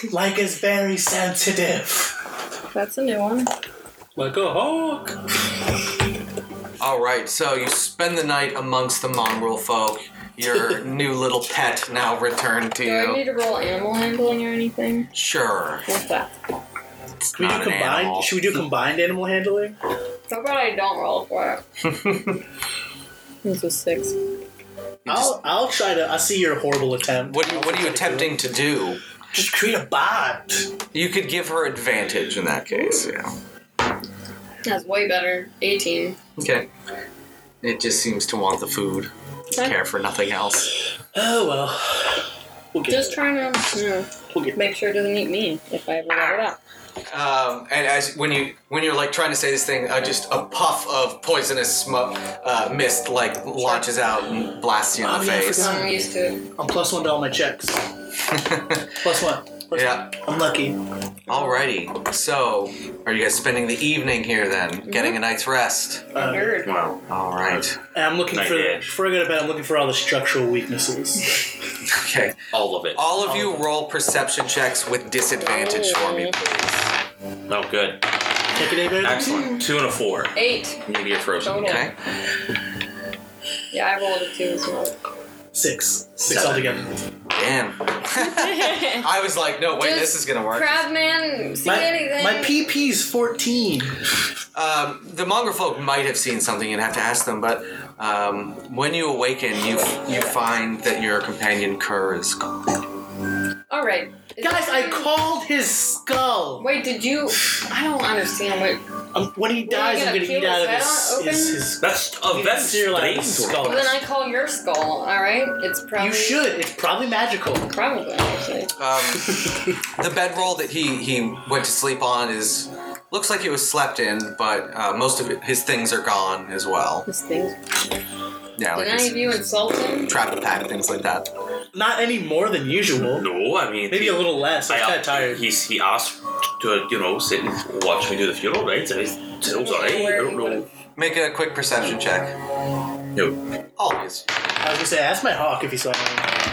Speaker 5: Leica's very sensitive.
Speaker 2: That's a new one.
Speaker 3: like a hawk.
Speaker 4: All right, so you spend the night amongst the mongrel folk. Your new little pet now returned to
Speaker 2: Do I need to
Speaker 4: you.
Speaker 2: roll animal handling or anything?
Speaker 4: Sure.
Speaker 2: What's that?
Speaker 4: It's
Speaker 5: Should we do
Speaker 4: not an
Speaker 5: combined?
Speaker 4: animal.
Speaker 5: Should we do combined animal handling?
Speaker 2: How about I don't roll for it? This was six.
Speaker 5: I'll, I'll try to. I see your horrible attempt.
Speaker 4: What, what are you attempting to do?
Speaker 5: Just create a bot.
Speaker 4: You could give her advantage in that case. Yeah.
Speaker 2: That's way better. 18.
Speaker 4: Okay. It just seems to want the food.
Speaker 2: Okay.
Speaker 4: Care for nothing else.
Speaker 5: Oh well. We'll get
Speaker 2: Just trying to you know,
Speaker 5: We'll get-
Speaker 2: make sure it doesn't eat me if I ever let it out.
Speaker 4: Um, and as when you when you're like trying to say this thing, uh, just a puff of poisonous smoke, uh, mist like launches out and blasts you in
Speaker 5: Oh,
Speaker 4: the
Speaker 5: yeah, I
Speaker 4: face.
Speaker 5: forgot.
Speaker 2: I'm used to it.
Speaker 5: I'm plus one to all my checks. plus one. Plus
Speaker 4: Yeah.
Speaker 5: one. I'm lucky.
Speaker 4: Alrighty. So, are you guys spending the evening here then,
Speaker 5: Mm-hmm.
Speaker 4: getting a night's rest?
Speaker 5: Uh,
Speaker 2: Weird.
Speaker 6: Wow.
Speaker 4: All right.
Speaker 5: and I'm looking
Speaker 6: Nice
Speaker 5: for.
Speaker 6: idea.
Speaker 5: Before I go to bed, I'm looking for all the structural weaknesses.
Speaker 4: Okay.
Speaker 6: All of it.
Speaker 4: All of you roll perception checks with disadvantage for me, please.
Speaker 6: Oh, good.
Speaker 5: Take it, David.
Speaker 2: Hmm.
Speaker 6: Excellent. Two and a four.
Speaker 2: Eight.
Speaker 6: Maybe you're frozen.
Speaker 2: Total.
Speaker 4: Okay.
Speaker 2: Yeah, I rolled a two as well.
Speaker 5: Six. Six
Speaker 6: Seven.
Speaker 5: altogether.
Speaker 4: Damn. I was like, no, wait, this
Speaker 2: Does
Speaker 4: is gonna work.
Speaker 2: Crabman, see
Speaker 5: My,
Speaker 2: anything?
Speaker 5: my PP's 14.
Speaker 4: Um, the mongrel folk might have seen something. You'd have to ask them. But um, when you awaken, you you find that your companion Kerr is gone.
Speaker 2: All right. Is
Speaker 5: Guys,
Speaker 2: that-
Speaker 5: I called his skull.
Speaker 2: Wait, did you? I don't understand. What?
Speaker 5: Um, when he dies, I'm
Speaker 2: gonna
Speaker 5: gonna
Speaker 2: peel
Speaker 5: eat out of
Speaker 2: his
Speaker 5: his,
Speaker 2: head open?
Speaker 5: his, his.
Speaker 6: That's a
Speaker 5: eat
Speaker 6: that's
Speaker 5: cereal out of his
Speaker 6: strange.
Speaker 5: skull.
Speaker 2: Well, then I call your skull. All right. It's probably
Speaker 5: You should. It's probably magical.
Speaker 2: probably actually.
Speaker 4: Um, the bedroll that he he went to sleep on is looks like it was slept in, but uh, most of his things are gone as well.
Speaker 2: This thing.
Speaker 4: Yeah, like
Speaker 2: Did any of
Speaker 4: his
Speaker 2: you insult him?
Speaker 4: travel pack things like that.
Speaker 5: Not any more than usual.
Speaker 6: No, I mean
Speaker 5: Maybe a little less. I'm
Speaker 6: I-
Speaker 5: kind of tired.
Speaker 6: He's he asked to you know sit and watch me do the funeral rites, and he said it was alright. I don't know.
Speaker 4: Make a quick perception check.
Speaker 6: No.
Speaker 4: Always.
Speaker 5: I was gonna say, ask my hawk if he saw me.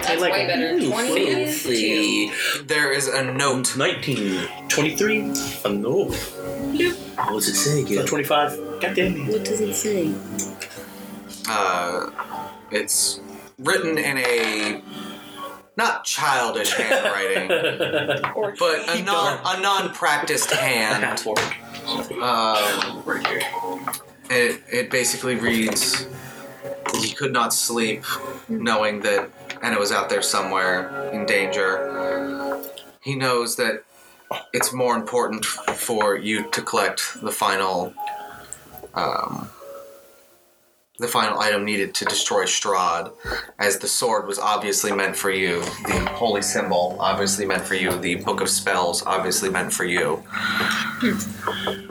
Speaker 2: That's
Speaker 5: like,
Speaker 2: way better.
Speaker 5: ooh,
Speaker 2: Twenty-two.
Speaker 4: There is a note.
Speaker 6: Nineteen.
Speaker 5: 23
Speaker 6: A no. What does it say
Speaker 5: or
Speaker 6: again?
Speaker 5: 25. God damn it.
Speaker 1: What does it say?
Speaker 4: Uh, it's written in a not childish handwriting.
Speaker 2: Or
Speaker 4: but a non a non practiced hand. um, it it basically reads, "He could not sleep, knowing that Anna was out there somewhere in danger. He knows that it's more important for you to collect the final." Um, the final item needed to destroy Strahd, as the sword was obviously meant for you, the holy symbol obviously meant for you, the book of spells obviously meant for you.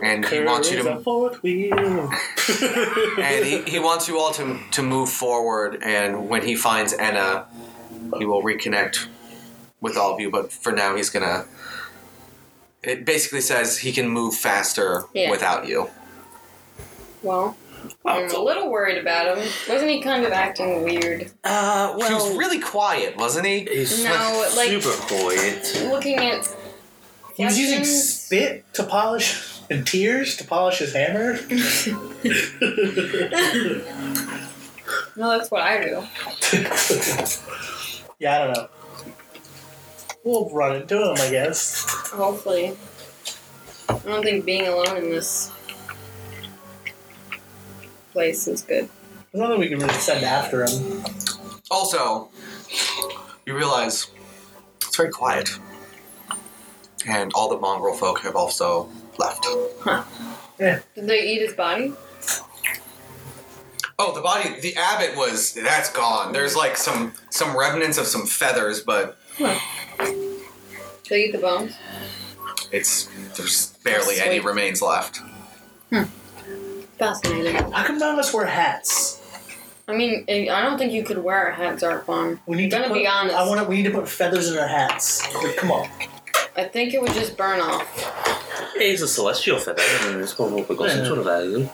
Speaker 4: And he wants you
Speaker 5: Curve
Speaker 4: to
Speaker 5: the fourth wheel.
Speaker 4: and he, he wants you all to, to move forward and when he finds Anna he will reconnect with all of you but for now he's gonna it basically says he can move faster
Speaker 2: Yeah.
Speaker 4: without you
Speaker 2: well, I'm a little worried about him. Wasn't he kind of acting weird?
Speaker 4: uh, well, he was really quiet wasn't he
Speaker 6: He's
Speaker 2: No, like-
Speaker 6: super quiet.
Speaker 2: Looking at.
Speaker 5: He was using
Speaker 2: Questions?
Speaker 5: spit to polish and tears to polish his hammer.
Speaker 2: No, that's what I do.
Speaker 5: yeah, I don't know. We'll run into him, I guess.
Speaker 2: Hopefully. I don't think being alone in this place is good.
Speaker 5: There's nothing we can really send after him.
Speaker 4: Also, you realize it's very quiet. And all the mongrel folk have also left.
Speaker 2: Did they eat his body?
Speaker 4: Oh, the body, the abbot was, that's gone. There's like some, some remnants of some feathers, but
Speaker 2: Did they eat the bones?
Speaker 4: it's, there's barely any
Speaker 2: Sweet.
Speaker 4: remains left.
Speaker 2: Fascinating.
Speaker 5: How come none of us wear hats?
Speaker 2: I mean, I I don't think you could wear a hat dark bomb.
Speaker 5: We need
Speaker 2: Gonna
Speaker 5: to put,
Speaker 2: be honest.
Speaker 5: I want. We need to put feathers in our hats. Like, come on.
Speaker 2: I think it would just burn off.
Speaker 6: Hey, He's a celestial feather, and it's going over got some sort of value.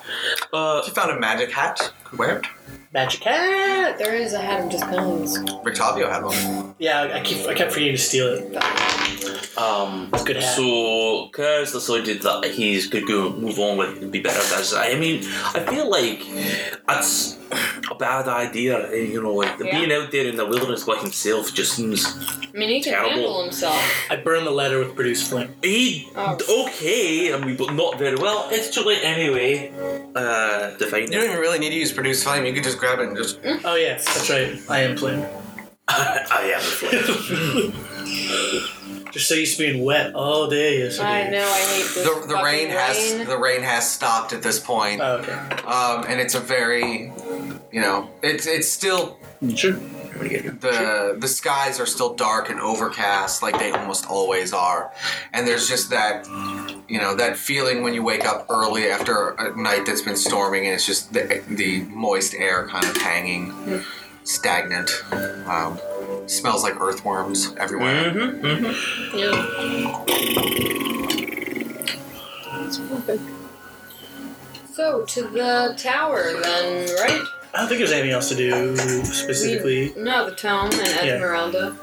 Speaker 6: Uh,
Speaker 4: If you found a magic hat, could wear it.
Speaker 5: Magic hat.
Speaker 2: There is a hat of just bones.
Speaker 4: Rictavio had one.
Speaker 5: Yeah, I keep. I kept forgetting to steal it.
Speaker 4: Um,
Speaker 5: Good hat.
Speaker 3: So, because the soldier did that, he's going to move on with and be better guys. I mean, I feel like that's a bad idea. eh, You know, like
Speaker 2: Yeah.
Speaker 3: being out there in the wilderness by himself just seems.
Speaker 2: I mean, he can
Speaker 3: Terrible.
Speaker 2: handle himself.
Speaker 5: I burn the letter with produced flame.
Speaker 3: He
Speaker 2: Oh.
Speaker 3: okay, I mean, but not very well. It's too late anyway. Uh, to find
Speaker 4: you don't
Speaker 3: it.
Speaker 4: even really need to use produce flame. You could just grab it and just.
Speaker 2: Mm.
Speaker 5: Oh yeah, that's right. I am flame.
Speaker 3: I am.
Speaker 5: Just so used to being wet all day yesterday.
Speaker 2: I know. I hate this
Speaker 4: The, the
Speaker 2: fucking
Speaker 4: rain has the rain has stopped at this point,
Speaker 5: Oh, okay.
Speaker 4: um, and it's a very, you know, it's it's still
Speaker 5: Sure.
Speaker 4: the the skies are still dark and overcast like they almost always are and there's just that you know that feeling when you wake up early after a night that's been storming and it's just the, the moist air kind of hanging stagnant um, smells like earthworms everywhere
Speaker 2: Yeah. So to the tower then, right?
Speaker 5: I don't think there's anything else to do specifically.
Speaker 2: No, the town and Esmeralda.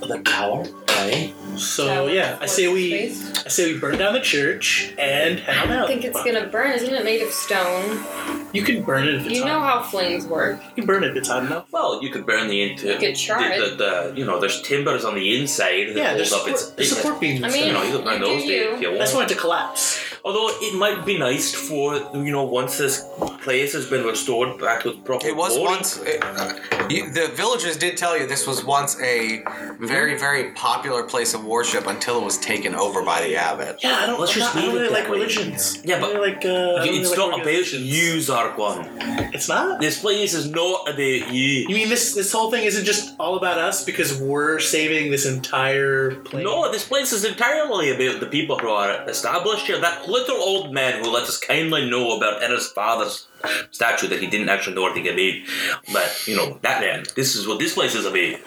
Speaker 8: The tower? Right?
Speaker 5: So yeah, I say we
Speaker 2: Space.
Speaker 5: I say we burn down the church and
Speaker 2: I
Speaker 5: hang
Speaker 2: don't
Speaker 5: out.
Speaker 2: think it's gonna burn. Isn't it made of stone?
Speaker 5: you can burn it if it's
Speaker 2: You
Speaker 5: hot.
Speaker 2: know how flames work.
Speaker 5: you can burn it if it's hot enough.
Speaker 3: Well, you could burn the interior.
Speaker 2: could char
Speaker 3: the, the, the- you know, there's timbers on the inside that
Speaker 5: Yeah,
Speaker 3: hold
Speaker 5: there's
Speaker 3: up
Speaker 5: support,
Speaker 3: its.
Speaker 5: there's
Speaker 3: its-
Speaker 5: support beams.
Speaker 2: I
Speaker 5: and
Speaker 2: mean-
Speaker 3: you
Speaker 5: stuff.
Speaker 3: know, you could burn
Speaker 2: Do
Speaker 3: those
Speaker 2: you?
Speaker 3: if you
Speaker 5: I just
Speaker 3: want.
Speaker 5: want it to collapse.
Speaker 3: Although it might be nice for you know once this place has been restored back to its proper
Speaker 4: it was
Speaker 3: glory.
Speaker 4: once it, uh, you, the villagers did tell you this was once a very very popular place of worship until it was taken over by the abbot
Speaker 5: Yeah, I don't.
Speaker 3: Let's
Speaker 5: I'm
Speaker 3: just
Speaker 5: not, I
Speaker 3: leave it
Speaker 5: don't really
Speaker 3: that
Speaker 5: like
Speaker 3: way.
Speaker 5: religions.
Speaker 3: Yeah,
Speaker 5: I don't
Speaker 3: but
Speaker 5: really like. Uh, I don't
Speaker 3: It's
Speaker 5: really
Speaker 3: not
Speaker 5: like
Speaker 3: about
Speaker 5: organizations.
Speaker 3: you, Zargon.
Speaker 5: It's not.
Speaker 3: This place is not about
Speaker 5: You
Speaker 3: you.
Speaker 5: mean this? This whole thing isn't just all about us because we're saving this entire plane.
Speaker 3: No, this place is entirely about the people who are established here. That little old man who let us kindly know about Enna's father's statue that he didn't actually know anything about. But, you know, that man. This is what this place is about.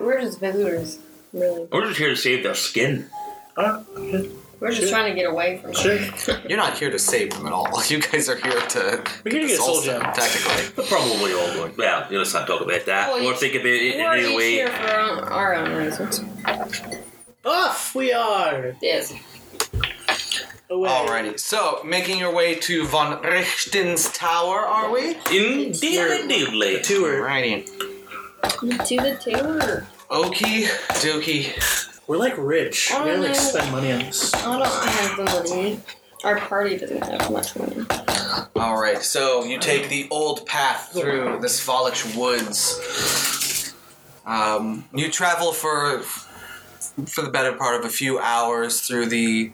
Speaker 2: We're just visitors, really.
Speaker 3: We're just here to save their skin.
Speaker 5: Huh?
Speaker 2: We're just
Speaker 5: Sure.
Speaker 2: trying to get away from
Speaker 5: Sure.
Speaker 2: it.
Speaker 4: You're not here to save them at all. You guys are here to
Speaker 5: We're here to get
Speaker 4: console
Speaker 5: soul
Speaker 4: them,
Speaker 5: gems.
Speaker 4: Technically,
Speaker 3: But probably all going. Well, you know, let's not talk about that.
Speaker 2: Well,
Speaker 3: or think about it
Speaker 2: We're
Speaker 3: any
Speaker 2: each
Speaker 3: other way.
Speaker 2: here for our own, our own reasons.
Speaker 5: Off we are.
Speaker 2: Yes.
Speaker 5: Away.
Speaker 4: Alrighty. So, making your way to von Richten's tower, are we?
Speaker 3: Indeed, indeed.
Speaker 5: Tour.
Speaker 4: Alrighty.
Speaker 2: To the tower.
Speaker 4: Okie dokie.
Speaker 5: We're like rich.
Speaker 2: I
Speaker 5: we
Speaker 2: don't
Speaker 5: gotta like
Speaker 2: know.
Speaker 5: spend money on this.
Speaker 2: Oh, I don't have the money. Our party doesn't have much money.
Speaker 4: All right. So you take the old path through the Svalich woods. Um, you travel for for the better part of a few hours through the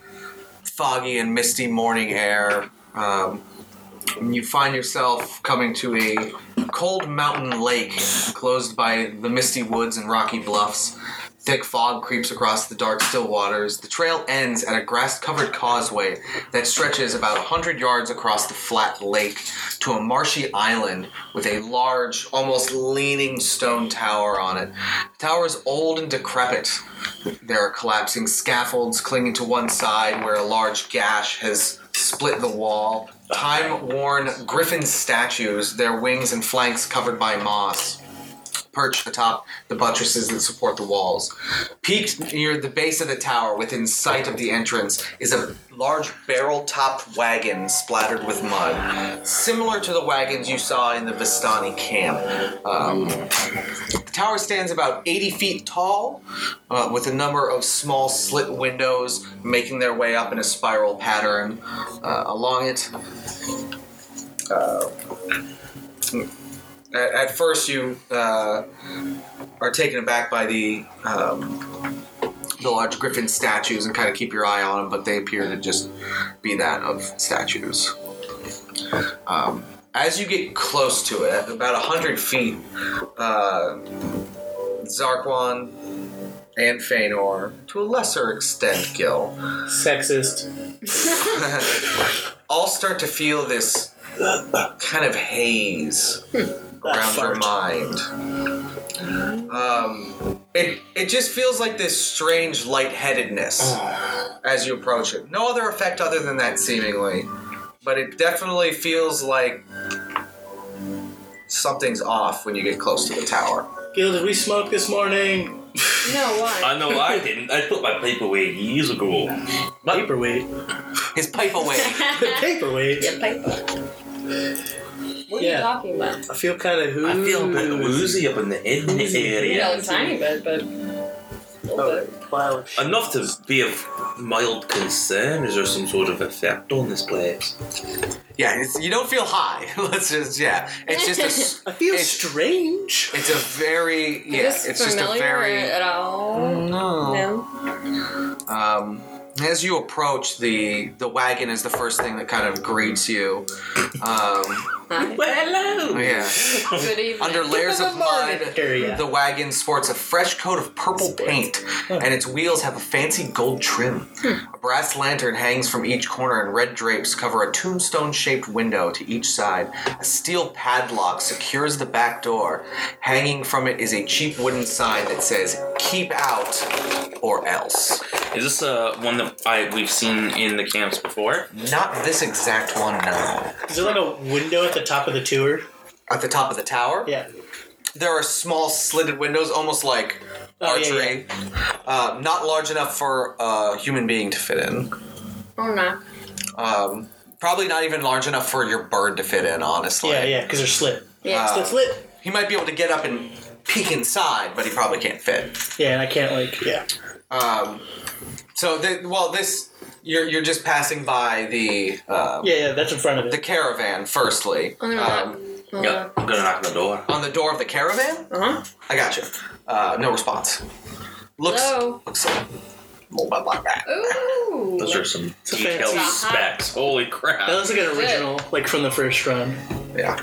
Speaker 4: foggy and misty morning air. Um, and you find yourself coming to a cold mountain lake enclosed by the misty woods and rocky bluffs. Thick fog creeps across the dark, still waters. The trail ends at a grass covered causeway that stretches about 100 yards across the flat lake to a marshy island with a large, almost leaning stone tower on it. The tower is old and decrepit. There are collapsing scaffolds clinging to one side where a large gash has split the wall. Time worn griffin statues, their wings and flanks covered by moss, perch atop the buttresses that support the walls. Peaked near the base of the tower, within sight of the entrance, is a large barrel topped wagon splattered with mud, similar to the wagons you saw in the Vistani camp. Um, the tower stands about 80 feet tall, uh, with a number of small slit windows making their way up in a spiral pattern uh, along it. Uh, at, at first, you uh, are taken aback by the um, the large griffin statues and kind of keep your eye on them, but they appear to just be that of statues. Um, as you get close to it, at about 100 feet, uh, Zarquan and Feanor, to a lesser extent, Gil,
Speaker 5: Sexist.
Speaker 4: all start to feel this kind of haze around your
Speaker 5: fart.
Speaker 4: mind. Um, it, it just feels like this strange lightheadedness as you approach it. No other effect other than that, seemingly. But it definitely feels like something's off when you get close to the tower.
Speaker 5: Gil, did we smoke this morning?
Speaker 2: No, why?
Speaker 6: I know I didn't. I put my paper away years ago.
Speaker 5: Paperweight.
Speaker 4: His pipe away.
Speaker 5: Paperweight.
Speaker 2: Yeah, paper. What are
Speaker 5: Yeah.
Speaker 2: you talking about?
Speaker 5: I feel kind of
Speaker 6: I feel a bit
Speaker 5: who.
Speaker 6: woozy up in the head
Speaker 2: You know,
Speaker 6: area.
Speaker 2: a tiny bit, but.
Speaker 5: Oh, wow.
Speaker 6: Enough to be of mild concern. Is there some sort of effect on this place?
Speaker 4: yeah, it's, you don't feel high. Let's just yeah. It's just a. s-
Speaker 5: I feel
Speaker 4: It's-
Speaker 5: strange.
Speaker 4: It's a very yeah.
Speaker 2: Is this
Speaker 4: It's just a
Speaker 2: familiar
Speaker 4: very Mm-hmm.
Speaker 2: at all?
Speaker 4: no.
Speaker 2: No.
Speaker 4: Um, as you approach the the wagon is the first thing that kind of greets you. Um,
Speaker 2: Hi.
Speaker 6: Well, hello.
Speaker 4: Oh, yeah.
Speaker 2: Good evening.
Speaker 4: Under layers of mud,
Speaker 5: area.
Speaker 4: the wagon sports a fresh coat of purple paint, and its wheels have a fancy gold trim. A brass lantern hangs from each corner, and red drapes cover a tombstone shaped window to each side. A steel padlock secures the back door. Hanging from it is a cheap wooden sign that says, Keep out or else.
Speaker 6: Is this uh, one that I we've seen in the camps before?
Speaker 4: Not this exact one, no.
Speaker 5: Is there like a window at the top of the tour?
Speaker 4: At the top of the tower?
Speaker 5: Yeah.
Speaker 4: There are small slitted windows, almost like
Speaker 5: Oh, yeah,
Speaker 4: archery, Uh, not large enough for a human being to fit in.
Speaker 2: Oh no.
Speaker 4: Um, probably not even large enough for your bird to fit in, honestly.
Speaker 5: Yeah, yeah, because they're slit.
Speaker 2: Yeah.
Speaker 4: Uh,
Speaker 5: So it's lit.
Speaker 4: He might be able to get up and peek inside, but he probably can't fit.
Speaker 5: Yeah, and I can't like. Yeah.
Speaker 4: Um, so, the, well, this you're you're just passing by the uh,
Speaker 5: Yeah, yeah, that's in front of
Speaker 4: the
Speaker 5: it.
Speaker 4: caravan. Firstly,
Speaker 2: Oh, no,
Speaker 4: um,
Speaker 2: no.
Speaker 6: Yeah. I'm gonna knock on the door.
Speaker 4: on the door of the caravan.
Speaker 2: Uh huh.
Speaker 4: I got you. Uh, no response. Looks
Speaker 2: Hello?
Speaker 4: looks a little bit like that.
Speaker 2: Ooh.
Speaker 6: Those are some
Speaker 5: a
Speaker 6: detailed
Speaker 5: fancy-
Speaker 6: specs. Holy crap!
Speaker 5: That looks like an original, like from the first run.
Speaker 4: Yeah.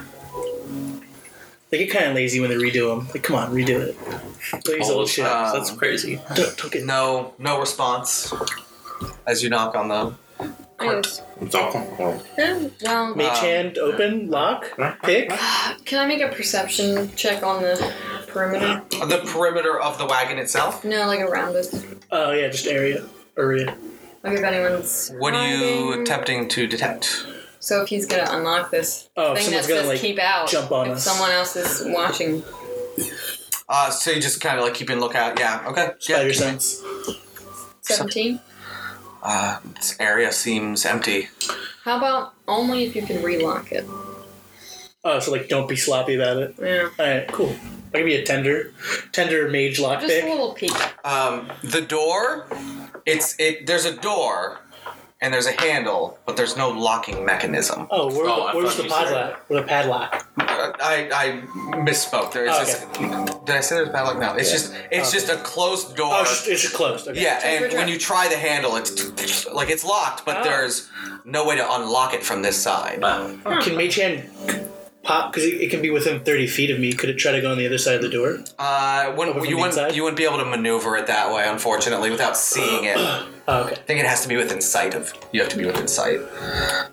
Speaker 5: They get kind of lazy when they redo them. Like, come on, redo it. Don't use the old shit.
Speaker 4: uh,
Speaker 6: That's crazy.
Speaker 5: don't, don't get.
Speaker 4: No, no response. As you knock on the
Speaker 2: Anyways.
Speaker 6: Oh,
Speaker 2: Yeah, well,
Speaker 6: Um,
Speaker 5: Mage hand, open, lock, pick.
Speaker 2: can I make a perception check on the perimeter?
Speaker 4: the perimeter of the wagon itself.
Speaker 2: No, like around us.
Speaker 5: Oh yeah, just area, area.
Speaker 2: Like if anyone's.
Speaker 4: What are you
Speaker 2: hiding.
Speaker 4: attempting to detect?
Speaker 2: So if he's gonna unlock this
Speaker 5: Oh, if
Speaker 2: thing that
Speaker 5: someone's
Speaker 2: says
Speaker 5: gonna, like,
Speaker 2: keep out,
Speaker 5: jump on
Speaker 2: if
Speaker 5: us.
Speaker 2: someone else is watching,
Speaker 4: Uh, so you just kind of like keeping lookout. Yeah. Okay.
Speaker 5: Spider
Speaker 4: Yeah.
Speaker 5: sense.
Speaker 2: seventeen.
Speaker 4: Uh, this area seems empty.
Speaker 2: How about only if you can relock it?
Speaker 5: Oh, so like, don't be sloppy about it.
Speaker 2: Yeah.
Speaker 5: All right, cool. I can be a tender, tender mage
Speaker 2: Just a
Speaker 5: lockpick.
Speaker 2: little peek.
Speaker 4: Um, the door. It's it. There's a door, and there's a handle, but there's no locking mechanism.
Speaker 5: Oh, where,
Speaker 6: Oh, I
Speaker 5: where was
Speaker 6: thought
Speaker 5: the
Speaker 6: you said-
Speaker 5: padlock? Where the padlock?
Speaker 4: Uh, I I misspoke. There is.
Speaker 5: Oh,
Speaker 4: this- did I say there's a padlock? No. It's just it's just a closed door.
Speaker 6: Uh,
Speaker 5: Oh, it's just, it's just closed. Okay.
Speaker 4: Yeah,
Speaker 2: for
Speaker 4: and
Speaker 2: drip.
Speaker 4: when you try the handle, it's like it's locked, but
Speaker 5: Oh.
Speaker 4: there's no way to unlock it from this side.
Speaker 5: Can mage hand pop? Because it, it can be within thirty feet of me. Could it try to go on the other side of the door?
Speaker 4: Uh,
Speaker 5: Over
Speaker 4: wouldn't,
Speaker 5: from
Speaker 4: you
Speaker 5: the
Speaker 4: wouldn't
Speaker 5: inside?
Speaker 4: you wouldn't be able to maneuver it that way, unfortunately, without seeing it. I
Speaker 5: Oh, okay.
Speaker 4: think it has to be within sight of. You have to be within sight.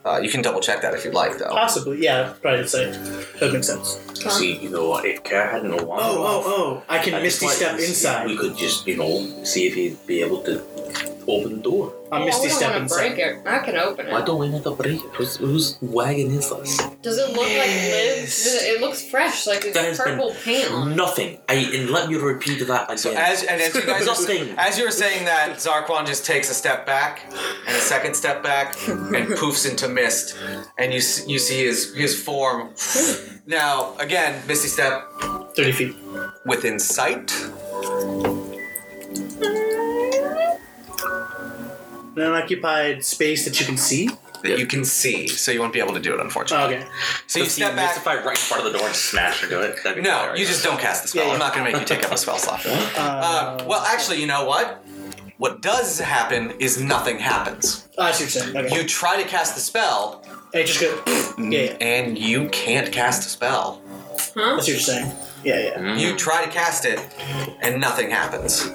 Speaker 4: Uh, you can double check that if you'd like, though.
Speaker 5: Possibly, yeah. Probably the same. That makes sense.
Speaker 6: See, you know what? If Kara hadn't won,
Speaker 5: oh! I can
Speaker 6: I just
Speaker 5: misty
Speaker 6: like
Speaker 5: step
Speaker 6: to see- We
Speaker 5: inside.
Speaker 6: could just, you know, see if he'd be able to open the door.
Speaker 5: I'm
Speaker 2: oh,
Speaker 5: misty
Speaker 2: we don't
Speaker 5: step
Speaker 2: wanna break
Speaker 5: inside.
Speaker 2: it. I can open
Speaker 6: Why
Speaker 2: it.
Speaker 6: don't we need to break it? Who's, whose wagon is this?
Speaker 2: Does it look like lives? Does it, it looks fresh, like
Speaker 6: That
Speaker 2: it's
Speaker 6: has been-
Speaker 2: purple paint on. it.
Speaker 6: Nothing. I, and let me repeat that again.
Speaker 4: So as and as you guys
Speaker 6: Nothing.
Speaker 4: as you were saying that, Zarquan just takes a step back and a second step back and poofs into mist, and you s- you see his his form. Now again, misty step
Speaker 5: Thirty feet.
Speaker 4: within sight.
Speaker 5: An unoccupied space that you can see.
Speaker 4: that you can see, so you won't be able to do it, unfortunately.
Speaker 5: Oh, okay.
Speaker 4: so you
Speaker 6: If
Speaker 4: step
Speaker 6: you
Speaker 4: back.
Speaker 6: mystify right in front of the door and smash into it. That'd be
Speaker 4: no,
Speaker 6: hilarious.
Speaker 4: you just don't cast the spell.
Speaker 5: Yeah, yeah.
Speaker 4: I'm not going to make you take up a spell slot. Uh, well, actually, you know what? What does happen is nothing happens.
Speaker 5: Oh, I see what you're saying. Okay.
Speaker 4: You Mm-hmm. try to cast the spell,
Speaker 5: And it just goes. yeah, yeah.
Speaker 4: and you can't cast a spell.
Speaker 5: That's what you're saying. Yeah, yeah.
Speaker 4: You try to cast it, and nothing happens.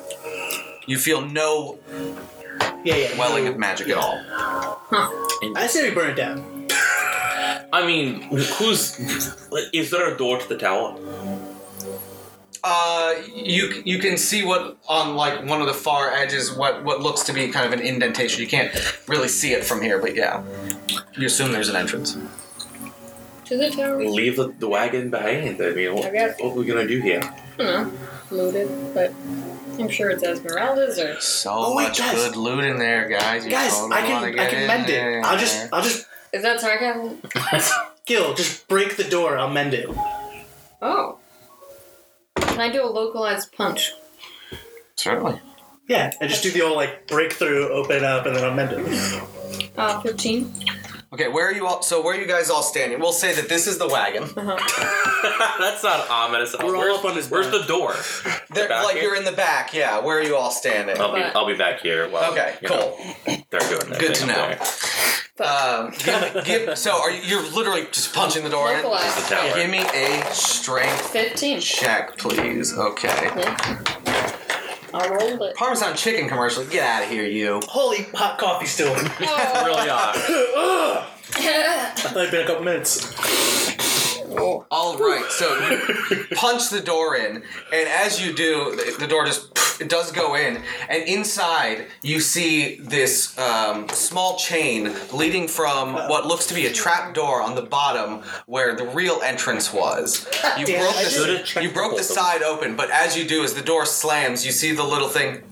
Speaker 4: You feel no
Speaker 5: Yeah, yeah.
Speaker 4: welling of magic at all.
Speaker 5: I say we burn it down.
Speaker 6: I mean, who's. Is there a door to the tower?
Speaker 4: Uh, you you can see what on like one of the far edges what what looks to be kind of an indentation. You can't really see it from here, but yeah, you assume there's an entrance.
Speaker 2: To the tower.
Speaker 6: Leave the, the wagon behind. I mean, what,
Speaker 2: I guess.
Speaker 6: what are we gonna do here?
Speaker 2: I don't know. looted, but I'm sure it's Esmeralda's or
Speaker 4: So
Speaker 5: Oh, wait,
Speaker 4: much
Speaker 5: guys.
Speaker 4: good loot in there, guys. You
Speaker 5: Guys,
Speaker 4: totally
Speaker 5: I can
Speaker 4: wanna
Speaker 5: I
Speaker 4: get
Speaker 5: can
Speaker 4: in
Speaker 5: mend it.
Speaker 4: there.
Speaker 5: I'll just I'll just
Speaker 2: is that sarcasm?
Speaker 5: Gil, just break the door. I'll mend it.
Speaker 2: Oh, can I do a localized punch?
Speaker 4: certainly.
Speaker 5: Yeah, I just do the old like breakthrough, open up, and then I'll mend it.
Speaker 2: Uh, fifteen.
Speaker 4: Okay, where are you all? So where are you guys all standing? We'll say that this is the wagon.
Speaker 6: That's not ominous at all.
Speaker 5: We're all
Speaker 6: where's,
Speaker 5: up on his
Speaker 6: where's
Speaker 5: back.
Speaker 6: the door?
Speaker 4: They're-
Speaker 6: Back
Speaker 4: like
Speaker 6: here?
Speaker 4: you're in the back. Yeah, where are you all standing?
Speaker 3: Oh.
Speaker 6: I'll be, I'll be back here. While,
Speaker 4: Okay,
Speaker 6: you
Speaker 4: cool.
Speaker 6: Know, they're doing that
Speaker 4: Good
Speaker 6: thing
Speaker 4: to
Speaker 6: up
Speaker 4: know.
Speaker 6: there.
Speaker 4: Um, give, give, so are you, you're literally just punching the door in.
Speaker 6: The
Speaker 2: Localized.
Speaker 6: tower.
Speaker 4: Give me a strength
Speaker 2: Fifteen.
Speaker 4: check, please. Okay.
Speaker 2: Yeah. I rolled it.
Speaker 4: Parmesan chicken commercial. Get out of here, you.
Speaker 5: Holy hot coffee still. I
Speaker 2: Oh.
Speaker 6: Really are.
Speaker 5: thought it'd been a couple minutes.
Speaker 4: All right, so you punch the door in, and as you do, the- the door just it does go in, and inside you see this um, small chain leading from what looks to be a trap door on the bottom where the real entrance was. You
Speaker 5: Damn,
Speaker 4: broke
Speaker 5: I
Speaker 4: the,
Speaker 5: should've
Speaker 4: you broke the side open, but as you do, as the door slams, you see the little thing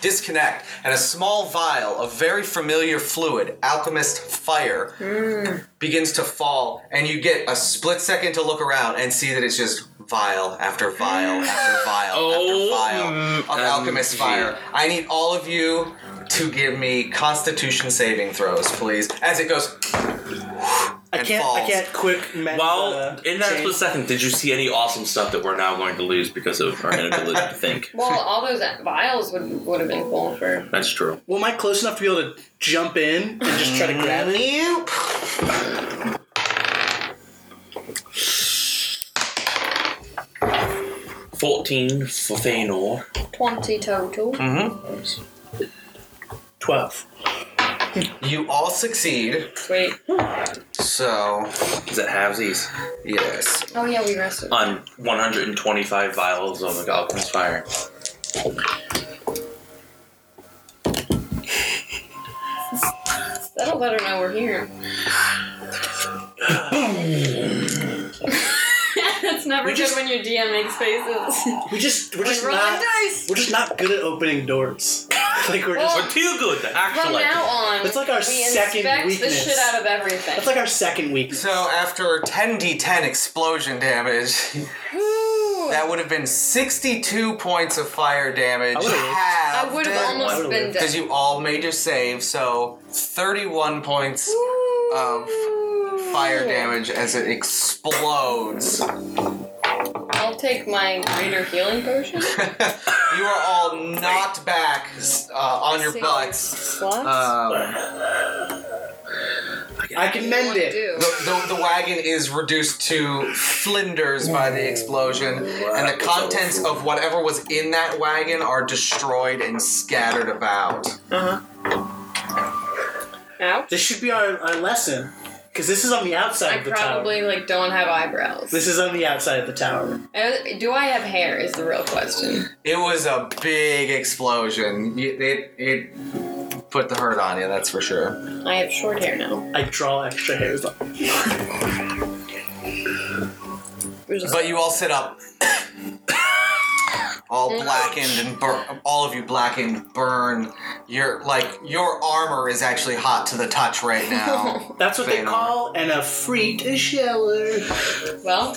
Speaker 4: disconnect, and a small vial of very familiar fluid, alchemist fire begins to fall, and you get a split second to look around and see that it's just vial after vial after vial
Speaker 6: Oh,
Speaker 4: after vial of
Speaker 6: mm,
Speaker 4: alchemist
Speaker 6: um,
Speaker 4: fire. I need all of you to give me Constitution saving throws, please, as it goes.
Speaker 5: I
Speaker 4: And
Speaker 5: can't I
Speaker 4: falls.
Speaker 5: can't quick mend.
Speaker 6: Well,
Speaker 5: uh,
Speaker 6: in that
Speaker 5: chain.
Speaker 6: split second, did you see any awesome stuff that we're now going to lose because of our inability to think?
Speaker 2: Well, all those vials would would have been cool for.
Speaker 6: That's true.
Speaker 5: Well, am I close enough to be able to jump in and just try to grab it?
Speaker 4: Nope.
Speaker 6: Fourteen for Feanor.
Speaker 2: Twenty total.
Speaker 5: Hmm. Twelve.
Speaker 4: You all succeed,
Speaker 2: Sweet.
Speaker 4: so
Speaker 6: Is it halvesies?
Speaker 4: yes.
Speaker 2: Oh yeah, we rested.
Speaker 6: On 125 vials of Alchemist Fire.
Speaker 2: That'll let her know we're here. That's never
Speaker 5: We
Speaker 2: good
Speaker 5: just-
Speaker 2: when your DM makes faces.
Speaker 5: We just we're just
Speaker 2: rolling
Speaker 5: not
Speaker 2: dice.
Speaker 5: we're just not good at opening doors. like we're just
Speaker 2: Well,
Speaker 6: We're too good to
Speaker 2: From
Speaker 6: actually.
Speaker 2: now on,
Speaker 5: That's like our
Speaker 2: we
Speaker 5: second
Speaker 2: inspect
Speaker 5: weakness.
Speaker 2: the shit out of everything.
Speaker 5: that's like our second weakness.
Speaker 4: So after 10d10 explosion damage, that would have been 62 points of fire damage.
Speaker 5: would've lived.
Speaker 2: I would have almost
Speaker 5: would've
Speaker 2: been
Speaker 5: lived.
Speaker 4: Because
Speaker 2: dead.
Speaker 4: you all made your save, so 31 points of fire damage as it explodes.
Speaker 2: I'll take my greater healing potion.
Speaker 4: You are all knocked back uh, on your
Speaker 2: Save
Speaker 4: butts.
Speaker 2: Slots.
Speaker 5: uh,
Speaker 4: Um,
Speaker 5: I can
Speaker 2: What
Speaker 5: mend
Speaker 2: do I
Speaker 5: it.
Speaker 2: do?
Speaker 4: the, the, the wagon is reduced to flinders by the explosion, and the contents of whatever was in that wagon are destroyed and scattered about.
Speaker 2: Ouch.
Speaker 5: This should be our, our lesson. Because this is on the outside
Speaker 2: I
Speaker 5: of the
Speaker 2: probably
Speaker 5: tower.
Speaker 2: like don't have eyebrows.
Speaker 5: This is on the outside of the tower.
Speaker 2: Uh, Do I have hair? Is the real question.
Speaker 4: It was a big explosion. You- It, it put the hurt on you, that's for sure.
Speaker 2: I have short hair now.
Speaker 5: I draw extra hairs on.
Speaker 4: But you all sit up. all blackened and bur- all of you blackened burn. Your like your armor is actually hot to the touch right now.
Speaker 5: That's what they
Speaker 4: Feanor.
Speaker 5: call an afreet shower.
Speaker 2: Well,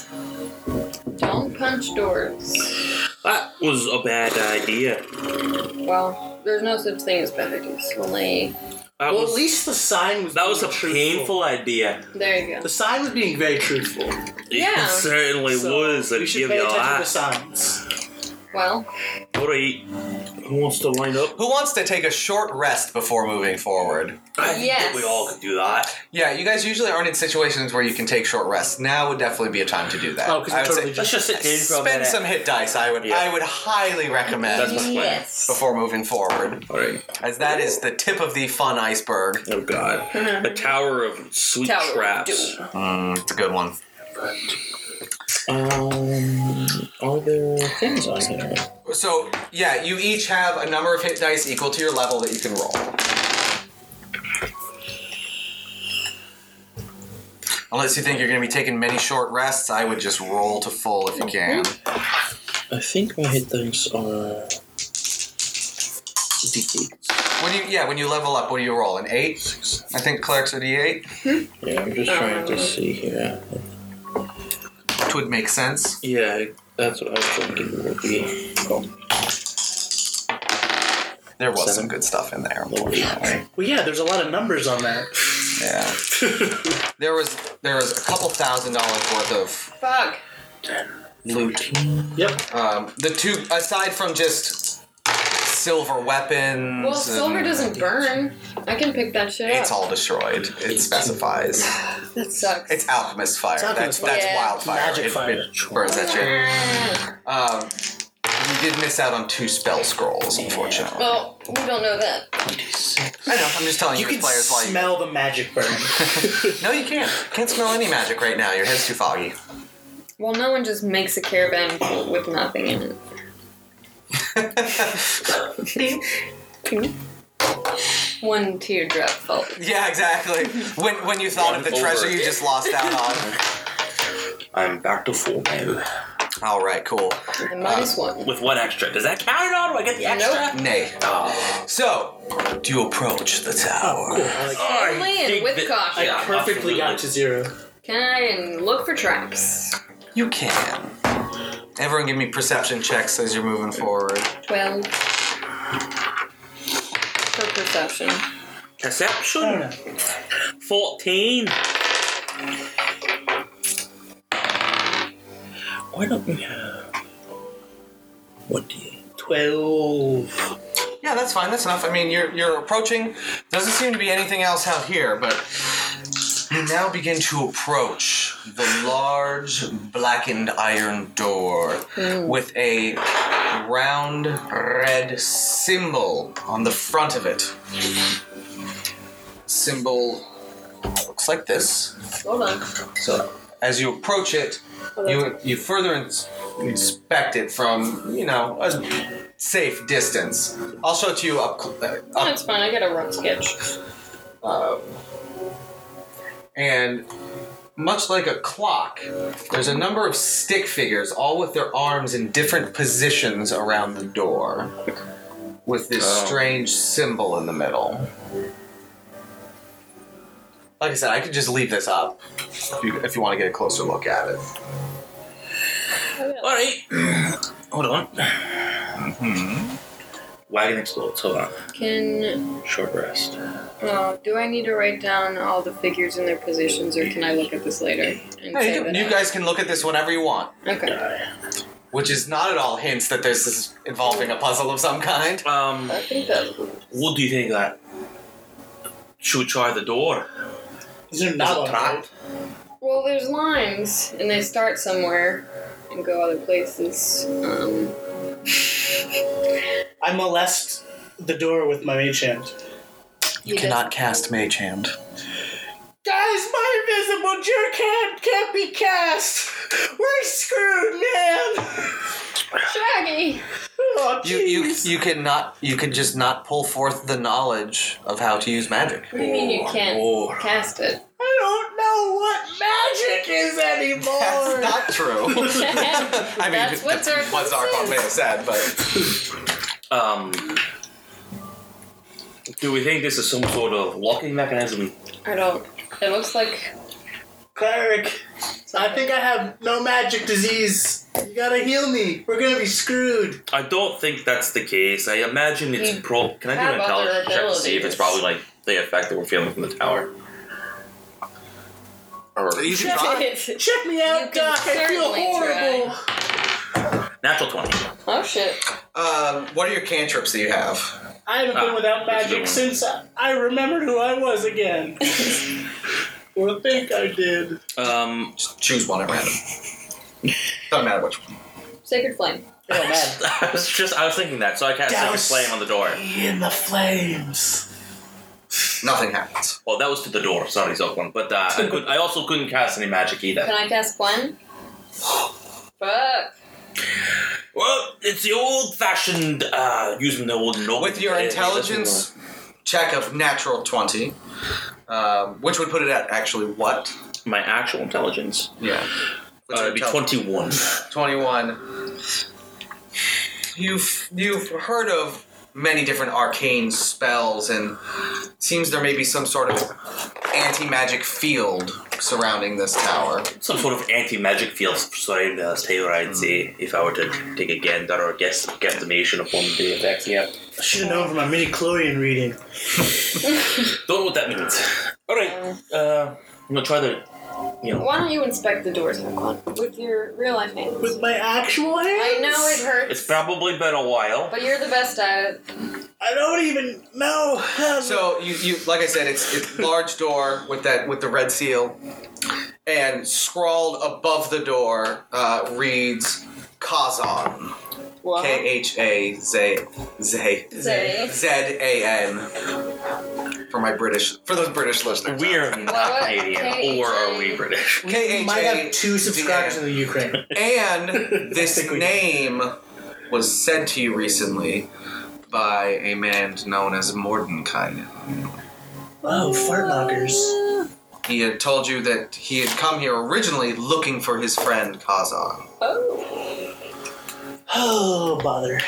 Speaker 2: don't punch doors.
Speaker 6: That was a bad idea.
Speaker 2: Well, there's no such thing as bad ideas. Only
Speaker 6: That
Speaker 5: Well,
Speaker 6: was,
Speaker 5: at least the sign was.
Speaker 6: that was a
Speaker 5: being truthful.
Speaker 6: painful idea.
Speaker 2: there you go.
Speaker 5: The sign was being very truthful.
Speaker 2: Yeah.
Speaker 6: It certainly
Speaker 5: So
Speaker 6: was. I
Speaker 5: we should
Speaker 6: give
Speaker 5: pay
Speaker 6: you
Speaker 5: attention to the
Speaker 6: that.
Speaker 5: signs.
Speaker 2: Well,
Speaker 6: All right. Who wants to line up?
Speaker 4: Who wants to take a short rest before moving forward?
Speaker 6: I think
Speaker 2: Yes.
Speaker 6: that we all could do that.
Speaker 4: Yeah, you guys usually aren't in situations where you can take short rests. Now would definitely be a time to do that.
Speaker 5: Oh, 'cause we
Speaker 4: I would
Speaker 5: totally
Speaker 4: say-
Speaker 5: just-
Speaker 6: just sit
Speaker 4: spend some hit dice. I would
Speaker 6: Yeah.
Speaker 4: I would highly recommend
Speaker 6: That's my plan.
Speaker 4: before moving forward,
Speaker 6: All right.
Speaker 4: as that is the tip of the fun iceberg.
Speaker 6: Oh God. A tower of sweet
Speaker 2: Tower of
Speaker 6: traps.
Speaker 2: Doom.
Speaker 4: Mm, it's a good one.
Speaker 6: Um. Are there things on here?
Speaker 4: So yeah, you each have a number of hit dice equal to your level that you can roll. Unless you think you're going to be taking many short rests, I would just roll to full if you can.
Speaker 6: I think my hit dice are D8.
Speaker 4: When you yeah, when you level up, what do you roll? An eight? I think clerics are d8,
Speaker 6: Yeah, I'm just trying to see here.
Speaker 4: which would make sense.
Speaker 6: Yeah, that's what I was thinking it would be.
Speaker 4: There was some
Speaker 6: Seven.
Speaker 4: good stuff in there, unfortunately.
Speaker 5: Well, yeah, there's a lot of numbers on that.
Speaker 4: Yeah. there was there was a couple thousand dollars worth of
Speaker 2: Fuck.
Speaker 6: Loot.
Speaker 5: Yep.
Speaker 4: um, the two aside from just silver weapons.
Speaker 2: Well, silver
Speaker 4: and-
Speaker 2: doesn't burn. I can pick that shit
Speaker 4: uh, It's
Speaker 2: up.
Speaker 4: all destroyed. It specifies.
Speaker 2: that sucks.
Speaker 4: It's alchemist fire.
Speaker 5: It's
Speaker 4: that's
Speaker 5: alchemist
Speaker 2: fire.
Speaker 4: that's
Speaker 2: Yeah.
Speaker 4: wildfire.
Speaker 5: Magic
Speaker 4: it,
Speaker 5: fire.
Speaker 4: It burns that shit. Um, you did miss out on two spell scrolls, unfortunately.
Speaker 2: well, we don't know that.
Speaker 4: I know. I'm just telling you,
Speaker 5: You can
Speaker 4: players like
Speaker 5: smell the magic burn.
Speaker 4: No, you can't. Can't smell any magic right now. Your head's too foggy.
Speaker 2: Well, no one just makes a caravan with nothing in it. One teardrop fell.
Speaker 4: yeah, exactly. When when you thought of the
Speaker 3: One
Speaker 4: treasure
Speaker 3: over.
Speaker 4: you just lost out on.
Speaker 3: I'm back to full now.
Speaker 4: All right, cool.
Speaker 2: And minus one.
Speaker 3: With one extra. Does that count at all? Do I get the extra?
Speaker 2: Nope.
Speaker 4: Nay. So, do you approach the tower?
Speaker 2: Only and
Speaker 3: think
Speaker 2: with
Speaker 3: that-
Speaker 2: caution.
Speaker 5: I perfectly got to zero.
Speaker 2: Can I and look for traps?
Speaker 4: You can. Everyone, give me perception checks as you're moving forward.
Speaker 2: Twelve. For perception.
Speaker 5: I don't
Speaker 3: Perception?
Speaker 5: know.
Speaker 3: 14.
Speaker 6: Why don't we have. What do you.
Speaker 5: Twelve.
Speaker 4: Yeah, that's fine. That's enough. I mean, you're you're approaching. Doesn't seem to be anything else out here, but you now begin to approach the large blackened iron door with a round red symbol on the front of it. Symbol looks like this.
Speaker 2: Hold on.
Speaker 4: So as you approach it, you you further ins- inspect it from you know a safe distance. I'll show it to you up, cl- uh,
Speaker 2: No,
Speaker 4: up
Speaker 2: it's fine. I got a rough sketch.
Speaker 4: and much like a clock, there's a number of stick figures, all with their arms in different positions around the door, with this strange symbol in the middle. Like I said, I could just leave this up if you, if you want to get a closer look at it.
Speaker 3: Alright. Hold on. Wagon explodes. Hold on.
Speaker 2: Can
Speaker 6: Short rest.
Speaker 2: uh, do I need to write down all the figures and their positions, or can I look at this later? And
Speaker 4: Yeah, you,
Speaker 2: save
Speaker 4: can-
Speaker 2: it
Speaker 4: you
Speaker 2: up?
Speaker 4: guys can look at this whenever you want,
Speaker 2: Okay.
Speaker 4: which is not at all hints that this is involving a puzzle of some kind.
Speaker 3: Um,
Speaker 2: I think that.
Speaker 3: what do you think of that? Should we try the door?
Speaker 5: These are
Speaker 3: There's
Speaker 5: not
Speaker 3: a
Speaker 5: on
Speaker 3: trap.
Speaker 2: Well, there's lines, and they start somewhere and go other places. Um,
Speaker 5: I molest the door with my mage hand.
Speaker 4: You
Speaker 2: Yes.
Speaker 4: cannot cast Mage Hand.
Speaker 5: Guys, my invisible jerk hand can't be cast. We're screwed, man.
Speaker 2: Shaggy.
Speaker 5: Oh,
Speaker 4: You you
Speaker 5: jeez.
Speaker 4: you can not you can just not pull forth the knowledge of how to use magic.
Speaker 2: What do you mean you can't
Speaker 3: Or-
Speaker 2: cast it?
Speaker 5: I don't know what magic is anymore.
Speaker 4: That's not true. I mean,
Speaker 2: That's what Zarkon
Speaker 4: what Zarkon
Speaker 2: says.
Speaker 4: may have said, but
Speaker 3: Um, do we think this is some sort of locking mechanism?
Speaker 2: I don't. It looks like.
Speaker 5: Cleric, I think I have no magic disease. You gotta heal me. We're gonna be screwed.
Speaker 3: I don't think that's the case. I imagine it's
Speaker 2: You
Speaker 3: pro. Can I do
Speaker 2: have
Speaker 3: an intelligence
Speaker 2: other
Speaker 3: check to see if
Speaker 2: abilities.
Speaker 3: it's probably like the effect that we're feeling from the tower? Or
Speaker 4: you should try.
Speaker 5: Check me
Speaker 2: You can
Speaker 5: out, Doc. I feel
Speaker 2: certainly
Speaker 5: horrible.
Speaker 3: natural twenty.
Speaker 2: oh shit.
Speaker 4: Um, what are your cantrips that you have?
Speaker 5: I haven't
Speaker 3: Ah,
Speaker 5: been without
Speaker 3: that's a good
Speaker 5: magic
Speaker 3: one.
Speaker 5: since I, I remembered who I was again. or think I did.
Speaker 3: Um,
Speaker 4: Just choose one at random. Doesn't matter which one.
Speaker 2: Sacred flame.
Speaker 5: Oh man.
Speaker 3: I was just I was thinking that, so I cast like a
Speaker 5: Douse.
Speaker 3: flame on the door.
Speaker 5: In the flames.
Speaker 4: Nothing happens.
Speaker 3: Well, that was to the door. Sorry, Zokwan. But uh, I, could, I also couldn't cast any magic
Speaker 2: Can
Speaker 3: either.
Speaker 2: I cast flame? Fuck.
Speaker 3: Well, it's the old-fashioned uh, using the old Uh, no.
Speaker 4: With your intelligence check of natural twenty, um, which would put it at actually what?
Speaker 3: my actual intelligence.
Speaker 4: Yeah. Which
Speaker 3: Uh,
Speaker 4: would
Speaker 3: it'd be
Speaker 4: tell-
Speaker 3: twenty-one.
Speaker 4: 21. you've you've heard of many different arcane spells, and seems there may be some sort of anti-magic field surrounding this tower.
Speaker 6: Some sort of anti-magic field surrounding this tower, I'd say, if I were to take a gander or guess guesstimation upon the effects. Yeah.
Speaker 5: I should have known from my mini chlorian reading.
Speaker 6: Don't know what that means. All right. Uh, I'm gonna try the. You know,
Speaker 9: Why don't you inspect the doors, Hakon, with your real life hands?
Speaker 5: With my actual hands?
Speaker 2: I know it hurts,
Speaker 6: it's probably been a while.
Speaker 2: but you're the best at it.
Speaker 5: I don't even know how.
Speaker 4: So you, you like I said, it's it's large door with that with the red seal, and scrawled above the door uh, reads Kazan.
Speaker 2: Wow.
Speaker 4: K H A Z Z
Speaker 2: Say.
Speaker 4: Z A N. For my British, for those British listeners,
Speaker 6: We are not
Speaker 2: What?
Speaker 6: Canadian, or are we British?
Speaker 4: K
Speaker 5: we
Speaker 4: H
Speaker 5: might have
Speaker 4: A
Speaker 5: two subscribers in the Ukraine.
Speaker 4: And this name was said to you recently by a man known as Mordenkainen.
Speaker 5: Oh, fart knockers.
Speaker 4: He had told you that he had come here originally looking for his friend Kazan.
Speaker 2: Oh,
Speaker 5: Oh, bother.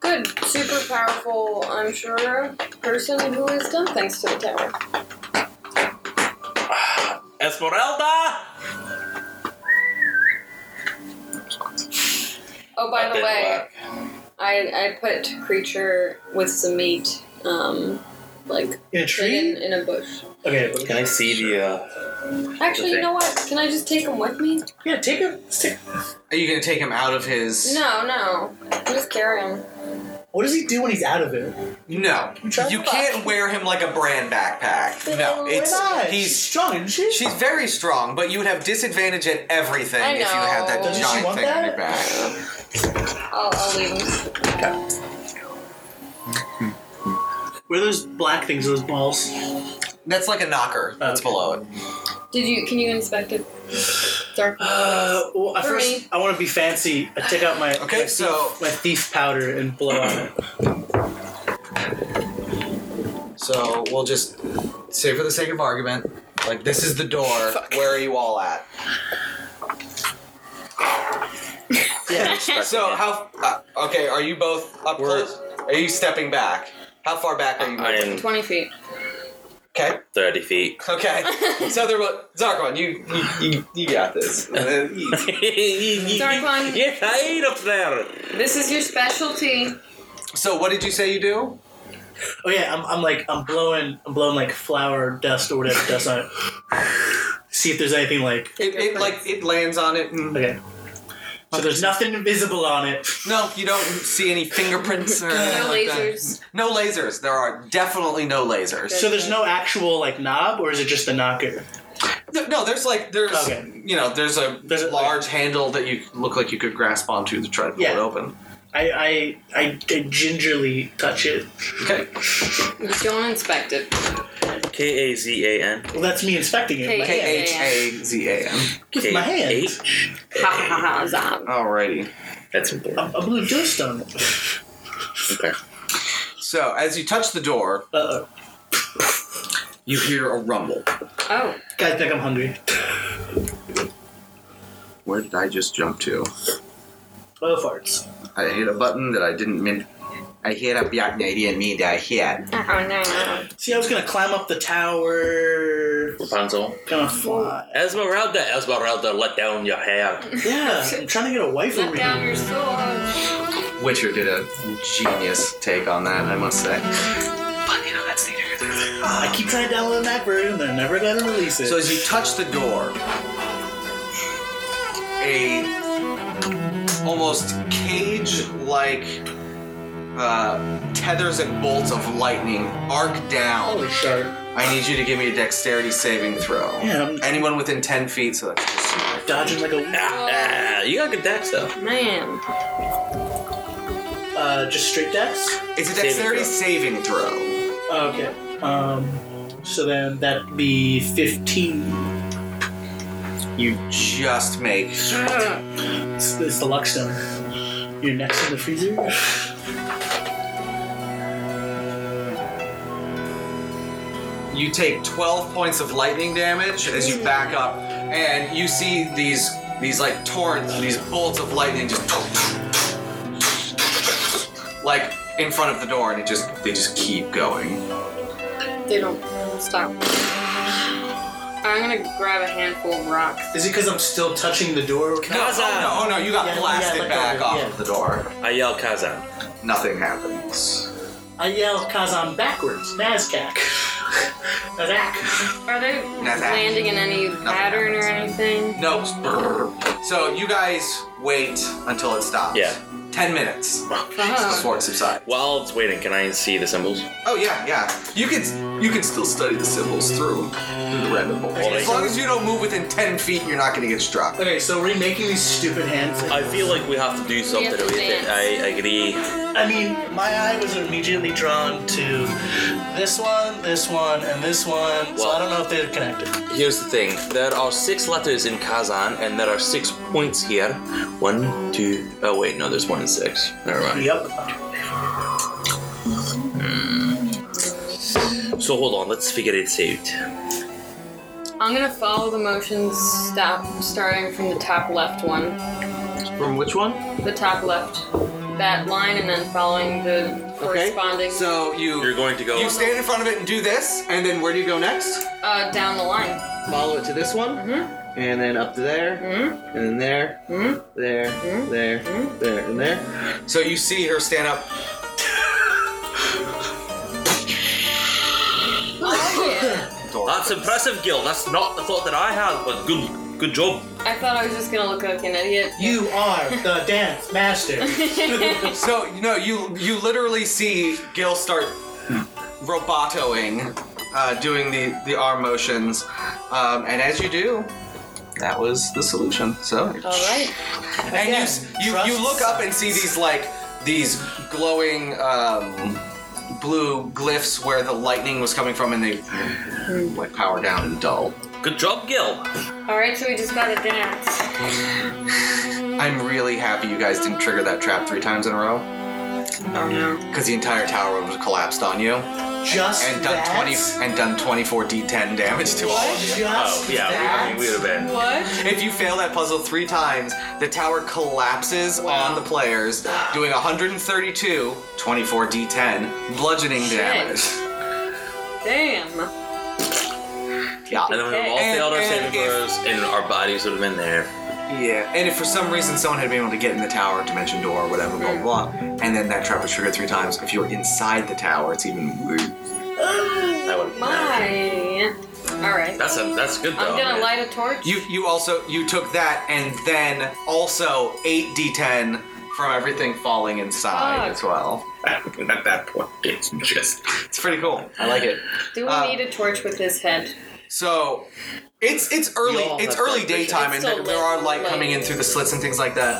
Speaker 2: good, super powerful. I'm sure person who has done things to the tower.
Speaker 6: Esmeralda.
Speaker 2: Oh, by
Speaker 6: uh,
Speaker 2: the way, I I put creature with some meat, um, like
Speaker 5: In a
Speaker 2: hidden
Speaker 5: tree?
Speaker 2: in a bush.
Speaker 5: Okay.
Speaker 6: Can I see the? Uh,
Speaker 2: Actually, you know what? Can I just take them with me?
Speaker 5: Yeah, take a. Take,
Speaker 4: Are you going to take him out of his?
Speaker 2: No, no. Just carry them.
Speaker 5: what does he do when he's out of it?
Speaker 4: No.
Speaker 5: Try
Speaker 4: You
Speaker 5: the
Speaker 4: can't wear him like a brand backpack. No, it's
Speaker 5: Why not? She's
Speaker 4: he's
Speaker 5: strong, isn't she?
Speaker 4: she's very strong, but you would have disadvantage at everything
Speaker 2: I
Speaker 4: if you had that
Speaker 2: know. Doesn't
Speaker 5: she
Speaker 4: giant
Speaker 5: want
Speaker 4: thing on your
Speaker 5: that?
Speaker 4: back.
Speaker 2: I'll, I'll leave them.
Speaker 5: Where are those black things? Those balls?
Speaker 4: That's like a knocker. That's
Speaker 5: Okay.
Speaker 4: below it.
Speaker 2: Did you? Can you inspect it? Sorry.
Speaker 5: Uh, well, at
Speaker 2: For
Speaker 5: first
Speaker 2: me.
Speaker 5: I want to be fancy. I take out my
Speaker 4: Okay,
Speaker 5: my thief-
Speaker 4: so-
Speaker 5: my thief powder and blow on it.
Speaker 4: So we'll just say for the sake of argument, like this is the door. Where are you all at?
Speaker 5: Yeah.
Speaker 4: So how? Uh, okay, are you both up
Speaker 6: We're-
Speaker 4: close? Are you stepping back? How far back are you?
Speaker 6: I am
Speaker 2: Twenty feet.
Speaker 4: Okay.
Speaker 6: thirty feet.
Speaker 4: Okay. so there was Zarkon. You you, you you got this.
Speaker 2: Zarkon.
Speaker 6: Get high up there.
Speaker 2: This is your specialty.
Speaker 4: so what did you say you do?
Speaker 5: oh yeah, I'm, I'm like I'm blowing I'm blowing like flour dust or whatever dust on it. See if there's anything like
Speaker 4: It, it like it lands on it and
Speaker 5: okay. So there's nothing invisible on it.
Speaker 4: no, you don't see any fingerprints or anything
Speaker 2: No
Speaker 4: like that.
Speaker 2: lasers.
Speaker 4: No lasers. There are definitely no lasers.
Speaker 5: So there's no actual like knob, or is it just a knocker?
Speaker 4: No, no, there's like there's
Speaker 5: Okay.
Speaker 4: you know there's a
Speaker 5: There's a-
Speaker 4: large handle that you look like you could grasp onto to try to pull
Speaker 5: Yeah.
Speaker 4: it open.
Speaker 5: I I, I gingerly touch it.
Speaker 4: Okay.
Speaker 2: You don't inspect it.
Speaker 6: K A Z A N.
Speaker 5: Well, that's me inspecting it. with my
Speaker 2: Okay.
Speaker 5: hand.
Speaker 4: K H A Z A N.
Speaker 5: With my hands.
Speaker 6: K-H?
Speaker 2: Ha ha ha! Zom.
Speaker 4: Alrighty.
Speaker 6: That's important.
Speaker 5: A, a blue dust on it.
Speaker 6: Okay.
Speaker 4: So as you touch the door,
Speaker 5: Uh oh.
Speaker 4: you hear a rumble.
Speaker 2: Oh,
Speaker 5: Guys think I'm hungry.
Speaker 4: Where did I just jump to?
Speaker 5: Oh farts.
Speaker 4: I hit a button that I didn't mean. I hit a button I didn't mean to hit.
Speaker 2: oh no!
Speaker 5: See, I was gonna climb up the tower.
Speaker 6: Rapunzel.
Speaker 5: Gonna fly.
Speaker 6: Esmeralda, Esmeralda, let down your hair.
Speaker 5: Yeah, I'm trying to get away from
Speaker 2: Let down
Speaker 5: here.
Speaker 2: your sword.
Speaker 4: Witcher did a genius take on that, I must say.
Speaker 5: I keep trying to download that version, they're never gonna release it.
Speaker 4: So as you touch the door, a almost cage-like uh, tethers and bolts of lightning arc down.
Speaker 5: holy shark.
Speaker 4: I need you to give me a dexterity saving throw.
Speaker 5: Yeah, I'm-
Speaker 4: Anyone within ten feet, so that's
Speaker 5: Dodging like a
Speaker 6: Ah, you got good dex though.
Speaker 2: Man,
Speaker 5: uh, just straight decks. Oh,
Speaker 4: it's a
Speaker 6: Saving
Speaker 4: dexterity saving throw.
Speaker 5: Okay. Um. So then that'd be fifteen.
Speaker 4: You just make
Speaker 5: It's, it's the Luxstone. You're next in the freezer.
Speaker 4: You take 12 points of lightning damage as you back up, and you see these these like torrents, these bolts of lightning just like in front of the door, and it just they just keep going.
Speaker 2: They don't stop. I'm gonna grab a handful of rocks.
Speaker 5: Is it because I'm still touching the door?
Speaker 4: Kaza! Oh, no, oh no, you got
Speaker 5: Yeah,
Speaker 4: blasted
Speaker 5: yeah, let
Speaker 4: back
Speaker 5: go of it,
Speaker 4: off
Speaker 5: yeah.
Speaker 4: of the door.
Speaker 3: I yell Kazan.
Speaker 4: Nothing happens.
Speaker 5: I yell Kazan backwards. Nazcac. Nazak.
Speaker 2: Are they
Speaker 4: Not that.
Speaker 2: landing in any pattern or anything?
Speaker 4: No. So you guys wait until it stops.
Speaker 3: Yeah.
Speaker 4: Ten minutes
Speaker 2: Uh-huh.
Speaker 4: before it subsides.
Speaker 3: While it's waiting, can I see the symbols?
Speaker 4: Oh yeah, yeah. You can you can still study the symbols through through the rabbit hole.
Speaker 3: Okay.
Speaker 4: As long as you don't move within ten feet, you're not going to get struck.
Speaker 5: Okay, so remaking these stupid hands.
Speaker 3: I feel like we have to do something
Speaker 2: have to
Speaker 3: with it.
Speaker 2: dance.
Speaker 3: I agree.
Speaker 5: I mean, my eye was immediately drawn to this one, this one, and this one. so
Speaker 3: Well-
Speaker 5: I don't know if they're connected.
Speaker 3: Here's the thing there are six letters in Kazan, and there are six points here. One, two. Oh, wait, no, there's one and six. Never mind.
Speaker 5: Yep.
Speaker 3: Hmm. So hold on, let's figure it out.
Speaker 2: I'm gonna follow the motions stop starting from the top left one.
Speaker 8: From which one?
Speaker 2: The top left. That line and then following the corresponding
Speaker 4: So you
Speaker 3: You're going to go.
Speaker 4: you stand in front of it and do this,
Speaker 8: And then where do you go next?
Speaker 2: uh, down the line.
Speaker 8: Follow it to this one. Mm-hmm. And then up to there. Mm-hmm. And then there. Mm-hmm. There. There. There. And there.
Speaker 4: So you see her stand up.
Speaker 3: That's impressive, Gil. That's not the thought that I had, but good good job.
Speaker 2: I thought I was just gonna look like an idiot.
Speaker 5: You are the dance master.
Speaker 4: So you know you you literally see Gil start robotoing, uh, doing the the arm motions, um, and as you do, that was the solution. So
Speaker 2: Alright.
Speaker 4: and you s- you you
Speaker 5: trust
Speaker 4: look up and see these like these glowing um, blue glyphs where the lightning was coming from, and they like power down and dull.
Speaker 3: Good job, Gil.
Speaker 2: Alright, so we just gotta dance.
Speaker 4: I'm really happy you guys didn't trigger that trap three times in a row
Speaker 2: Oh no.
Speaker 4: because the entire tower would have collapsed on you.
Speaker 5: Just
Speaker 4: and done
Speaker 5: that?
Speaker 4: 20 and done 24 d10 damage to all of you.
Speaker 5: Just
Speaker 3: Oh yeah, we, I mean, we would have been.
Speaker 2: What?
Speaker 4: If you fail that puzzle three times, the tower collapses on the players, doing 132, 24 d10 bludgeoning
Speaker 2: Shit.
Speaker 4: damage.
Speaker 2: Damn.
Speaker 4: Yeah.
Speaker 3: And then we would have all
Speaker 4: And-
Speaker 3: failed our
Speaker 4: and
Speaker 3: saving
Speaker 4: if-
Speaker 3: throws, and our bodies would have been there.
Speaker 4: Yeah. And if for some reason someone had been able to get in the tower, dimension door, whatever, blah blah, blah, and then that trap was triggered three times. If you were inside the tower, it's even weird.
Speaker 3: That would
Speaker 2: My. Alright.
Speaker 3: That's a that's good though.
Speaker 2: I'm gonna
Speaker 3: man.
Speaker 2: light a torch.
Speaker 4: You you also you took that and then also eight d10 from everything falling inside
Speaker 2: Fuck.
Speaker 4: as well.
Speaker 6: At Ah, that point, it's just
Speaker 4: It's pretty cool. I like it.
Speaker 2: Do we
Speaker 4: uh,
Speaker 2: need a torch with his head?
Speaker 4: So it's it's early
Speaker 8: all
Speaker 4: it's
Speaker 8: have
Speaker 4: early
Speaker 8: dark
Speaker 4: daytime and
Speaker 2: It's
Speaker 4: there,
Speaker 2: still
Speaker 4: there are
Speaker 2: lit,
Speaker 4: light
Speaker 2: like-
Speaker 4: coming in through the slits and things like that.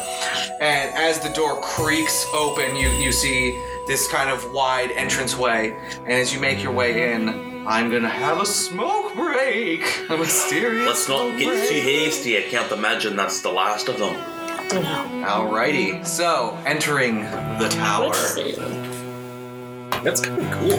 Speaker 4: And as the door creaks open, you you see this kind of wide entranceway. And as you make your way in, I'm gonna have a smoke break. A mysterious.
Speaker 3: Let's not
Speaker 4: smoke
Speaker 3: get
Speaker 4: break.
Speaker 3: too hasty. I can't imagine that's the last of them.
Speaker 4: Alrighty. So entering the tower.
Speaker 3: That's kind of cool.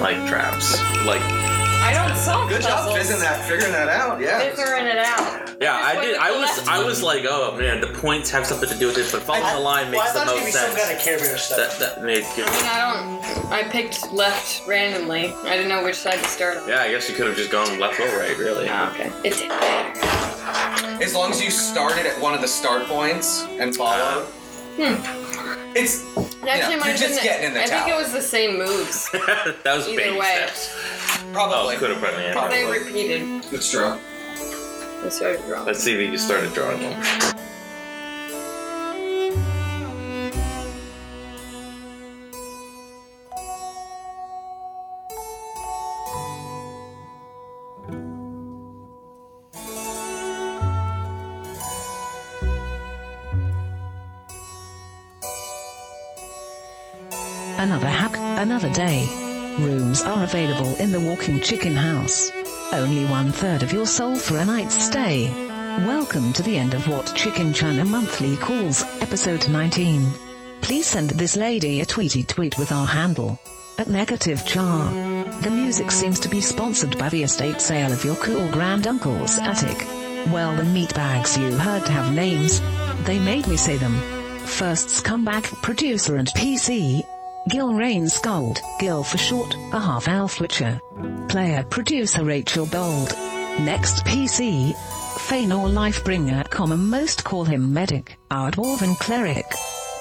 Speaker 3: Like traps. Like
Speaker 2: I don't solve
Speaker 4: Good job
Speaker 2: puzzles.
Speaker 4: fizzing that, figuring that out. Yeah.
Speaker 2: Figuring it out.
Speaker 3: yeah, I
Speaker 2: Just
Speaker 3: did.
Speaker 2: wait
Speaker 3: I
Speaker 2: for the
Speaker 3: was
Speaker 2: last
Speaker 3: I was like, oh man, the points have something to do with it, but following the line
Speaker 5: well, I
Speaker 3: makes
Speaker 5: thought
Speaker 3: the
Speaker 5: it was
Speaker 3: most
Speaker 5: gonna be some
Speaker 3: sense.
Speaker 5: kind of Care Bear stuff.
Speaker 3: That that made good.
Speaker 2: I mean, I don't. I picked left randomly. I didn't know which side to start on.
Speaker 3: Yeah, I guess you could have just gone left or right, really.
Speaker 2: Okay. It didn't matter.
Speaker 4: As long as you started at one of the start points and
Speaker 3: Uh,
Speaker 4: followed. It's
Speaker 2: It actually
Speaker 4: you're
Speaker 2: might have
Speaker 4: just
Speaker 2: been the-
Speaker 4: getting in the
Speaker 2: I think
Speaker 4: tower.
Speaker 2: it was the same moves.
Speaker 3: that was
Speaker 2: Either
Speaker 3: baby
Speaker 2: way.
Speaker 3: steps. Oh,
Speaker 4: probably
Speaker 3: could have been yeah.
Speaker 4: Probably.
Speaker 2: they repeated.
Speaker 4: It's true.
Speaker 2: I started wrong.
Speaker 3: Let's see if you just started drawing them.
Speaker 1: Another hack, another day. Rooms are available in the Walking Chicken House. Only one third of your soul for a night's stay. Welcome to the end of what Chicken China Monthly calls episode 19. Please send this lady a tweety tweet with our handle at negative char. The music seems to be sponsored by the estate sale of your cool granduncle's attic. Well, the meatbags you heard have names. They made me say them. First Scumbag Producer and PC, Gilrain Scold, Gil for short, a half elf witcher. Player producer Rachel Bold. Next PC. Feanor Lifebringer, comma most call him Medic, our dwarven cleric.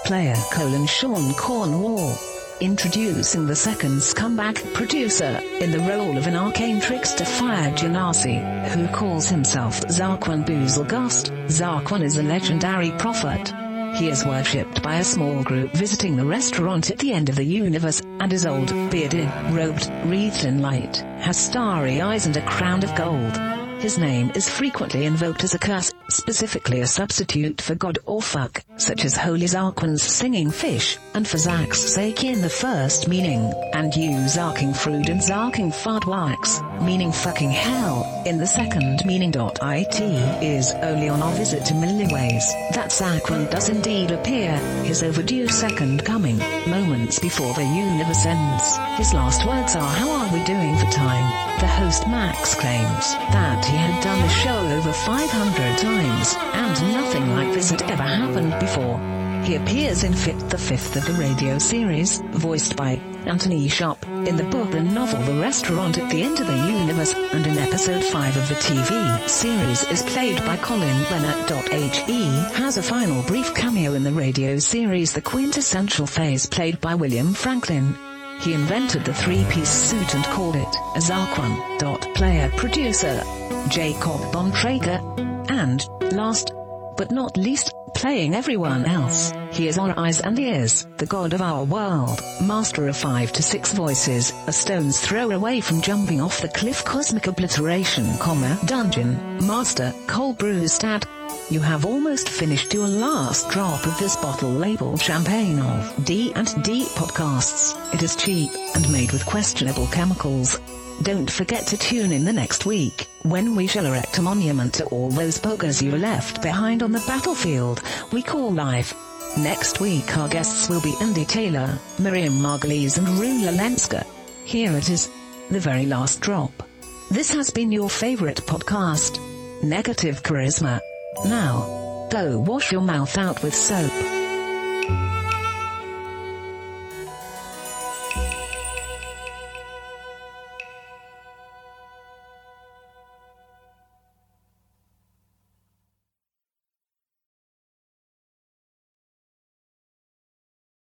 Speaker 1: Player colon Sean Cornwall. Introducing the second scumbag producer, in the role of an arcane trickster Fire Genasi, who calls himself Zarquan Boozlegast. Zarquan is a legendary prophet. He is worshipped by a small group visiting the restaurant at the end of the universe, and is old, bearded, robed, wreathed in light, has starry eyes and a crown of gold. His name is frequently invoked as a curse, specifically a substitute for god or fuck, such as Holy Zarquin's singing fish, and for Zak's sake in the first meaning, and you Zarking Fruit and Zarking Fardwax, meaning fucking hell, in the second meaning. It is only on our visit to Milliways that Zarquin does indeed appear, his overdue second coming, moments before the universe ends. His last words are how are we doing for time? The host Max claims that he had done the show over 500 times, and nothing like this had ever happened before. He appears in Fit the Fifth of the radio series, voiced by Anthony Sharp, in the book and novel The Restaurant at the End of the Universe, and in episode 5 of the TV series is played by Colin Bennett. He has a final brief cameo in the radio series The Quintessential Phase, played by William Franklin. He invented the three-piece suit and called it a Zarquan. Dot player producer Jacob Bontrager, and last but not least, playing everyone else, he is our eyes and ears, the god of our world, master of five to six voices, a stone's throw away from jumping off the cliff. Cosmic obliteration, comma dungeon master Cole Brewstad. You have almost finished your last drop of this bottle labeled champagne of D and D podcasts. It is cheap and made with questionable chemicals. Don't forget to tune in the next week, when we shall erect a monument to all those buggers you left behind on the battlefield we call life. Next week our guests will be Andy Taylor, Miriam Margulies and Rula Lenska. Here it is. The very last drop. This has been your favorite podcast. Negative charisma. Now, go wash your mouth out with soap.